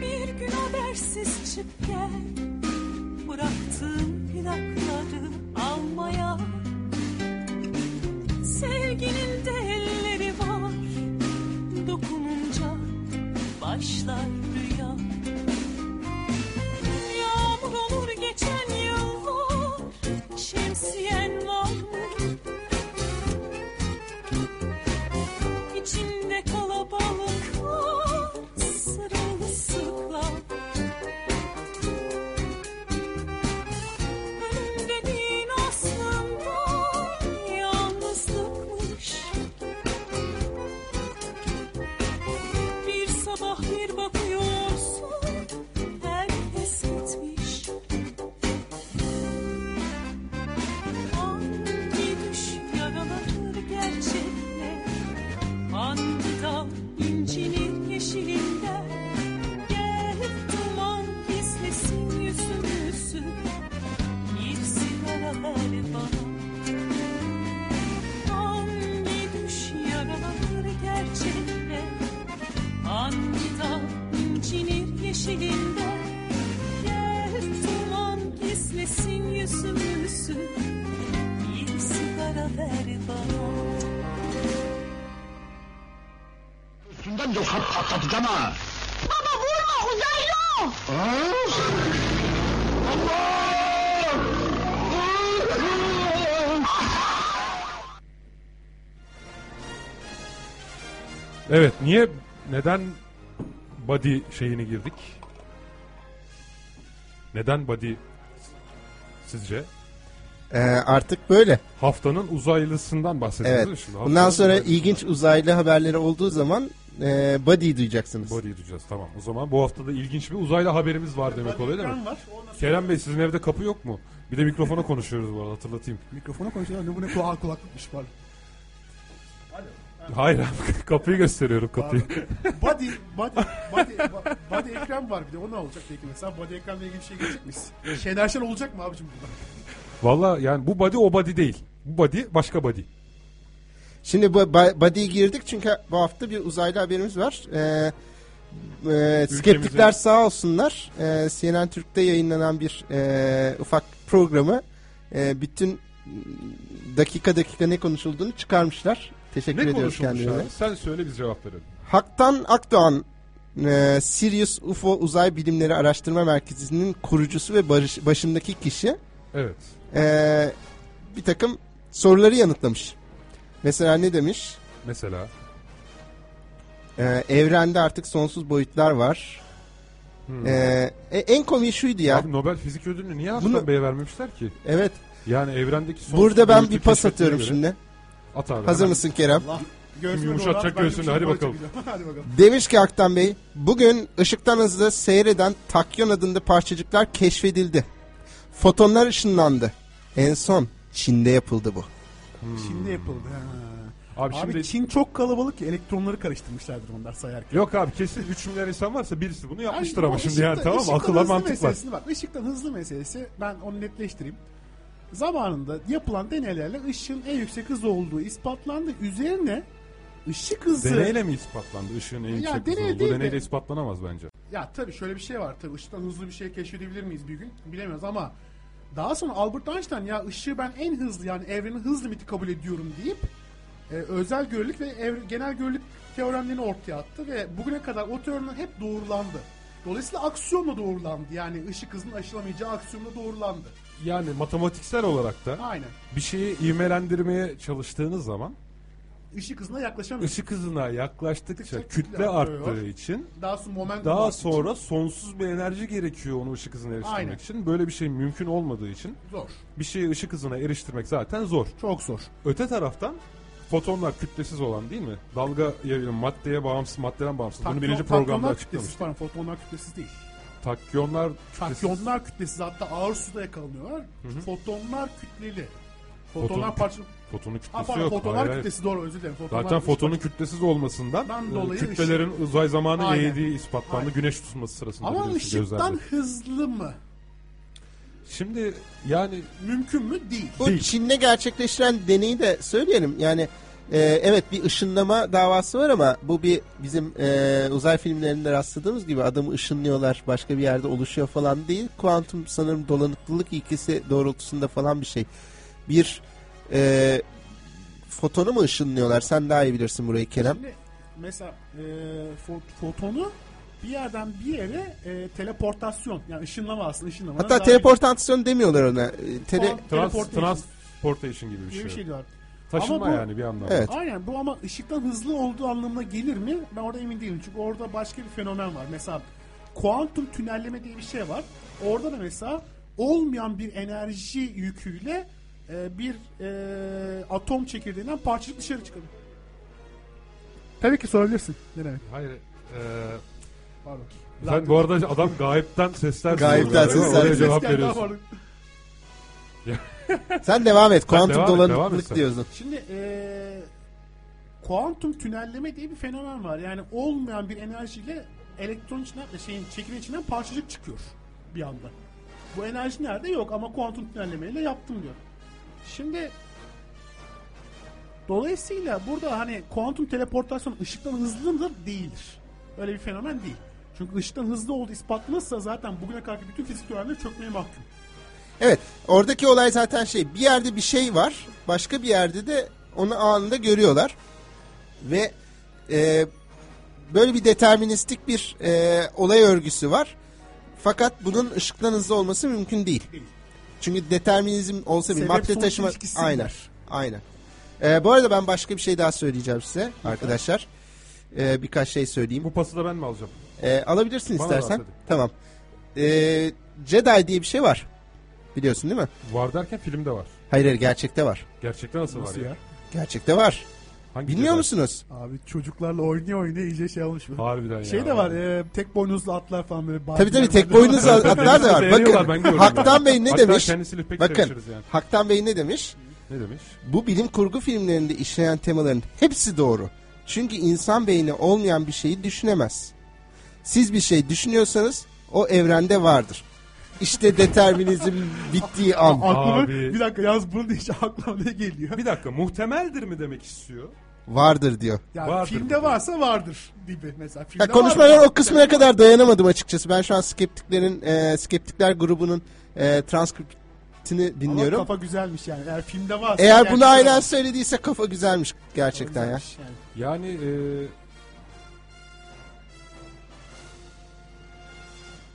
F: Bir gün habersiz çık gel Bıraktığım plakları almaya Sevginin de elleri var Dokununca başlar rüya Yağmur olur geçen yıllar Şemsiyen var mı? İçinde ah, kalabalıklar sırılsıklam Ölüm dediğin aslında yalnızlıkmış Bir sabah bir bakıyorsun herkes gitmiş Hangi düş yaralanır gerçekle Hangi dal incinir yeşilinden Gel duman gizlesin yüzümüzü Bir sigara ver bana Hangi düş yaralanır gerçekle Hangi dal incinir yeşilinden Gel duman gizlesin yüzümüzü Bir sigara ver bana
G: Üstünden yok hat- atlatacağım ha. Baba vurma uzaylı.
B: Evet niye neden body şeyini girdik? Neden body sizce?
D: Ee, artık böyle.
B: Haftanın uzaylısından bahsediyoruz
D: Evet.
B: değil mi şimdi? Haftanın
D: Bundan sonra
B: uzaylısından.
D: ilginç uzaylı haberleri olduğu zaman e, body duyacaksınız.
B: Body duyacağız tamam. O zaman bu haftada ilginç bir uzaylı haberimiz var demek oluyor değil mi?
C: Ekran var. o nasıl-
B: Kerem Bey sizin evde kapı yok mu? Bir de mikrofona konuşuyoruz bu arada hatırlatayım.
H: Mikrofona konuşuyorlar. Ne bu ne kulağa kulaklıkmış pardon.
B: Hayır abi, kapıyı gösteriyorum kapıyı.
C: Body, body, body, ba- body ekran var bir de o ne olacak peki mesela body ekranla ilgili bir şey gelecek miyiz? Şener Şen olacak mı abicim burada?
B: Valla yani bu body o body değil. Bu body başka body.
D: Şimdi bu ba- body'ye girdik çünkü bu hafta bir uzaylı haberimiz var. Ee, e, skeptikler sağ olsunlar. Ee, CNN Türk'te yayınlanan bir e, ufak programı e, bütün dakika dakika ne konuşulduğunu çıkarmışlar. Teşekkür
B: Ne
D: ediyoruz
B: konuşulmuş
D: kendilerine.
B: abi? Sen söyle biz cevap verelim.
D: Haktan Akdoğan e, Sirius UFO Uzay Bilimleri Araştırma Merkezi'nin kurucusu ve barış- başındaki kişi
B: Evet.
D: e, bir takım soruları yanıtlamış. Mesela ne demiş?
B: Mesela
D: E, evrende artık sonsuz boyutlar var. E, e, en komik şuydu ya.
B: abi Nobel Fizik Ödülünü niye Aktan
D: Bunu-
B: Bey'e vermemişler ki?
D: evet.
B: Yani evrendeki son
D: Burada ben
B: boyutu
D: bir pas
B: keşfettiğine
D: atıyorum
B: göre-
D: şimdi.
B: At abi.
D: Hazır
B: hemen.
D: mısın Kerem?
C: Allah göğsüme
B: Yumuşatacak
C: doğru at, ben de bir
B: göğsünü,
C: şey
B: hadi
C: böyle
B: bakalım.
C: çekeceğim. hadi bakalım.
D: Demiş ki Aktan Bey, bugün ışıktan hızlı seyreden takyon adında parçacıklar keşfedildi. Fotonlar ışınlandı. En son Çin'de yapıldı bu.
H: Şimdi yapıldı. Ha.
B: Abi,
H: Abi
B: şimdi
H: Çin çok kalabalık ya. Elektronları karıştırmışlardır onlar sayarken.
B: Yok abi kesin 3 milyar insan varsa birisi bunu
H: Yani
B: yapmıştır
H: bu
B: ama şimdi
H: ışıkta-
B: yani tamam mı?
H: ışıktan
B: akılla
H: hızlı
B: mantık var.
H: meselesini Bak, ışıktan hızlı meselesi ben onu netleştireyim. Zamanında yapılan deneylerle ışığın en yüksek hız olduğu ispatlandı. Üzerine ışık hızı...
B: Deneyle mi ispatlandı ışığın en yüksek hızı
H: deney
B: olduğu?
H: değil de-
B: Deneyle ispatlanamaz bence.
C: Ya tabii şöyle bir şey var tabii ışıktan hızlı bir şey keşfedebilir miyiz bir gün bilemiyoruz ama daha sonra Albert Einstein ya ışığı ben en hızlı yani evrenin hız limiti kabul ediyorum deyip e, özel görelilik ve evre- genel görelilik teoremlerini ortaya attı ve bugüne kadar o teoriler hep doğrulandı. Dolayısıyla aksiyonla doğrulandı yani ışık hızının aşılamayacağı aksiyonla doğrulandı.
B: Yani matematiksel olarak da
C: Aynen.
B: bir şeyi ivmelendirmeye çalıştığınız zaman
C: Işık hızına yaklaşamıyor.
B: ışık hızına yaklaştıkça
C: Tık tık
B: kütle
C: tık
B: arttığı
C: artıyor.
B: için
C: Daha sonra momentum
B: daha
C: arttığı için
B: sonra sonsuz bir enerji gerekiyor onu ışık hızına eriştirmek
C: Aynen.
B: için. Böyle bir şey mümkün olmadığı için
C: zor.
B: bir şeyi ışık hızına eriştirmek zaten zor.
H: Çok zor.
B: Öte taraftan fotonlar kütlesiz olan değil mi? Dalga yayılım maddeye bağımsız, maddeden bağımsız. Bunu birinci
C: Takyon-
B: programda
C: takyonlar kütlesiz
B: açıklamıştık.
C: falan, fotonlar kütlesiz değil.
B: Takyonlar kütlesiz.
C: Takyonlar kütlesiz hatta ağır suda yakalanıyorlar. Fotonlar kütleli.
B: Foton-
C: Fotonlar parça...
B: Fotonun
C: Ha
B: kütlesi
C: pardon
B: yok.
C: fotonlar
B: Hayır, hayır.
C: kütlesi doğru özür dilerim. Fotonlar
B: Zaten
C: üç
B: fotonun
C: parça-
B: kütlesiz olmasından
C: Ben
B: e,
C: dolayı
B: kütlelerin uzay zamanı
C: Aynen.
B: yayıldığı ispatlandı.
C: Aynen.
B: Güneş tutulması sırasında
C: Ama
B: biliyorsun
C: ışıktan
B: gözlerde.
C: hızlı mı?
B: Şimdi yani
C: Mümkün mü? Değil.
D: Bu
B: Değil.
D: Çin'de gerçekleştiren deneyi de söyleyelim. Yani e, evet bir ışınlama davası var ama bu bir bizim e, uzay filmlerinde rastladığımız gibi adamı ışınlıyorlar başka bir yerde oluşuyor falan değil. Kuantum sanırım dolanıklılık ilkesi doğrultusunda falan bir şey. Bir e, fotonu mu ışınlıyorlar? Sen daha iyi bilirsin burayı Kerem.
C: Şimdi mesela e, fo- fotonu bir yerden bir yere e, teleportasyon yani ışınlama aslında ışınlama.
D: Hatta teleportasyon demiyorlar ona. E, tele-
B: trans,
C: Teleportation.
B: transportation gibi bir
C: diye
B: şey.
C: bir şey diyorlar.
B: Taşınma
C: Ama bu-
B: yani bir anlamda.
D: Evet.
C: Aynen bu ama ışıktan hızlı olduğu anlamına gelir mi? Ben orada emin değilim. Çünkü orada başka bir fenomen var. Mesela kuantum tünelleme diye bir şey var. Orada da mesela olmayan bir enerji yüküyle e, bir e, atom çekirdeğinden parçacık dışarı çıkıyor. Tabii ki sorabilirsin. Ne demek?
B: Hayır. e,
C: Pardon.
B: sen bu arada adam gayipten sesler
D: Gayipten
B: duyuyor galiba.
D: sesler
B: Oraya
D: duyuyor.
B: cevap
C: Geldi,
B: veriyorsun.
C: pardon.
D: Sen devam et. Kuantum
B: devam et, devam et
D: dolanıklılık
B: sen.
D: diyorsun.
C: Şimdi eee kuantum tünelleme diye bir fenomen var. Yani olmayan bir enerjiyle elektron içinden, şeyin çekirdeğin içinden parçacık çıkıyor bir anda. Bu enerji nerede yok ama kuantum tünellemeyle yaptım diyor. Şimdi dolayısıyla burada hani kuantum teleportasyon ışıktan hızlı mıdır? Değildir. Öyle bir fenomen değil. Çünkü ışıktan hızlı olduğu ispatlanırsa zaten bugüne kadar bütün fizik teorileri çökmeye mahkum.
D: Evet. Oradaki olay zaten şey. Bir yerde bir şey var. Başka bir yerde de onu anında görüyorlar. Ve e, böyle bir deterministik bir e, olay örgüsü var. Fakat bunun ışıktan hızlı olması mümkün değil.
C: Değil.
D: Çünkü determinizm olsa bir
C: Sebep
D: madde
C: sonuç
D: taşıma...
C: ilişkisi
D: Aynen.
C: var.
D: Aynen. E, bu arada ben başka bir şey daha söyleyeceğim size arkadaşlar. E, birkaç şey söyleyeyim.
B: Bu pası da ben mi alacağım?
D: E, alabilirsin Ee,
B: Bana da
D: istersen.
B: at hadi.
D: Tamam. E, Jedi diye bir şey var. Biliyorsun değil mi?
B: Var derken filmde var.
D: Hayır hayır gerçekte var.
B: Gerçekten nasıl,
C: Nasıl
B: var ya?
C: ya?
D: Gerçekte var.
B: Hangi
D: Bilmiyor
B: ceza?
D: musunuz?
C: Abi çocuklarla oynuyor oynuyor iyice şey olmuş. bu.
B: Harbiden ya.
C: Şey de var e, tek boynuzlu atlar falan böyle.
D: Tabii tabii
C: barbiler
D: tek
C: böyle.
D: boynuzlu atlar da var.
B: Seviyorlar, ben
D: Bakın
B: görüyorum.
D: Haktan Bey ne
B: Hatta
D: demiş?
B: kendisiyle pek
D: Bakın
B: tartışırız yani.
D: Haktan Bey ne demiş?
B: Ne demiş?
D: Bu bilim kurgu filmlerinde işleyen temaların hepsi doğru. Çünkü insan beyni olmayan bir şeyi düşünemez. Siz bir şey düşünüyorsanız o evrende vardır. İşte determinizm bittiği an.
C: Aklıma
B: Abi.
C: bir dakika yalnız bunu deyince aklıma ne geliyor?
B: Bir dakika muhtemeldir mi demek istiyor?
D: Vardır diyor.
C: Ya
B: Vardır
C: filmde
B: dedi.
C: varsa vardır gibi mesela. Filmde
D: Ya konuşmalar o kısmına kadar dayanamadım açıkçası. Ben şu an skeptiklerin, e, skeptikler grubunun e, transkriptini
C: dinliyorum.
D: dinliyorum.
C: kafa güzelmiş yani. Eğer filmde varsa.
D: Eğer bunu
C: gerçekten
D: ailen
C: varsa
D: söylediyse kafa güzelmiş gerçekten ya.
C: güzelmiş yani.
B: Yani e, eee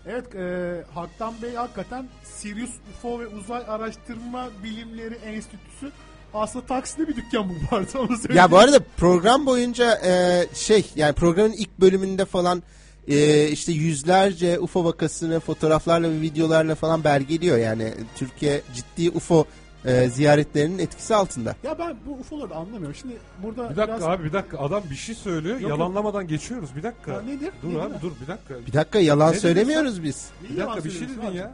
C: Evet e, Haktan Bey hakikaten Sirius UFO ve Uzay Araştırma Bilimleri Enstitüsü aslında Taksim'de bir dükkan bu vardı onu söyleyeyim.
D: Ya bu arada program boyunca e, şey yani programın ilk bölümünde falan e, işte yüzlerce UFO vakasını fotoğraflarla ve videolarla falan belgeliyor. Yani Türkiye ciddi UFO e, ziyaretlerinin etkisi altında.
C: Ya ben bu UFO'ları da anlamıyorum. Şimdi burada
B: bir dakika
C: biraz...
B: abi bir dakika adam bir şey söylüyor
C: Yok,
B: yalanlamadan geçiyoruz bir dakika.
C: Ya nedir?
B: Dur
C: Nedir
B: abi
C: lan?
B: dur bir dakika. Bir,
D: Bir dakika yalan
B: Ne
D: söylemiyoruz biz.
C: Neyi yalan
B: dakika bir şey
C: söylüyorsun
B: dedin
C: abi?
B: ya.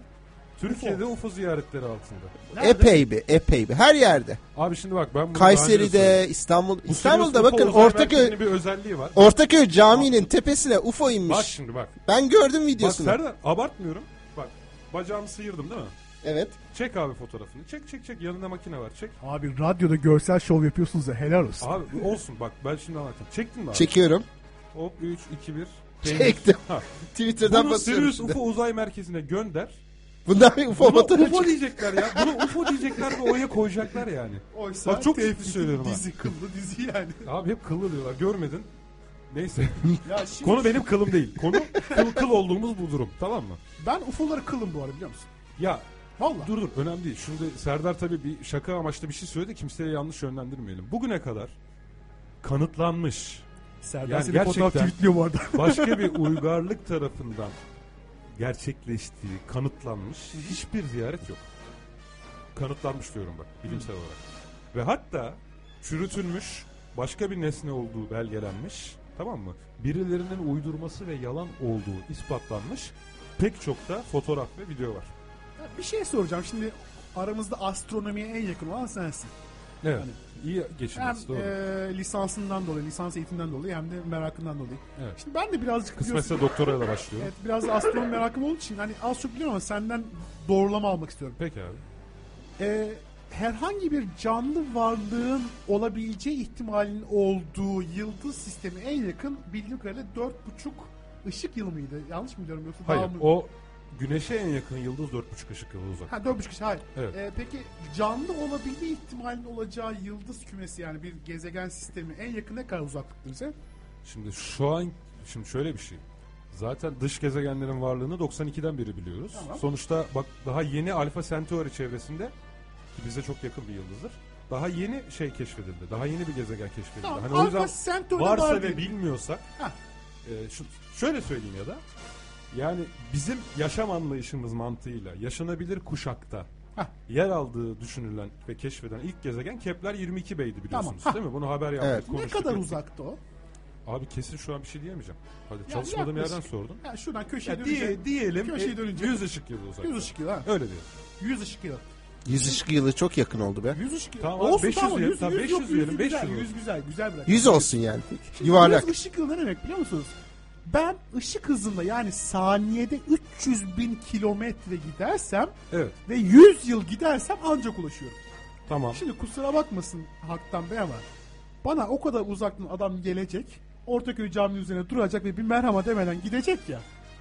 B: Türkiye'de UFO ziyaretleri altında.
C: Nerede?
D: Epey bir epey bir her yerde.
B: Abi şimdi bak ben bunu daha önce de söyledim.
D: Kayseri'de İstanbul
B: Bu
D: İstanbul'da
B: Sirius
D: bakın
B: UFO özel
D: Ortaköy
B: merkezinin bir özelliği var.
D: Ortaköy caminin tepesine UFO
B: Bak
D: inmiş.
B: şimdi bak.
D: Ben gördüm
B: Bak
D: videosunu.
B: Serdar abartmıyorum. Bak bacağımı sıyırdım değil mi?
D: Evet.
B: Çek abi fotoğrafını. Çek çek çek yanında makine var çek.
C: Abi radyoda görsel şov yapıyorsunuz ya helal olsun.
B: Abi olsun bak ben şimdi anlatacağım. Çektin mi abi?
D: Çekiyorum.
B: Hop 3 2 1.
D: Çektim.
B: Ha.
D: Twitter'dan
B: Bunu
D: basıyorum.
B: Sirius
D: şimdi.
B: UFO uzay merkezine gönder.
D: Bundan bir UFO
B: Bunu
D: fotoğrafı
B: UFO diyecekler ya. Bunu UFO diyecekler ve oraya koyacaklar yani.
C: Oysa
B: Bak çok
C: tevhidin
B: ciddi söylüyorum ha.
C: Dizi kıllı dizi yani.
B: Abi hep kıllı diyorlar. Görmedin. Neyse.
C: ya şimdi
B: Konu benim kılım değil. Konu kıl, kıl olduğumuz bu durum. Tamam mı?
C: ben UFO'ları kılım bu arada biliyor musun?
B: Ya
C: Valla.
B: dur dur önemli değil. Şimdi Serdar tabii bir şaka amaçlı bir şey söyledi. Kimseye yanlış yönlendirmeyelim. Bugüne kadar kanıtlanmış
C: Serdar
B: Yani
C: seni
B: gerçekten-
C: fotoğraf tweetliyor bu arada.
B: başka bir uygarlık tarafından gerçekleştiği kanıtlanmış hiçbir ziyaret yok. Kanıtlanmış diyorum bak bilimsel olarak. Ve hatta çürütülmüş başka bir nesne olduğu belgelenmiş tamam mı? Birilerinin uydurması ve yalan olduğu ispatlanmış pek çok da fotoğraf ve video var.
C: Ya bir şey soracağım şimdi aramızda astronomiye en yakın olan sensin.
B: Evet. iyi geçiniz
C: Hem
B: doğru.
C: e, lisansından dolayı, lisans eğitimden dolayı hem de merakından dolayı.
B: Evet.
C: Şimdi ben de birazcık biliyorsun-
B: Kısmetse doktorayla başlıyorum.
C: Evet, biraz da astronomi merakım olduğu için hani az çok biliyorum ama senden doğrulama almak istiyorum.
B: Peki abi.
C: Ee, herhangi bir canlı varlığın olabileceği ihtimalinin olduğu yıldız sistemi en yakın bildiğim kadarıyla 4,5 ışık yılı mıydı? Yanlış mı biliyorum yoksa
B: Hayır
C: daha mı?
B: o güneşe en yakın yıldız 4,5 ışık yılı uzak.
C: Ha 4,5 ışık hayır.
B: Evet.
C: Ee, peki canlı olabildiği ihtimalinin olacağı yıldız kümesi yani bir gezegen sistemi en yakın ne kadar uzaklıkta bize?
B: Şimdi şu an şimdi şöyle bir şey. Zaten dış gezegenlerin varlığını 92'den beri biliyoruz.
C: Tamam.
B: Sonuçta bak daha yeni Alfa Centauri çevresinde ki bize çok yakın bir yıldızdır. Daha yeni şey keşfedildi. Daha yeni bir gezegen keşfedildi.
C: Tamam,
B: hani o
C: Alfa
B: yüzden
C: Centauri'de
B: varsa
C: var
B: ve
C: diyelim.
B: bilmiyorsak
C: Hah.
B: e, şu, şöyle söyleyeyim ya da yani bizim yaşam anlayışımız mantığıyla yaşanabilir kuşakta
C: Hah.
B: yer aldığı düşünülen ve keşfeden ilk gezegen Kepler 22 beydi biliyorsunuz
C: Hah.
B: değil mi? Bunu haber yaptık,
D: Evet.
C: Ne
B: konuştuk,
C: kadar
B: ettik.
C: uzakta o?
B: Abi kesin şu an bir şey diyemeyeceğim. Hadi
C: Ya
B: çalışmadığım
C: yaklaşık.
B: yerden sordun.
C: Yani şuradan köşeye
B: Ya
C: dönünce
B: diye, diyelim
C: Köşeyi
B: e,
C: dönünce.
B: 100 ışık yılı uzak.
C: 100 ışık yılı ha.
B: Öyle diyor.
C: 100 ışık yılı.
D: 100 ışık yılı çok yakın oldu be.
C: 100 ışık yılı.
B: Tamam abi, 500
C: tamam,
B: diyelim,
C: 100,
B: tamam,
C: 100 yok,
B: 500 diyelim,
C: 100 güzel,
B: 500
C: 100 güzel bırak.
D: 100 olsun yani.
C: Şimdi
D: Yuvarlak.
C: 100 ışık yılı ne demek biliyor musunuz? Ben ışık hızında yani saniyede 300 bin kilometre gidersem
B: Evet.
C: ve 100 yıl gidersem ancak ulaşıyorum.
B: Tamam.
C: Şimdi kusura bakmasın Haktan Bey ama bana o kadar uzaktan adam gelecek. Ortaköy caminin üzerine duracak ve bir merhaba demeden gidecek ya.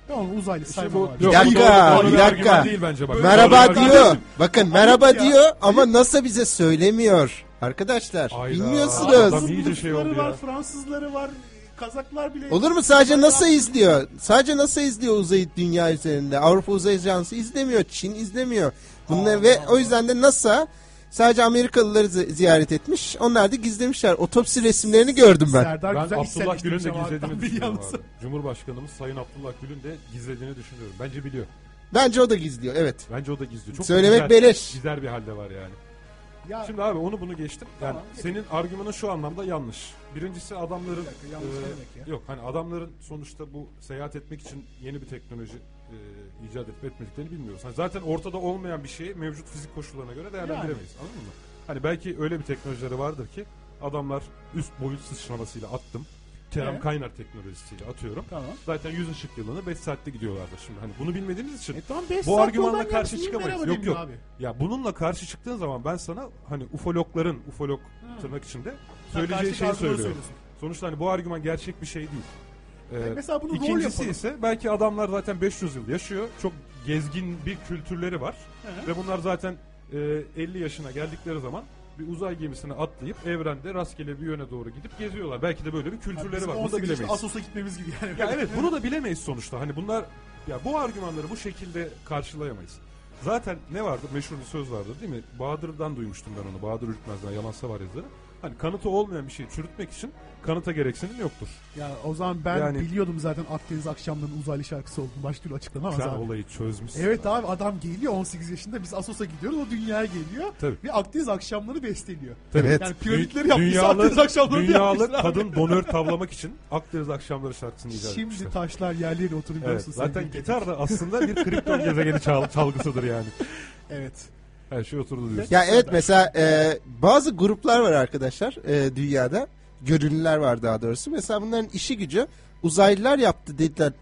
C: Ben onu uzaylı saymam abi.
D: Bir dakika, bir dakika.
B: argüman Değil bence bak.
D: Merhaba
B: Doğru bir argüman
D: diyor.
B: değil.
D: Bakın merhaba
C: Ayıp ya.
D: diyor ama NASA bize söylemiyor. Arkadaşlar
B: Hayda.
D: bilmiyorsunuz.
B: Adam iyice şey oldu
C: var,
B: ya.
C: Fransızları var, Kazaklar bile...
D: Olur mu sadece NASA izliyor. Sadece NASA izliyor uzayı dünya üzerinde. Avrupa Uzay Ajansı izlemiyor. Çin izlemiyor. Bunlar ve o yüzden de NASA sadece Amerikalıları zi- ziyaret etmiş. Onlar da gizlemişler. Otopsi resimlerini gördüm ben.
C: Serdar
B: Ben
C: güzel
B: Abdullah Gül'ün de
C: içselleştirmiş ama
B: gizlediğini
C: Haktan Bey
B: düşünüyorum
C: yalnız.
B: abi. Cumhurbaşkanımız Sayın Abdullah Gül'ün de gizlediğini düşünüyorum. Bence biliyor.
D: Bence o da gizliyor evet.
B: Bence o da gizli. Çok
D: Söylemek
B: güzel,
D: beleş.
B: Güzel bir halde var yani.
C: Ya
B: Şimdi abi onu bunu geçtim. Yani
C: Tamam.
B: senin argümanın şu anlamda yanlış. Birincisi adamların
C: Bir dakika, yanlış ne demek ya?
B: Yok hani adamların sonuçta bu seyahat etmek için yeni bir teknoloji e, icat edip etmediklerini bilmiyoruz. Hani zaten ortada olmayan bir şeyi mevcut fizik koşullarına göre değerlendiremeyiz. Anladın mı? Hani belki öyle bir teknolojileri vardır ki adamlar üst boyut sıçramasıyla attım. Kerem
C: Ee?
B: Kaynar teknolojisiyle atıyorum.
C: tamam.
B: Zaten 100 ışık yılını 5 saatte gidiyorlardı şimdi. Hani bunu bilmediğimiz için
C: E tamam 5
B: Bu argümanla karşı çıkamayız. Yok, yok.
C: Abi.
B: ya bununla karşı çıktığın zaman ben sana hani ufologların ufolog tırnak içinde
C: Sen
B: söyleyeceği
C: Hmm. karşı
B: şeyi
C: argümanı
B: söylüyorum.
C: söylüyorsun. Hani
B: Sonuçta hani bu argüman gerçek bir şey değil. Ee,
C: Mesela bunu rol
B: İkincisi
C: yapalım.
B: ise belki adamlar zaten 500 yıl yaşıyor. Çok gezgin bir kültürleri var.
C: Hı.
B: Ve bunlar zaten e, 50 yaşına geldikleri zaman bir uzay gemisine atlayıp evrende rastgele bir yöne doğru gidip geziyorlar. Belki de böyle bir şey kültürleri
C: Bizim
B: var. Bunu da
C: 18 yaşında
B: bilemeyiz.
C: Asos'a gitmemiz gibi yani.
B: Ya evet bunu da bilemeyiz sonuçta. Hani bunlar ya bu argümanları bu şekilde karşılayamayız. Zaten ne vardı? Meşhur bir söz vardı değil mi? Bahadır'dan duymuştum ben onu. Bahadır Ürkmez'den Yalansa var yazarı. Hani kanıtı olmayan bir şeyi çürütmek için kanıta gereksinim yoktur.
C: Ya o zaman ben
B: Yani-
C: biliyordum zaten Akdeniz akşamlarının uzaylı şarkısı olduğunu. Başka türlü açıklanamaz
B: Sen
C: abi.
B: olayı çözmüşsün.
C: Evet abi adam geliyor 18 yaşında biz Asos'a gidiyoruz o dünyaya geliyor
B: Tabii.
C: ve Akdeniz akşamları besleniyor.
D: Evet.
C: Yani
B: Dü-
C: piramitleri yapmış
B: dünyalı-
C: Akdeniz akşamları
B: Dünyalı kadın donör tavlamak için Akdeniz Akşamları şarkısını icat etmişler.
C: Şimdi taşlar yerlerine
B: Evet,
C: oturuyor. biliyorsun sen
B: zaten
C: bildiğin.
B: gitar da aslında bir kripton gezegeni çal- çalgısıdır yani.
C: Evet.
B: Her şey oturdu diyorsun.
D: Ya evet mesela e, bazı gruplar var arkadaşlar e, dünyada. Gönüllüler var daha doğrusu. Mesela bunların işi gücü uzaylılar yaptı dediler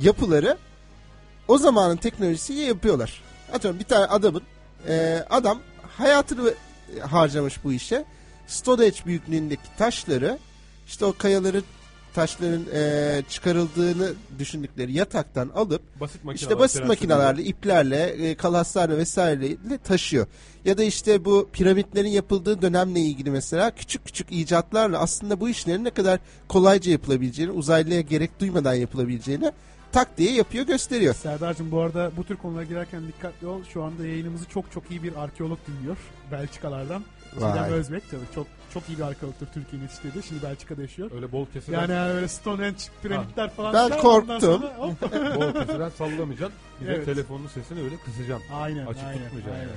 D: yapıları o zamanın teknolojisiyle yapıyorlar. Atıyorum bir tane adamın e, adam hayatını e, harcamış bu işe. Stonehenge büyüklüğündeki taşları işte o kayaları taşların e, çıkarıldığını düşündükleri yataktan alıp
B: Basit makineler.
D: işte basit
B: terazi-
D: makinelerle, iplerle, e, kalaslarla vesaireyle taşıyor. Ya da işte bu piramitlerin yapıldığı dönemle ilgili mesela küçük küçük icatlarla aslında bu işlerin ne kadar kolayca yapılabileceğini, uzaylıya gerek duymadan yapılabileceğini tak diye yapıyor, gösteriyor.
C: Serdar'cığım bu arada bu tür konulara girerken dikkatli ol. Şu anda yayınımızı çok çok iyi bir arkeolog dinliyor. Belçikalardan.
D: Vay.
C: Sinem Özbek tabii çok çok iyi bir arkeologtur Türkiye'nin yetiştirdiği. Şimdi Belçika'da yaşıyor.
B: Öyle bol keseden
C: Yani öyle Stonehenge piramitler falan.
D: Ben
C: filan, ondan
D: korktum.
C: sonra hop.
B: Bol keseden sallamayacaksın. Bir
C: Evet. Ah.
B: de telefonun sesini öyle kısacaksın.
C: aynen
B: Açık
C: aynen.
B: tutmayacaksın.
C: aynen.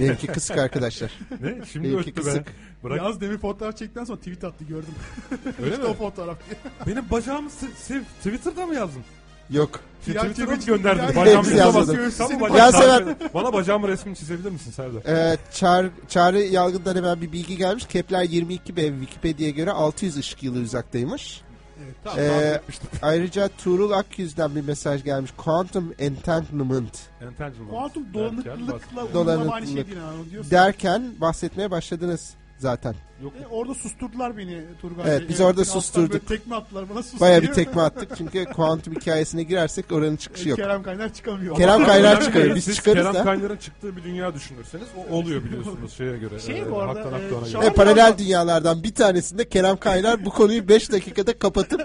D: Benimki kısık arkadaşlar.
B: yani. Ne? Şimdi
D: Benimki
B: öttü be.
D: kısık.
B: Bırak.
C: Yaz demin fotoğraf çektikten sonra tweet attı gördüm.
B: öyle
C: işte o
B: mi?
C: fotoğraf.
B: Benim bacağımı se- se- Twitter'da mı yazdın?
D: Yok.
B: Twitter'da mı
C: Çeviç-
B: gönderdin?
C: Bilal-
B: Bacağımı
D: Hepsi yazmadım.
B: yazmadın. Tamam,
C: Senin
B: bacağım-
D: Yalsever-
B: Bana bacağımın resmini çizebilir misin Serdar?
D: Ee, Çağrı, Çağrı Yalgın'dan hemen bir bilgi gelmiş. Kepler 22b Wikipedia'ya göre 600 ışık yılı uzaktaymış.
B: Tamam,
D: Ee,
B: tahmin etmiştim.
D: Ayrıca Tuğrul Akyüz'den bir mesaj gelmiş. Quantum Entanglement.
B: Entanglement.
C: Kuantum
B: Derken
C: dolanıklıkla
B: bas-
C: uygulama aynı şey
D: Dolanıklık.
C: değil yani. Diyorsun.
D: derken bahsetmeye başladınız zaten.
B: Yok.
C: E, orada susturdular beni Turgay
D: Evet,
C: Bey.
D: biz orada
C: alttan
D: susturduk.
C: böyle tekme attılar bana sustur
D: Baya bir
C: diye.
D: tekme attık çünkü kuantum hikayesine girersek oranın çıkışı yok.
C: E, Kerem Kaynar çıkamıyor.
D: Kerem Kaynar
B: Kerem
D: çıkarır.
B: Bey,
D: Biz
B: siz
D: çıkarız
B: Kerem
D: da.
B: Kaynar'ın çıktığı bir dünya düşünürseniz o oluyor biliyorsunuz şeye göre.
C: Şey
B: Ee,
C: bu arada,
B: haktan
C: e,
B: haktan ona
C: şu
B: göre.
C: an-
D: Ve paralel dünyalardan bir tanesinde Kerem Kaynar bu konuyu 5 dakikada kapatıp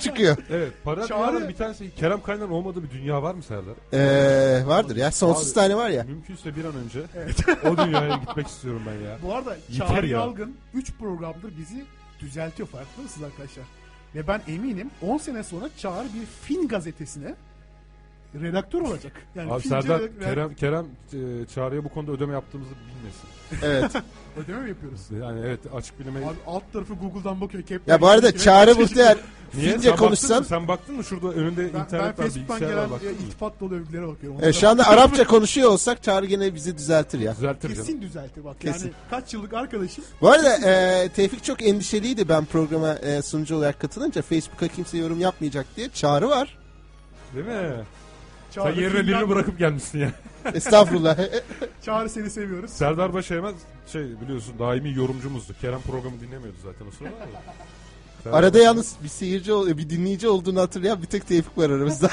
D: çıkıyor.
B: Evet para
C: Çağrı-
B: dünyanın bir tanesi Kerem Kaynar'ın olmadığı bir dünya var mı Serdar?
D: Ee, vardır ya sonsuz
B: Abi,
D: tane var ya.
B: Mümkünse bir an önce o dünyaya gitmek istiyorum ben ya.
C: Bu arada
B: Yeter
C: Çağrı
B: ya.
C: Yalgın 3 programdır bizi düzeltiyor farkında mısınız arkadaşlar? Ve ben eminim 10 sene sonra Çağrı bir Fin gazetesine redaktör olacak. Yani
B: Abi
C: Fince
B: Serdar
C: redak-
B: Kerem Kerem e, Çağrı'ya bu konuda ödeme yaptığımızı bilmesin.
D: Evet.
C: ödeme mi yapıyoruz?
B: Yani evet açık bilime
C: Abi alt tarafı Google'dan bakıyor. Kepler
D: Ya bu arada
C: Yönetimi-
D: Çağrı Muhter
B: Niye?
D: Fince
B: sen Baktın
D: konuşsan
B: mı? Sen baktın mı şurada önünde
C: Ben,
B: internet
C: ben
B: var
C: Facebook'tan
B: bilgisayar var
C: gelen
B: baktın
C: e,
B: mı?
C: iltifat dolu övgülere bakıyorum.
D: e,
C: Onlara
D: şu anda Arapça konuşuyor olsak Çağrı gene bizi düzeltir ya.
B: Düzeltir canım.
C: Kesin düzeltir bak.
D: Kesin.
C: Yani kaç yıllık arkadaşım
D: Bu arada e, Tevfik çok endişeliydi ben programa e, sunucu olarak katılınca Facebook'a kimse yorum yapmayacak diye Çağrı var.
B: Değil mi?
C: Çağrı,
B: sen yerine birini
C: Finland-
B: bırakıp gelmişsin ya.
D: Estağfurullah.
C: Çağrı seni seviyoruz.
B: Serdar Başaymaz şey biliyorsun daimi yorumcumuzdu. Kerem programı dinlemiyordu zaten o sırada. ama. Serdar
D: Arada
B: Başaymaz-
D: yalnız bir seyirci, ol- bir dinleyici olduğunu hatırlayan bir tek Tevfik var aramızda.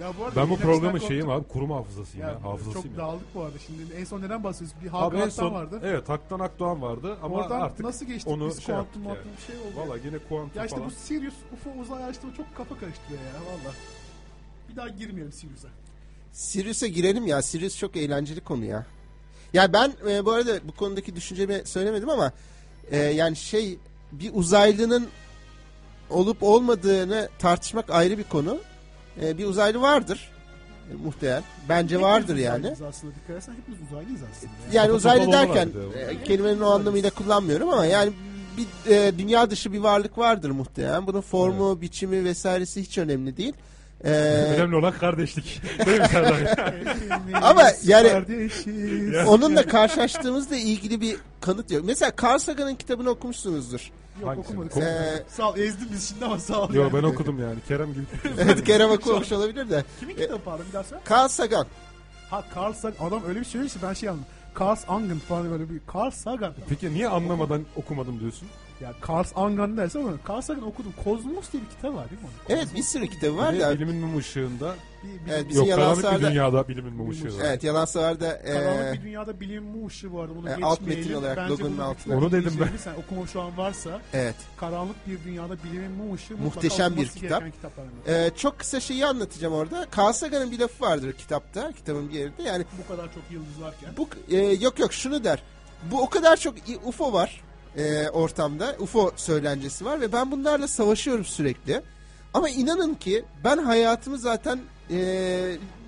C: Ya bu arada
B: Ben bu
C: yayınlar
B: programın
C: işten
B: şeyim
C: korktum.
B: abi kurum hafızasıyım ya.
C: Ya,
B: hafızasıyım
C: Çok
B: ya.
C: dağıldık bu arada. Şimdi en son neden bahsediyoruz? Bir
B: Abi en
C: Hakan
B: son,
C: vardı.
B: Evet Haktan Akdoğan vardı ama
C: Oradan
B: artık
C: nasıl geçtik
B: onu
C: biz
B: şey
C: kuantum
B: yaptık
C: muantum
B: yani.
C: bir şey oldu.
B: valla gene kuantum
C: ya işte
B: falan.
C: bu Sirius UFO uzay araştırma çok kafa karıştırıyor ya valla. Bir daha girmeyelim Sirius'a.
D: Sirius'a girelim ya. Sirius çok eğlenceli konu ya. Ya ben e, bu arada bu konudaki düşüncemi söylemedim ama e, yani şey bir uzaylının olup olmadığını tartışmak ayrı bir konu. E, bir uzaylı vardır. E, muhtemel. Bence vardır
C: Hepimiz
D: yani.
C: uzaylıyız Aslında dikkat edersen hepimiz uzaylıyız aslında.
D: Yani
B: Kafa
D: uzaylı
B: kafalı
D: derken
B: vardı.
D: e, kelimenin o anlamıyla kullanmıyorum ama yani bir e, dünya dışı bir varlık vardır muhtemelen. Bunun formu, biçimi vesairesi hiç önemli değil. E,
B: Önemli olan kardeşlik. Değil mi Serdar?
D: ama yani
C: Kardeşim.
D: onunla karşılaştığımızla ilgili bir kanıt yok. Mesela Carl Sagan'ın kitabını okumuşsunuzdur.
C: Yok
B: Hangisini?
C: okumadık.
B: Kom-
D: E,
C: Sağ ol ezdim biz şimdi ama sağ ol.
B: Yo ben okudum yani. Kerem gibi.
D: evet Kerem okumuş olabilir de.
C: Kimin
D: E-
C: kitabı pardon bir daha söyle.
D: Carl Sagan.
C: Ha Carl Sagan. Adam öyle bir söylüyor ki ben şey anladım. Carl Sagan falan böyle bir. Carl Sagan.
B: Peki niye anlamadan okumadım diyorsun?
C: Ya Carl Sagan derse ama Carl Sagan okudum. Kozmos diye bir kitap var değil mi? onun?
D: Evet bir sürü kitabı var
B: Ve
D: da.
B: Bilimin mum ışığında.
C: Bir, bir
D: Evet, bizim
B: Yok karanlık bir
D: yalanlarda-
B: dünyada bilimin mum ışığı. var.
D: Evet yalan savarda e,
C: Karanlık bir dünyada bilim mu ışığı vardı. Bunu
D: E,
C: geçmeyelim.
D: alt metin olarak
C: Bence
D: logonun
C: bunu
D: altına.
B: Onu dedim ben.
C: dinleyicilerimiz, Sen okuma şu an varsa
D: evet.
C: karanlık bir dünyada bilimin mu ışığı mutlaka
D: Muhteşem bir
C: okunması
D: kitap.
C: gereken kitaplardan biri.
D: E, çok kısa şeyi anlatacağım orada. Carl Sagan'ın bir lafı vardır kitapta. Kitabın bir yerinde. Yani
C: Bu kadar çok yıldız varken.
D: Bu e, yok yok şunu der. Bu o kadar çok i- UFO var e, ortamda. UFO söylencesi var ve ben bunlarla savaşıyorum sürekli. Ama inanın ki ben hayatımı zaten e,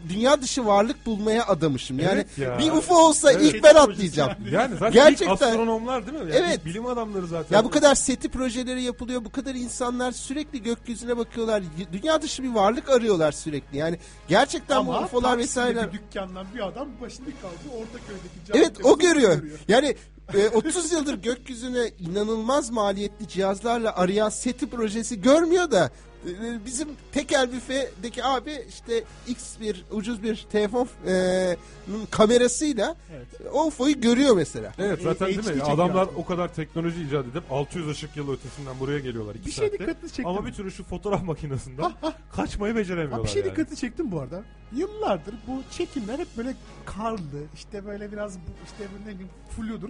D: dünya dışı varlık bulmaya adamışım. Yani
B: Evet ya.
D: bir UFO olsa
B: Evet.
D: ilk ben atlayacağım.
B: Yani zaten
D: Gerçekten.
B: ilk astronomlar değil mi? Yani
D: Evet.
B: ilk Bilim adamları zaten.
D: Ya bu kadar seti projeleri yapılıyor. Bu kadar insanlar sürekli gökyüzüne bakıyorlar. y- Dünya dışı bir varlık arıyorlar sürekli. Yani gerçekten bu UFO'lar
C: Taksim'deki
D: vesaire.
C: dükkandan bir adam başını kaldı Ortaköy'deki cami
D: Evet o
C: tepesini
D: görüyor. Yani e, 30 yıldır gökyüzüne inanılmaz maliyetli cihazlarla arayan SETI projesi görmüyor da e, bizim tekel büfedeki abi işte X bir ucuz bir telefon e, nun kamerasıyla e, o UFO'yu görüyor mesela.
B: Evet zaten değil mi?
C: HD
B: Adamlar o kadar teknoloji icat edip 600 ışık yılı ötesinden buraya geliyorlar 2
C: Bir şey
B: saatte.
C: dikkatini çekti
B: Ama
C: mi?
B: bir türlü şu fotoğraf makinesinden kaçmayı beceremiyorlar
C: Ha, bir şey
B: yani.
C: dikkatini çektim bu arada. Yıllardır bu çekimler hep böyle karlı, işte böyle biraz bu- işte böyle ne bileyim fludur.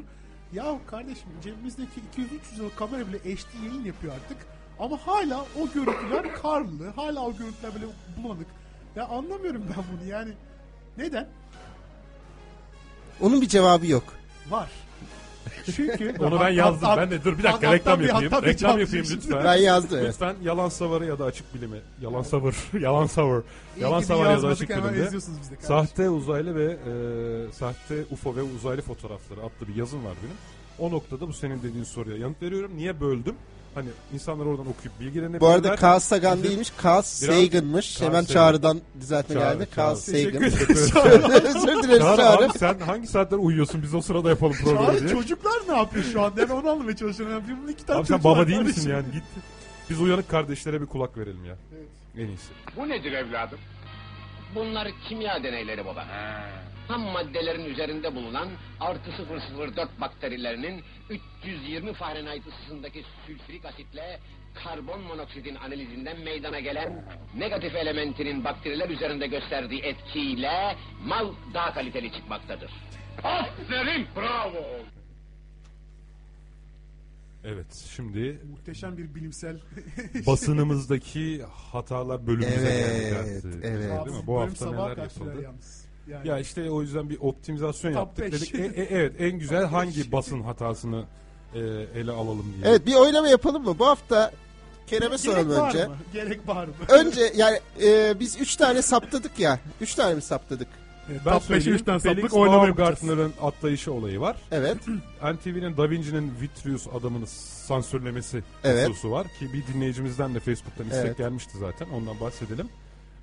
C: Ya kardeşim cebimizdeki 200-300 yıl kamera bile HD yayın yapıyor artık. Ama hala o görüntüler karlı, hala o görüntüler böyle bulanık. Ya anlamıyorum ben bunu yani. Neden?
D: Onun bir cevabı yok.
C: Var. Çünkü
B: Onu ben yazdım.
C: Hat-
B: ben de dur bir
C: hat-
B: dakika reklam
C: hattan bir-
B: yapayım.
C: hattan bir şey-
B: Reklam
C: cevap
B: yapayım
C: şimdi.
B: lütfen.
D: Ben yazdım. evet.
B: Lütfen yalan savarı ya da açık bilimi. Yalan savır. yalan savır.
C: İyi
B: Yalan
C: ki
B: savarı ya da
C: yazmadık,
B: açık
C: hemen
B: bilimde.
C: eziyorsunuz bizi kardeşim.
B: Sahte uzaylı ve e, sahte UFO ve uzaylı fotoğrafları adlı bir yazım var benim. O noktada bu senin dediğin soruya yanıt veriyorum. Niye böldüm? Hani insanlar oradan okuyup bilgilenebilirler.
D: Bu arada Carl Sagan
B: Bizim-
D: değilmiş, Carl Sagan'mış.
B: Carl
D: Hemen
B: Sagan.
D: çağrıdan düzeltme
B: Çağrı,
D: geldi. Carl
B: Çağrı.
D: Sagan. Özür dileriz
B: Çağrı
D: Çağrı.
B: abi sen hangi saatler uyuyorsun? Biz o sırada yapalım programı
C: Abi
B: diye.
C: çocuklar ne yapıyor şu anda? Ben onu anlamaya çalışıyorum. Yani bunun iki tane
B: Abi sen
C: çocuğu var
B: baba değil
C: kardeşim.
B: misin yani? Git. Biz uyanık kardeşlere bir kulak verelim ya. En iyisi.
I: Bu nedir evladım?
G: Bunlar kimya deneyleri baba. Ham maddelerin üzerinde bulunan artı 004 bakterilerinin 320 Fahrenheit ısısındaki sülfürik asitle karbon monoksidin analizinden meydana gelen negatif elementinin bakteriler üzerinde gösterdiği etkiyle mal daha kaliteli çıkmaktadır.
I: Aferin bravo.
B: Evet şimdi
C: Muhteşem bir bilimsel
B: basınımızdaki hatalar bölümümüze
D: Evet,
B: geldi.
D: evet.
B: Değil mi?
C: Bölüm
B: Bu hafta
C: sabaha
B: neler
C: kaç lira
B: yapıldı?
C: yalnız? Yani
B: Ya işte o yüzden bir optimizasyon
C: Top
B: yaptık
C: beş.
B: dedik. E, e, evet en güzel hangi basın hatasını e, ele alalım diye.
D: Evet bir oylama yapalım mı? Bu hafta Kerem'e
C: gerek
D: soralım
C: var
D: önce.
C: mı? Gerek var mı?
D: Önce yani e, biz üç tane saptadık ya. Üç tane mi saptadık?
B: Ben
C: Top
B: söyleyeyim.
C: beşi üçten
B: Felix
C: saplık oynama
B: Baumgartner'ın atlayışı olayı var.
D: Evet.
B: NTV'nin Da Vinci'nin Vitruvius adamını sansürlemesi
D: Evet.
B: hususu var. Ki bir dinleyicimizden de Facebook'tan istek
D: Evet.
B: gelmişti zaten. Ondan bahsedelim.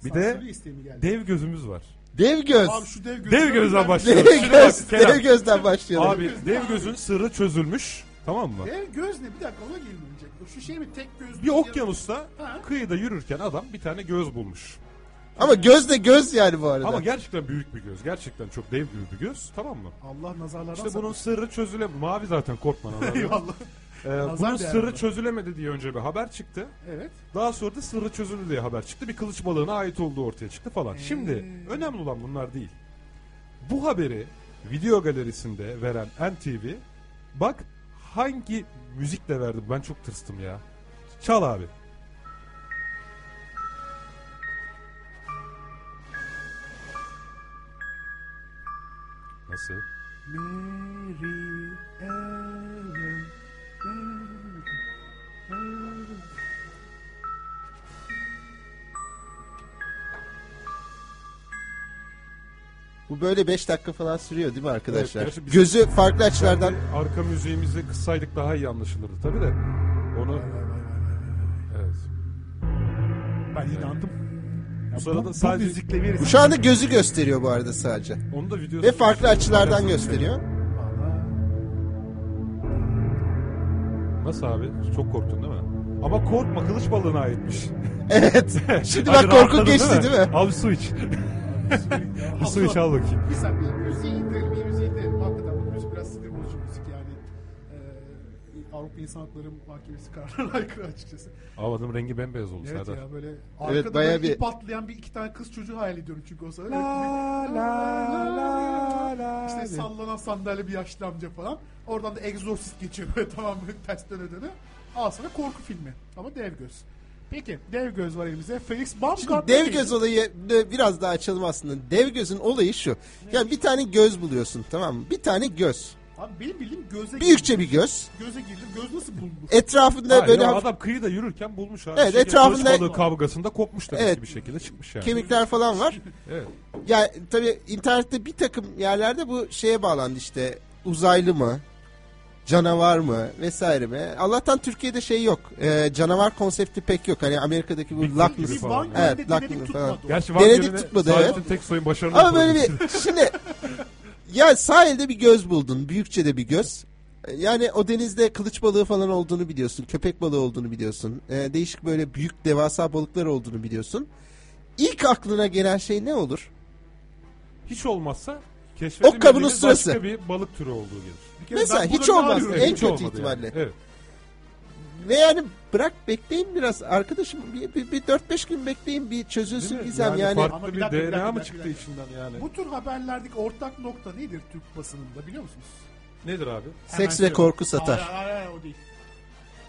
B: Bir de
C: Sansürlü isteğimi geldi.
B: dev gözümüz var.
D: Dev göz.
C: Abi şu dev gözü.
B: Dev gözden başlayalım.
D: Dev
B: Şimdi
D: göz.
B: bak, Kerem.
D: Dev gözden başlayalım.
B: Abi dev gözün sırrı çözülmüş. Tamam mı?
C: Dev göz ne? Bir dakika ona gelin önce. Şu şey mi tek göz?
B: Bir okyanusta
C: Ha.
B: kıyıda yürürken adam bir tane göz bulmuş.
D: Ama göz de göz yani bu arada.
B: Ama gerçekten büyük bir göz. Gerçekten çok dev gibi bir göz. Tamam mı?
C: Allah nazarlardan
B: İşte
C: saklasın.
B: bunun sırrı çözüle mavi zaten korkma. nazar yok.
C: Eyvallah.
B: Ee,
C: Nazar
B: bunun
C: değer
B: sırrı
C: bana.
B: çözülemedi diye önce bir haber çıktı.
C: Evet.
B: Daha sonra da sırrı çözüldü diye haber çıktı. Bir kılıç balığına ait olduğu ortaya çıktı falan. Şimdi önemli olan bunlar değil. Bu haberi video galerisinde veren NTV bak hangi müzikle verdi. Ben çok tırstım ya. Çal abi. Nasıl?
C: Mary Ellen. Ellen, Ellen.
D: Bu böyle 5 dakika falan sürüyor değil mi arkadaşlar?
B: gerçi bizim-
D: Gözü farklı açılardan
B: Yani arka müziğimizi kısaydık daha iyi anlaşılırdı tabii de. Onu Evet.
C: Ben inandım.
B: Bu
C: Bu,
B: sırada
C: bu
B: sadece
C: müzikle bir
D: şu anda gözü gösteriyor bu arada sadece.
B: onu da videosu
D: Ve farklı açılardan gösteriyor.
B: Nasıl abi? Çok korktun değil mi? Ama korkma kılıç balığına aitmiş.
D: Evet. Şimdi
B: Hadi
D: bak korku
B: rahatladın
D: geçti değil mi?
B: Al bir su iç. bir su iç al bakayım.
C: Bir saniye müziği indirelim, iyi müziği indirelim. Hakikaten bu müzik biraz sinir bozucu müzik yani. Ee, Avrupa İnsan Hakları Mahkemesi kararına aykırı açıkçası.
B: Abi adamın rengi bembeyaz oldu
C: Evet
B: Serdar.
C: ya böyle arkada
D: bayağı
C: böyle
D: bir-
C: ip atlayan bir iki tane kız çocuğu hayal ediyorum çünkü o sırada. İşte sallanan sandalye bir yaşlı amca falan. Oradan da egzorsist geçiyor böyle tamam böyle ters döne döne. Al sana korku filmi ama dev göz. Peki dev göz var elimize. Felix Baumgartner.
D: Dev göz olayı da biraz daha açalım aslında. Dev gözün olayı şu. Yani bir tane göz buluyorsun tamam mı? Bir tane göz.
C: Abi benim bildiğim göze
D: Büyükçe bir göz.
C: Göze girdim. Göz nasıl bulundu?
D: Etrafında
B: Ha,
D: böyle
B: ya
D: hafif
B: adam kıyıda yürürken bulmuş abi.
D: Evet,
B: Şey,
D: etrafında-
B: kılıç balığı kavgasında kopmuş demek
D: Evet.
B: ki bir şekilde çıkmış yani.
D: kemikler falan var.
B: Evet.
D: Ya tabii internette bir takım yerlerde bu şeye bağlandı işte. Uzaylı mı? Canavar mı? Vesaire mi? Allah'tan Türkiye'de şey yok. Ee, canavar konsepti pek yok. Hani Amerika'daki bu
B: Bigfoot
D: Loch Ness
B: gibi
C: Bir
B: falan.
C: Van
D: Evet,
C: Gogh'de
D: Black
C: denedik
D: Mirror falan.
C: tutmadı.
B: Gerçi
D: Denedik
B: Van
D: tutmadı,
B: tutmadı
D: evet.
B: tek soyun başarılı.
D: Ama böyle bir şimdi ya sahilde bir göz buldun. Büyükçe de bir göz. Yani o denizde kılıç balığı falan olduğunu biliyorsun. Köpek balığı olduğunu biliyorsun. Ee, değişik böyle büyük devasa balıklar olduğunu biliyorsun. İlk aklına gelen şey ne olur?
B: Hiç olmazsa keşfedemediğimiz
D: kabının
B: başka
D: sırası.
B: bir balık türü olduğu gelir.
C: Bir kere
D: Mesela
C: ben
D: hiç
C: burada ne
D: olmaz.
C: arıyorum?
D: En
B: hiç
D: kötü
B: olmadı
D: ihtimalle.
B: Yani. Evet.
D: Ve yani bırak bekleyin biraz arkadaşım. Bir, bir, bir 4-5 gün bekleyin bir
B: Değil
D: çözülsün
B: mi?
D: gizem yani.
B: Farklı
C: Ama
B: bir,
C: bir dakika, bir
B: DNA
C: dakika,
B: mı
C: bir
B: çıktı
C: dakika.
B: içinden yani?
C: Bu tür haberlerdeki ortak nokta nedir Türk basınında biliyor musunuz?
B: Nedir abi?
D: Seks
C: Hemen
D: ve
C: şey-
D: korku satar.
C: Hayır, hayır, hayır, o değil.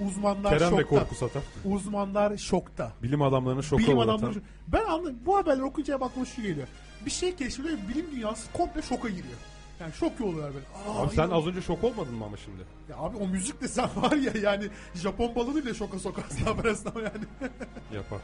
C: Uzmanlar
B: Kerem
C: şokta.
B: ve korku satar.
C: Uzmanlar şokta.
B: Bilim adamlarını şoka
C: bilim
B: uğratan.
C: adamları... Ben anladım. Bu haberleri okuyunca bakma şu geliyor. Bir şey keşfediyor. Bilim dünyası komple şoka giriyor. Yani şok yolluyorlar böyle. Aa,
B: Abi sen
C: inan-
B: az önce şok olmadın mı ama şimdi?
C: Ya abi o müzik de sen var ya yani Japon balını bile şoka sokarsın haber arasında yani.
B: Yapar.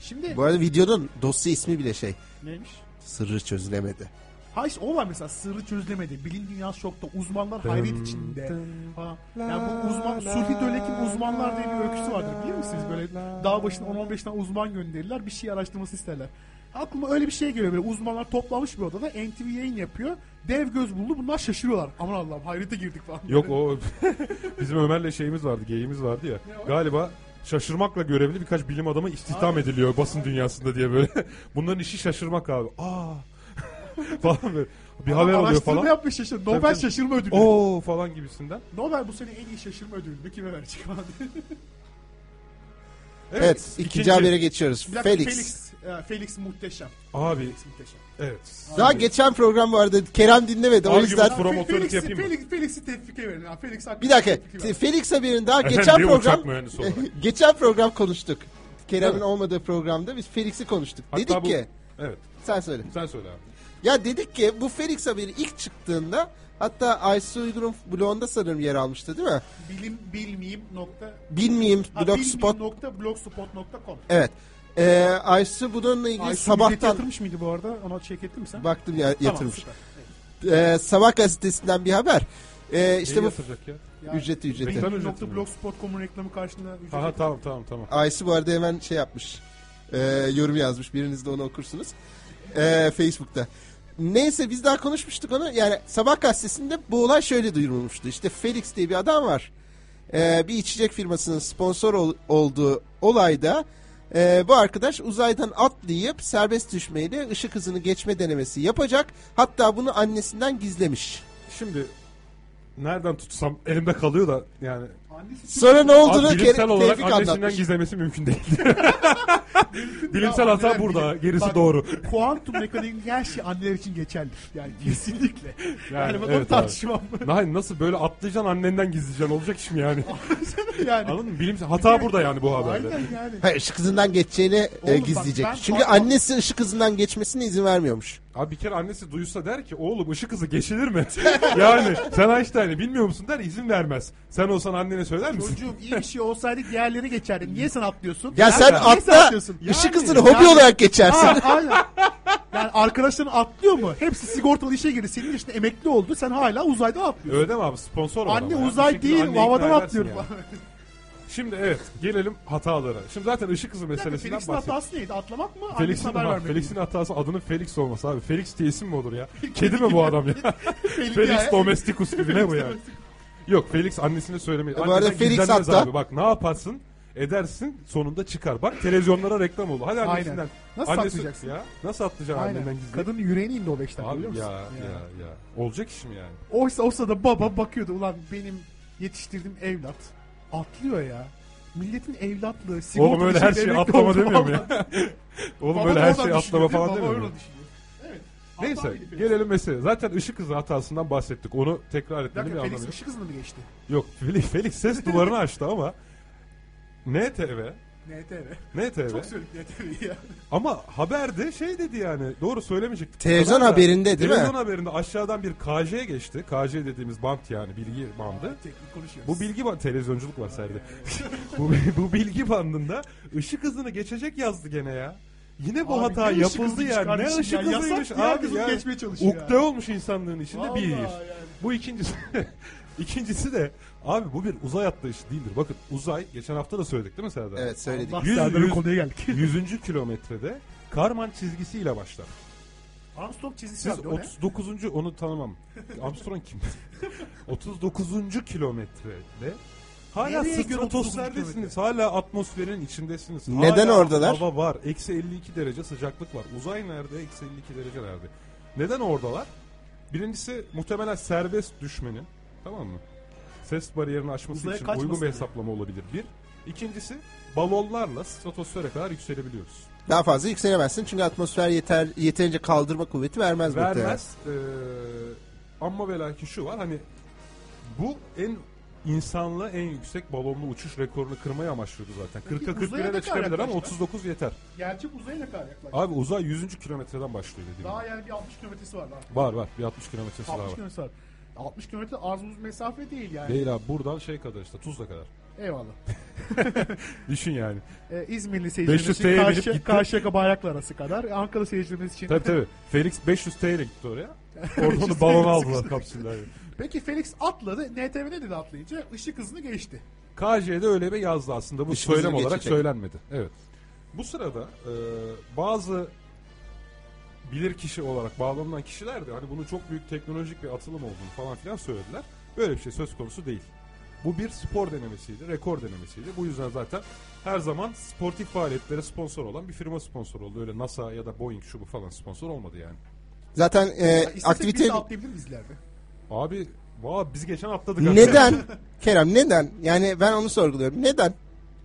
C: Şimdi
D: Bu arada videonun dosya ismi bile şey.
C: neymiş?
D: Sırrı çözülemedi.
C: Ha işte o var mesela sırrı çözülemedi. Bilim dünyası şokta. Uzmanlar hayret içinde. falan. Yani bu uzman, Sufi Dölek'in uzmanlar diye bir öyküsü vardır bilir misiniz? Böyle dağ başına 10-15 tane uzman gönderirler. Bir şey araştırması isterler. Aklıma öyle bir şey geliyor böyle uzmanlar toplanmış bir odada NTV yayın yapıyor. Dev göz buldu bunlar şaşırıyorlar. Aman Allah'ım hayrete girdik falan.
B: Yok o bizim Ömer'le şeyimiz vardı, geyimiz vardı ya. Galiba şaşırmakla görevli birkaç bilim adamı istihdam ediliyor basın dünyasında diye böyle. Bunların işi şaşırmak abi. Aa falan böyle. Bir haber alıyor
C: Araştırma
B: falan.
C: yapmış şaşır.
B: Tabii,
C: Nobel
B: tabii.
C: şaşırma ödülü.
B: Oo falan gibisinden.
C: Nobel bu sene en iyi şaşırma ödülünü kime verecek falan diye.
D: Evet, ikinci, habere geçiyoruz.
C: Bir dakika,
D: Felix.
C: Felix, e, Felix muhteşem.
B: Abi
C: Felix muhteşem.
B: evet.
D: Daha geçen program vardı. Kerem dinlemedi. O
B: Hangi
D: yüzden
B: bu- Promotörlük
C: Felix'i-
B: yapayım mı?
C: Felix, Felix'i tevfike verin. Ya. Felix hakkında
D: bir dakika.
C: tevfik verin.
D: Felix haberini daha
B: Efendim,
D: geçen
B: bir
D: program
B: uçak mühendisi olarak.
D: geçen program konuştuk. Kerem'in
B: Evet.
D: olmadığı programda biz Felix'i konuştuk.
B: Hatta
D: dedik
B: bu-
D: ki
B: Evet.
D: sen söyle.
B: Sen söyle abi.
D: Ya dedik ki bu Felix haberi ilk çıktığında hatta Aysu Uygur'un blogunda sanırım yer almıştı değil mi?
C: Bilim, bilmeyeyim nokta...
D: Bilmeyeyim
C: Ha,
D: blogspot.
C: bilmeyeyim nokta blogspot.com.
D: Evet. Ee, Aysu bununla ilgili
C: Ay, Sabahtan...
D: sabahtan
C: yatırmış mıydı bu arada? Ona check ettin mi sen?
D: baktım ya yatırmış.
C: Tamam,
D: Ee, sabah gazetesinden bir haber. Ee,
B: İşte
D: işte
B: Neyi
D: bu
B: yatıracak ya?
C: süper. Ya,
D: ücreti
B: Ben
D: ücreti.
C: bilmeyeyim
B: ücretim
C: nokta
B: yok.
C: blogspot.com'un reklamı karşında ücret
B: Aha
C: yok.
B: tamam tamam tamam.
D: Aysu bu arada hemen şey yapmış. Ee, yorum yazmış. Biriniz de onu okursunuz. Ee, Facebook'ta. Neyse biz daha konuşmuştuk onu. Yani sabah gazetesinde bu olay şöyle duyurulmuştu. İşte Felix diye bir adam var. Ee, bir içecek firmasının sponsor ol- olduğu olayda ee, bu arkadaş uzaydan atlayıp serbest düşmeyle ışık hızını geçme denemesi yapacak. Hatta bunu annesinden gizlemiş.
B: Şimdi nereden tutsam elimde kalıyor da yani.
C: Annesi
D: Sonra ne
B: Abi,
D: olduğunu
B: bilimsel
D: Ke-
B: olarak
D: Tevfik
B: annesinden
D: anlatmış.
B: gizlemesi mümkün değil. bilimsel
C: Ya,
B: hata
C: anneler
B: burada.
C: bilim-
B: Gerisi
C: Bak,
B: doğru.
C: Kuantum mekaniğinin her şey anneler için geçerlidir. Yani kesinlikle. Yani,
B: Yani,
C: bak onu
B: evet abi.
C: tartışmam.
B: Lan nasıl böyle atlayacaksın annenden gizleyeceksin olacak iş mi yani?
C: yani.
B: Anladın mı? Bilimsel hata burada yani bu haberde.
C: Aynen yani.
D: Hayır ışık hızından geçeceğini e,
C: Oğlum bak,
D: gizleyecek.
C: ben-
D: Çünkü
C: bak-
D: annesi ışık hızından geçmesine izin vermiyormuş.
B: Abi bir kere annesi duysa der ki oğlum ışık hızı geçilir mi? yani sen Einstein'ı bilmiyor musun der izin vermez. Sen olsan annene söyler misin?
C: Çocuğum iyi bir şey olsaydı diğerleri geçerdi. Niye sen atlıyorsun?
D: Ya sen
C: Niye
D: atla
C: atlıyorsun?
D: ışık
C: Yani,
D: hızını hobi
C: yani.
D: olarak geçersin.
C: Aynen. Yani Yani arkadaşların atlıyor mu? Hepsi sigortalı işe girdi. Senin işte emekli oldu. Sen hala uzaydan atlıyorsun.
B: Öyle değil mi abi? Sponsor var ama
C: Anne
B: ya. Bir
C: uzay
B: şekilde
C: değil,
B: anneyi
C: havadan
B: ikna edersin
C: atlıyorum.
B: yani. Şimdi evet gelelim hatalara. Şimdi zaten ışık hızı
C: Bir dakika,
B: meselesinden
C: Felix'in
B: bahsettik.
C: hatası neydi? Atlamak mı? Felix'in
B: Felix'in
C: haber
B: bak,
C: vermek mi?
B: Felix'in hatası adının Felix olması abi. Felix diye isim mi olur ya? Kedi mi bu adam ya?
C: Felix
B: Felix
C: ya.
B: Domesticus gibi ne bu yani? Yok Felix annesine söylemeyi.
D: E, bu arada
B: Anneden
D: Felix
B: gizlenmez
D: hatta-
B: Abi. Bak ne yaparsın edersin sonunda çıkar. Bak televizyonlara reklam oldu. Hadi
C: Aynen.
B: annesinden.
C: Nasıl
B: Annesi-
C: saklayacaksın?
B: Ya, nasıl atlayacaksın annenden
C: Aynen.
B: gizli?
C: Kadının yüreğine indi o 5 dakika
B: Abi
C: biliyor musun?
B: ya, ya ya. Olacak iş mi yani?
C: Oysa olsa da baba bakıyordu ulan benim yetiştirdiğim evlat atlıyor ya. Milletin evlatlığı sigorta
B: Oğlum öyle her
C: dışında
B: şeyi
C: emekli
B: atlama
C: oldu.
B: demiyorum ya. Oğlum
C: Baba
B: öyle
C: da
B: her
C: oradan
B: şeyi atlama
C: düşünüyor.
B: falan
C: Baba
B: demiyorum. ya.
C: öyle düşünüyor.
B: Neyse
C: Hatalıydı Felix.
B: gelelim mesele. Zaten ışık hızı hatasından bahsettik. Onu tekrar
C: Bir
B: etmenin bir
C: dakika
B: anlamı
C: Felix
B: yok.
C: ışık hızını mı geçti?
B: Yok Felix, Felix ses duvarını açtı ama NTV
C: NTV.
B: NTV
C: Çok söyledik NTV ya.
B: ama haberde şey dedi yani doğru söylemeyecektik.
D: Televizyon
B: Haber de-
D: haberinde değil mi?
B: Televizyon haberinde aşağıdan bir KJ geçti. KJ dediğimiz bant yani bilgi bandı.
C: Teknik konuşuyoruz.
B: Bu bilgi ban televizyonculuk var Serde. bu, bu bilgi bandında ışık hızını geçecek yazdı gene ya. Yine bu
C: Abi
B: hata
C: ne ışık
B: yapıldı
C: hızı
B: ya. Ne
C: çıkarmışsın
B: ışık
C: ya? Yasak
B: hızıymış
C: diye
B: abi
C: herkes onu
B: ya.
C: geçmeye çalışıyor
B: Ukde
C: ya.
B: olmuş insanlığın içinde
C: Vallahi
B: bir.
C: yani.
B: Bu ikincisi. ikincisi de abi bu bir uzay atlayışı değildir. Bakın uzay geçen hafta da söyledik değil mi Serdar?
D: Evet söyledik.
C: Bak
B: Yüz-
C: Serdar'ın
B: yüz-
C: konuya geldik.
B: 100. kilometrede Karman çizgisiyle başlar.
C: Armstrong çizgisi
B: Siz
C: vardı o ne?
B: 39. onu tanımam. Armstrong kim? 39. kilometrede hala
C: Nereye göre 39.
B: stratosferdesiniz. Hala atmosferin içindesiniz.
D: Neden
B: Hala
D: oradalar?
B: Hava var. Eksi 52 derece sıcaklık var. Uzay nerede? Eksi 52 derece nerede? Neden oradalar? Birincisi muhtemelen serbest düşmenin tamam mı? Ses bariyerini aşması
C: Uzaya
B: için
C: kaçmasın
B: uygun bir
C: diye.
B: hesaplama olabilir. Bir. İkincisi balonlarla stratosfere kadar yükselebiliyoruz.
D: Daha fazla yükselemezsin çünkü atmosfer yeter yeterince kaldırma kuvveti vermez, muhtemelen.
B: vermez. Ee, ama ve lakin şu var hani bu en insanlı en yüksek balonlu uçuş rekorunu kırmayı amaçlıyordu zaten.
C: Peki
B: 40'a
C: uzaya
B: 41'e
C: ne
B: de
C: kadar
B: çıkabilir ama
C: yaklaştı?
B: 39 yeter.
C: Gerçek uzaya ne kadar yaklaştı?
B: Abi uzay 100. kilometreden başlıyor dediğim
C: Daha
B: gibi.
C: yani bir 60 kilometresi var. daha.
B: Var var bir 60 kilometresi daha
C: 60
B: var.
C: kilometre var. 60 kilometre az buz mesafe değil yani.
B: Değil abi buradan şey kadar işte Tuzla kadar.
C: Eyvallah.
B: Düşün yani.
C: Ee, İzmirli seyircilerimiz
B: 500
C: için
B: T'ye binip
C: karşı,
B: gitti.
C: Karşıyaka bayraklar arası kadar. Ankara seyircilerimiz için.
B: Tabii tabii. Felix 500 T ile gitti oraya. Orada onu balona aldılar kapsüller.
C: Peki Felix atladı. NTV ne dedi atlayınca? Işık hızını geçti.
B: KJ'de öyle bir yazdı aslında. Bu
D: Işık hızını
B: söylem olarak
D: geçecek.
B: söylenmedi. Evet. Bu sırada e, bazı bilir kişi olarak bağlanılan kişiler de hani bunun çok büyük teknolojik bir atılım olduğunu falan filan söylediler. Böyle bir şey söz konusu değil. Bu bir spor denemesiydi, rekor denemesiydi. Bu yüzden zaten her zaman sportif faaliyetlere sponsor olan bir firma sponsor oldu. Öyle NASA ya da Boeing şu bu falan sponsor olmadı yani.
D: Zaten e,
C: İstesek
D: aktivite
C: biz de atlayabilir miyiz ileride?
B: Abi vaa biz geçen atladık.
D: neden? Kerem neden? Yani ben onu sorguluyorum. Neden?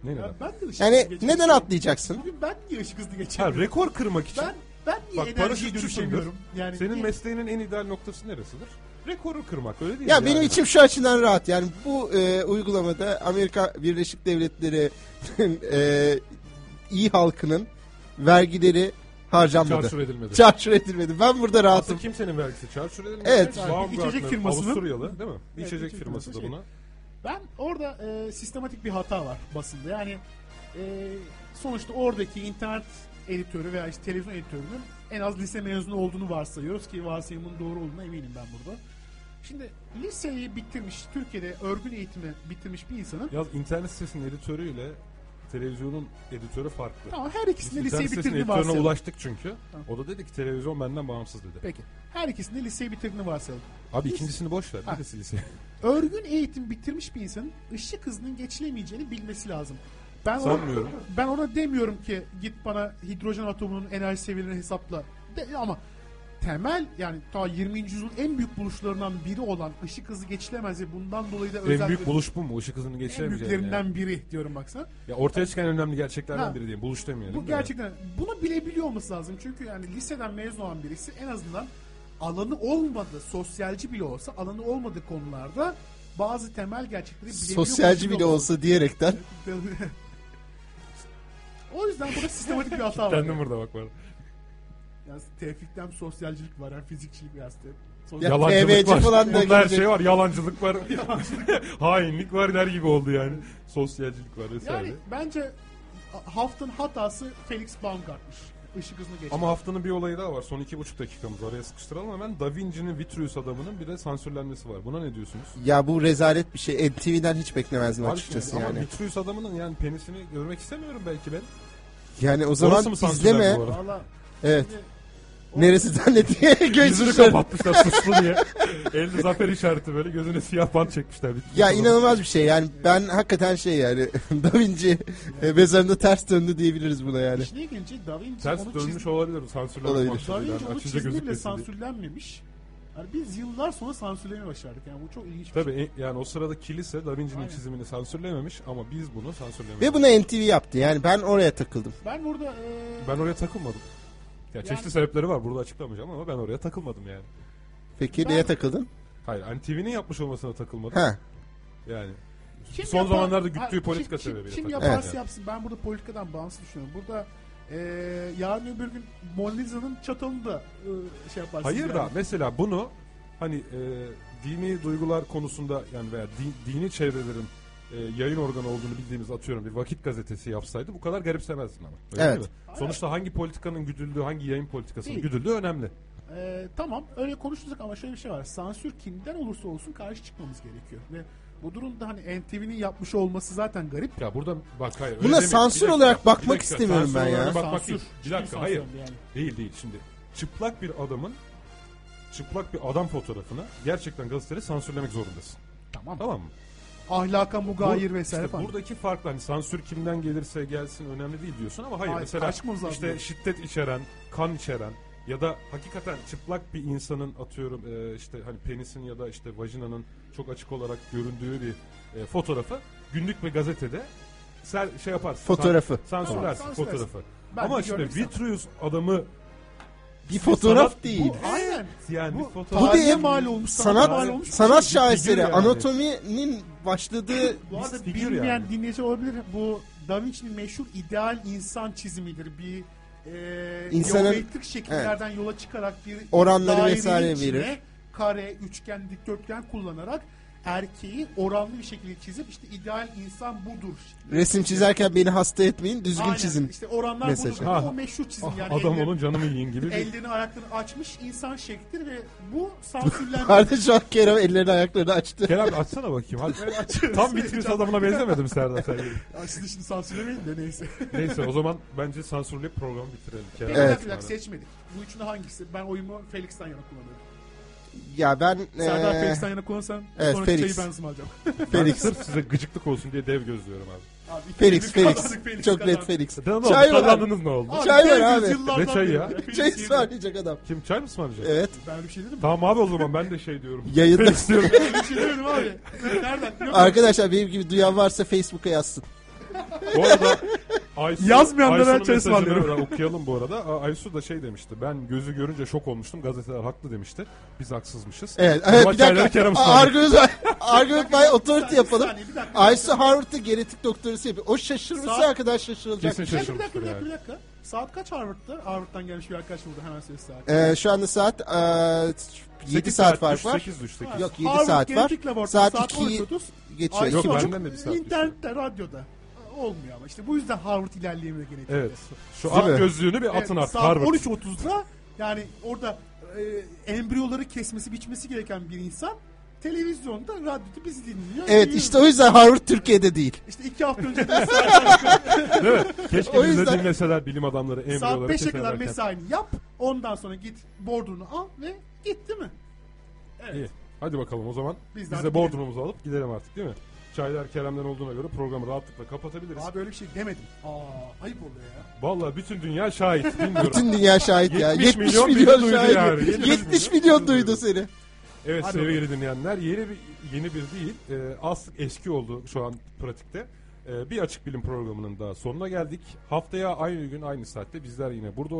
B: Ne
C: Ya
B: neden?
C: ben de ışık hızını
D: Yani
C: geçeyim.
D: neden atlayacaksın?
C: Bugün ben niye ışık hızını
B: Ha,
C: geçemiyorum?
B: rekor kırmak için.
C: Ben, ben niye
B: Bak,
C: enerjiyi
B: paraşütçüsündür.
C: dönüşemiyorum? Yani
B: Senin
C: niye-
B: mesleğinin en ideal noktası neresidir? Rekoru kırmak öyle değil
D: Ya
B: mi
D: benim
B: yani?
D: içim şu açıdan rahat. Yani bu e, uygulamada Amerika Birleşik Devletleri e, iyi halkının vergileri harcanmadı.
B: çarşur edilmedi.
D: Çarçur edilmedi. Ben burada
B: Aslında
D: rahatım.
B: kimsenin vergisi çarşur edilmedi.
D: Evet.
B: Yani Baumgartner,
C: İçecek firmasının-
B: Avusturyalı değil mi?
C: Evet,
B: içecek
C: içecek
B: firması da
C: firması
B: buna.
C: Ben orada e, sistematik bir hata var basında. Yani e, sonuçta oradaki internet editörü veya işte televizyon editörünün en az lise mezunu olduğunu varsayıyoruz ki varsayımın doğru olduğuna eminim ben burada. Şimdi liseyi bitirmiş, Türkiye'de örgün eğitimi bitirmiş bir insanın
B: Yaz internet sitesinin editörüyle televizyonun editörü farklı.
C: tamam her ikisinde
B: Biz
C: liseyi
B: internet sitesinin
C: bitirdiğini
B: editörüne
C: varsayalım.
B: ulaştık çünkü. O da dedi ki televizyon benden bağımsız dedi.
C: Peki. Her ikisinde liseyi bitirdiğini varsayalım.
B: Abi ikincisini boş ver. Birisi lise.
C: Örgün eğitim bitirmiş bir insanın ışık hızının geçilemeyeceğini bilmesi lazım. Ben ona-
B: Sanmıyorum.
C: ben ona demiyorum ki git bana hidrojen atomunun enerji seviyelerini hesapla. De, ama temel yani ta 20. yüzyılın en büyük buluşlarından biri olan ışık hızı geçilemez ve bundan dolayı da özel
B: en büyük
C: bir-
B: buluş bu mu? Işık hızını
C: en
B: geçiremeyeceğim.
C: büyüklerinden
B: Yani.
C: biri diyorum baksana.
B: Ya ortaya çıkan en önemli gerçeklerden
C: Ha.
B: biri diyeyim. Buluş demeyelim.
C: Bu
B: de.
C: gerçekten bunu bilebiliyor olması lazım. Çünkü yani liseden mezun olan birisi en azından alanı olmadığı, sosyalci bile olsa alanı olmadığı konularda bazı temel gerçekleri bilebiliyor.
D: Sosyalci
C: olması
D: bile
C: lazım.
D: olsa diyerekten.
C: o yüzden burada sistematik bir hata var.
B: Kendim
C: Yani.
B: burada bak var.
C: Yani tevfikten sosyalcilik var, yani fizikçilik var. işte.
D: Ya,
C: Sosyal...
B: Yalancılık
D: TV'ci
B: var.
D: falan da
B: Bunda her
D: gelecek.
B: şey var. Yalancılık var. Hainlik var der gibi oldu yani. Sosyalcilik var vesaire.
C: Yani bence haftanın hatası Felix Baumgart'mış. ışık hızını geçti.
B: Ama haftanın bir olayı daha var. Son iki buçuk dakikamız araya sıkıştıralım hemen. Da Vinci'nin Vitruvius adamının bir de sansürlenmesi var. Buna ne diyorsunuz?
D: Ya bu rezalet bir şey. NTV'den hiç beklemezdim
B: Var
D: açıkçası
B: şimdi. Ama
D: yani.
B: Vitruvius adamının yani penisini görmek istemiyorum belki ben.
D: Yani o
B: Orası
D: zaman
B: mı sansürlendi
D: izleme.
B: bu arada?
C: Valla
D: Evet. Neresi zannediye
B: Yüzünü
D: gözünü
B: kapatmışlar suslu diye. Elde zafer işareti böyle gözüne siyah bant çekmişler. Vitruvius
D: Ya
B: adamı.
D: inanılmaz bir şey yani ben hakikaten şey yani Da Vinci e, mezarında ters döndü diyebiliriz buna yani.
C: işine gelince Da Vinci
B: Ters
C: onu
B: dönmüş
C: çizdi.
B: olabilir bu sansürlenme
D: Olabilir.
B: maksatıyla.
C: Da Vinci
B: Yani
C: onu
B: açınca
C: çizdi bile
B: gözükmesin diye.
C: sansürlenmemiş. Yani biz yıllar sonra sansürlemeye başardık. Yani bu çok ilginç bir şey.
B: Tabii e, yani o sırada kilise Da Vinci'nin
C: Aynen.
B: çizimini sansürlememiş ama biz bunu sansürlemedik.
D: Ve bunu NTV yaptı yani ben oraya takıldım.
C: Ben burada eee,
B: Ben oraya takılmadım. Ya çeşitli sebepleri var burada açıklamayacağım ama ben oraya takılmadım yani.
D: Peki
C: Ben-
D: neye takıldın?
B: Hayır Antivi'nin yapmış olmasına takılmadım.
D: Ha.
B: Yani
C: kim
B: Son zamanlarda güttüğü
C: kim-
B: politika
C: kim,
B: sebebiyle
C: Kim
B: tabii.
C: yaparsa
B: Evet.
C: yapsın ben burada politikadan bağımsız düşünüyorum. Burada eee yarın öbür gün Mona Lisa'nın çatalını da eee, şey yaparsın.
B: hayır
C: yani.
B: da mesela bunu hani e, dini duygular konusunda yani veya di- dini çevrelerin e, yayın organı olduğunu bildiğimiz atıyorum bir vakit gazetesi yapsaydı bu kadar garipsemezsin ama. Öyle
D: Evet.
B: değil mi? Sonuçta hangi politikanın güdüldüğü, hangi yayın politikasının
C: Değil.
B: güdüldüğü önemli.
C: Ee, tamam öyle konuştuk ama şöyle bir şey var. Sansür kimden olursa olsun karşı çıkmamız gerekiyor. Ve bu durumda hani NTV'nin yapmış olması zaten garip.
B: Ya burada bak hayır. öyle
D: Buna
B: demeyelim.
D: sansür
B: Bir
D: olarak
B: dakika, bir
D: bakmak
B: dakika.
D: istemiyorum
B: Sansür
D: ben ya.
B: olarak bakmak
C: Sansür.
B: değil. Bir
C: Ciddi
B: dakika
C: sansür
B: hayır.
C: oldu yani.
B: Değil değil şimdi. Çıplak bir adamın çıplak bir adam fotoğrafını gerçekten gazeteleri sansürlemek zorundasın.
C: Tamam.
B: Tamam mı?
C: Ahlaka mugayir
B: Bu-
C: vesaire
B: işte
C: falan.
B: Buradaki farklı hani sansür kimden gelirse gelsin önemli değil diyorsun ama hayır,
C: Hayır,
B: mesela
C: kaçmamız lazım
B: işte
C: diyorsun.
B: şiddet içeren, kan içeren ya da hakikaten çıplak bir insanın atıyorum e, işte hani penisin ya da işte vajinanın çok açık olarak göründüğü bir e, fotoğrafı günlük bir gazetede ser, şey yaparsın.
D: Fotoğrafı.
B: san- sansürlersin
C: Tamam, sansürlersin.
B: fotoğrafı.
C: Ben
B: ama
C: de
B: şimdi
C: görmek istemem.
B: Vitruvius adamı
D: Bir fotoğraf
B: sanat-
D: değil.
B: Bu,
C: Aynen.
B: yani bir
C: Bu,
B: fotoğraf.
C: tarihe
D: değil,
C: mal olmuş, sanata mal
D: Sanat
C: olmuş. şey
D: sanat
B: figür
D: şaheseri
B: yani.
D: anatominin başladığı
C: Bu
B: bir
C: arada
B: figür
C: bilmeyen
B: yani.
C: dinleyici olabilir. Bu Da Vinci'nin meşhur ideal insan çizimidir. Bir e,
D: İnsanın-
C: geometrik şekillerden yola çıkarak bir
D: Oranları
C: dairenin
D: vesaire
C: içine
D: verir.
C: Kare, üçgen, dikdörtgen kullanarak erkeği oranlı bir şekilde çizip işte ideal insan budur.
D: resim çizerken beni hasta etmeyin düzgün
C: Aynen,
D: çizin.
C: İşte oranlar
D: mesajı.
C: budur.
B: Ha.
C: O meşhur çizim
B: Ah,
C: yani.
B: adam
C: elleri-
B: olun canımı yiyin gibi bir
C: Ellerini ayaklarını açmış insan şeklidir ve bu sansürlenmiş.
D: Kardeş şu an Kerem ellerini ayaklarını açtı.
B: Kerem açsana bakayım hadi.
C: Açıyoruz.
B: Tam Vitruvius adamına benzemedim Serdar sen.
C: Ya Siz de şimdi sansürlemeyin de neyse.
B: Neyse o zaman bence sansürleyip programı bitirelim. Kerem.
C: Peki
D: Evet.
C: bir dakika seçmedik. Bu üçünün hangisi? Ben oyumu Felix'ten yana kullanıyorum.
D: Ya ben
C: Serdar
D: eee,
C: Felix'ten yana kullanırsan
D: Ee, evet,
C: sonraki
D: Felix.
C: çayı ben ısmarlayacağım.
B: Felix. Sırf size gıcıklık olsun diye dev gözlüyorum abi.
C: Abi, iki
D: Felix
C: kere bir
D: Felix.
C: kazandık,
D: Çok net
C: kazandı.
D: Felix.
B: Ne oldu?
D: Çay var abi.
B: Kazandınız ne oldu?
C: Abi,
D: Çay var
C: Felix
D: abi.
C: yıllardan
B: Ne çayı
C: beri
B: ya?
C: Felix
D: Çay
C: yedi.
D: ısmarlayacak adam.
B: Kim çay mı ısmarlayacak?
D: Evet.
C: Ben bir şey dedim mi?
B: Tamam abi o zaman ben de şey diyorum.
D: Yayında.
B: Felix diyorum.
C: Bir şey demedim abi. Nereden? Yok,
D: Arkadaşlar benim gibi duyan varsa Facebook'a yazsın.
B: bu arada Aysu,
C: Yazmayanlara
B: Aysu'nun
C: çay
B: mesajını
C: ısmarlıyorum.
B: okuyalım bu arada. Aa, Aysu da şey demişti. Ben gözü görünce şok olmuştum. Gazeteler haklı demişti. Biz haksızmışız.
D: Evet.
B: Bu
D: evet bir
B: maç çayları
D: dakika.
B: Kerem
D: Aa,
B: ısmarladı.
D: Argument by, argument by authority yapalım.
C: saniye, bir dakika.
D: Aysu Harvard'da genetik doktorası yapıyor. O şaşırırsa
C: Saat-
D: arkadaş şaşırılacak.
B: Kesin
C: Bir dakika, bir
B: şaşırmıştır
C: dakika, bir dakika,
B: yani.
C: bir dakika. Saat kaç Harvard'da? Harvard'dan gelmiş bir arkadaş buldu hemen söz saati.
D: Ee, şu anda saat eee 7
B: Sekiz
D: saat
B: düş,
D: fark var.
B: sekiz düş, sekiz.
D: Yok 7
C: Harvard
D: saat var.
C: Genetik Laboratuvarı
D: Saat
C: saat
D: 2'yi
C: 12.30.
D: geçiyor.
C: Ay,
B: Yok,
D: İki buçuk.
B: benden de bir saat
C: İnternette, radyoda. Olmuyor ama işte bu yüzden Harvard ilerleyemiyor genetikte.
B: Evet. Şu
D: Değil
B: at
D: mi?
B: gözlüğünü bir atın artık.
C: Saat
B: Harvard.
C: 13.30'da yani orada e, embriyoları kesmesi biçmesi gereken bir insan televizyonda radyoda bizi dinliyor.
D: Evet
C: Yürü.
D: işte o yüzden Harvard Türkiye'de değil.
C: İşte iki hafta önce de
B: Değil mi? Keşke
D: O
B: bizi de
D: yüzden-
B: dinleseler bilim adamları,
C: saat
B: embriyoları.
C: 5'e kadar
B: keşke
C: mesaini yap. Ondan sonra git bordunu al ve git değil mi?
B: İyi. Hadi bakalım o zaman.
C: Biz de
B: Biz de,
C: artık
B: bordrumuzu alıp gidelim artık değil mi? Çaylar Kerem'den olduğuna göre programı rahatlıkla kapatabiliriz.
C: Abi öyle bir şey demedim. Aa ayıp oluyor ya.
B: Vallahi bütün dünya şahit. Bilmiyorum.
D: Bütün dünya şahit ya.
B: 70
D: 70
B: milyon
D: milyon,
B: biri duydu
D: şahit.
B: yani.
D: 70,
B: 70 milyon
D: milyon duydu
B: duydu.
D: seni.
B: evet
C: Hadi
B: sevgili dinleyenler yeni bir, yeni bir değil. E, az eski oldu şu an pratikte. E, bir Açık Bilim programının daha sonuna geldik. Haftaya aynı gün aynı saatte bizler yine burada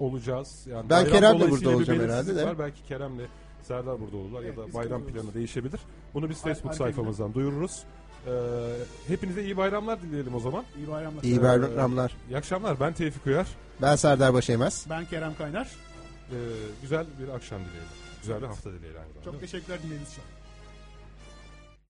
B: olacağız. Yani
D: Ben
B: bayram
D: Kerem'le burada
B: dolayısıyla bir
D: olacağım
B: belirsizlik
D: herhalde de.
B: var. Belki Kerem'le Serdar burada olurlar
C: Evet,
B: ya da
C: biz
B: bayram
C: kalıyoruz.
B: planı değişebilir. Bunu biz Facebook
C: arka
B: sayfamızdan duyururuz. E, hepinize iyi bayramlar dileyelim o zaman.
C: İyi bayramlar.
D: İyi bayramlar.
B: İyi akşamlar. Ben Tevfik Uyar.
D: Ben Serdar Başaymaz.
C: Ben Kerem Kaynar.
B: Ee, güzel bir akşam dileyelim. Güzel bir hafta dileyelim. aynı zamanda.
C: Çok teşekkürler dinlediğiniz için.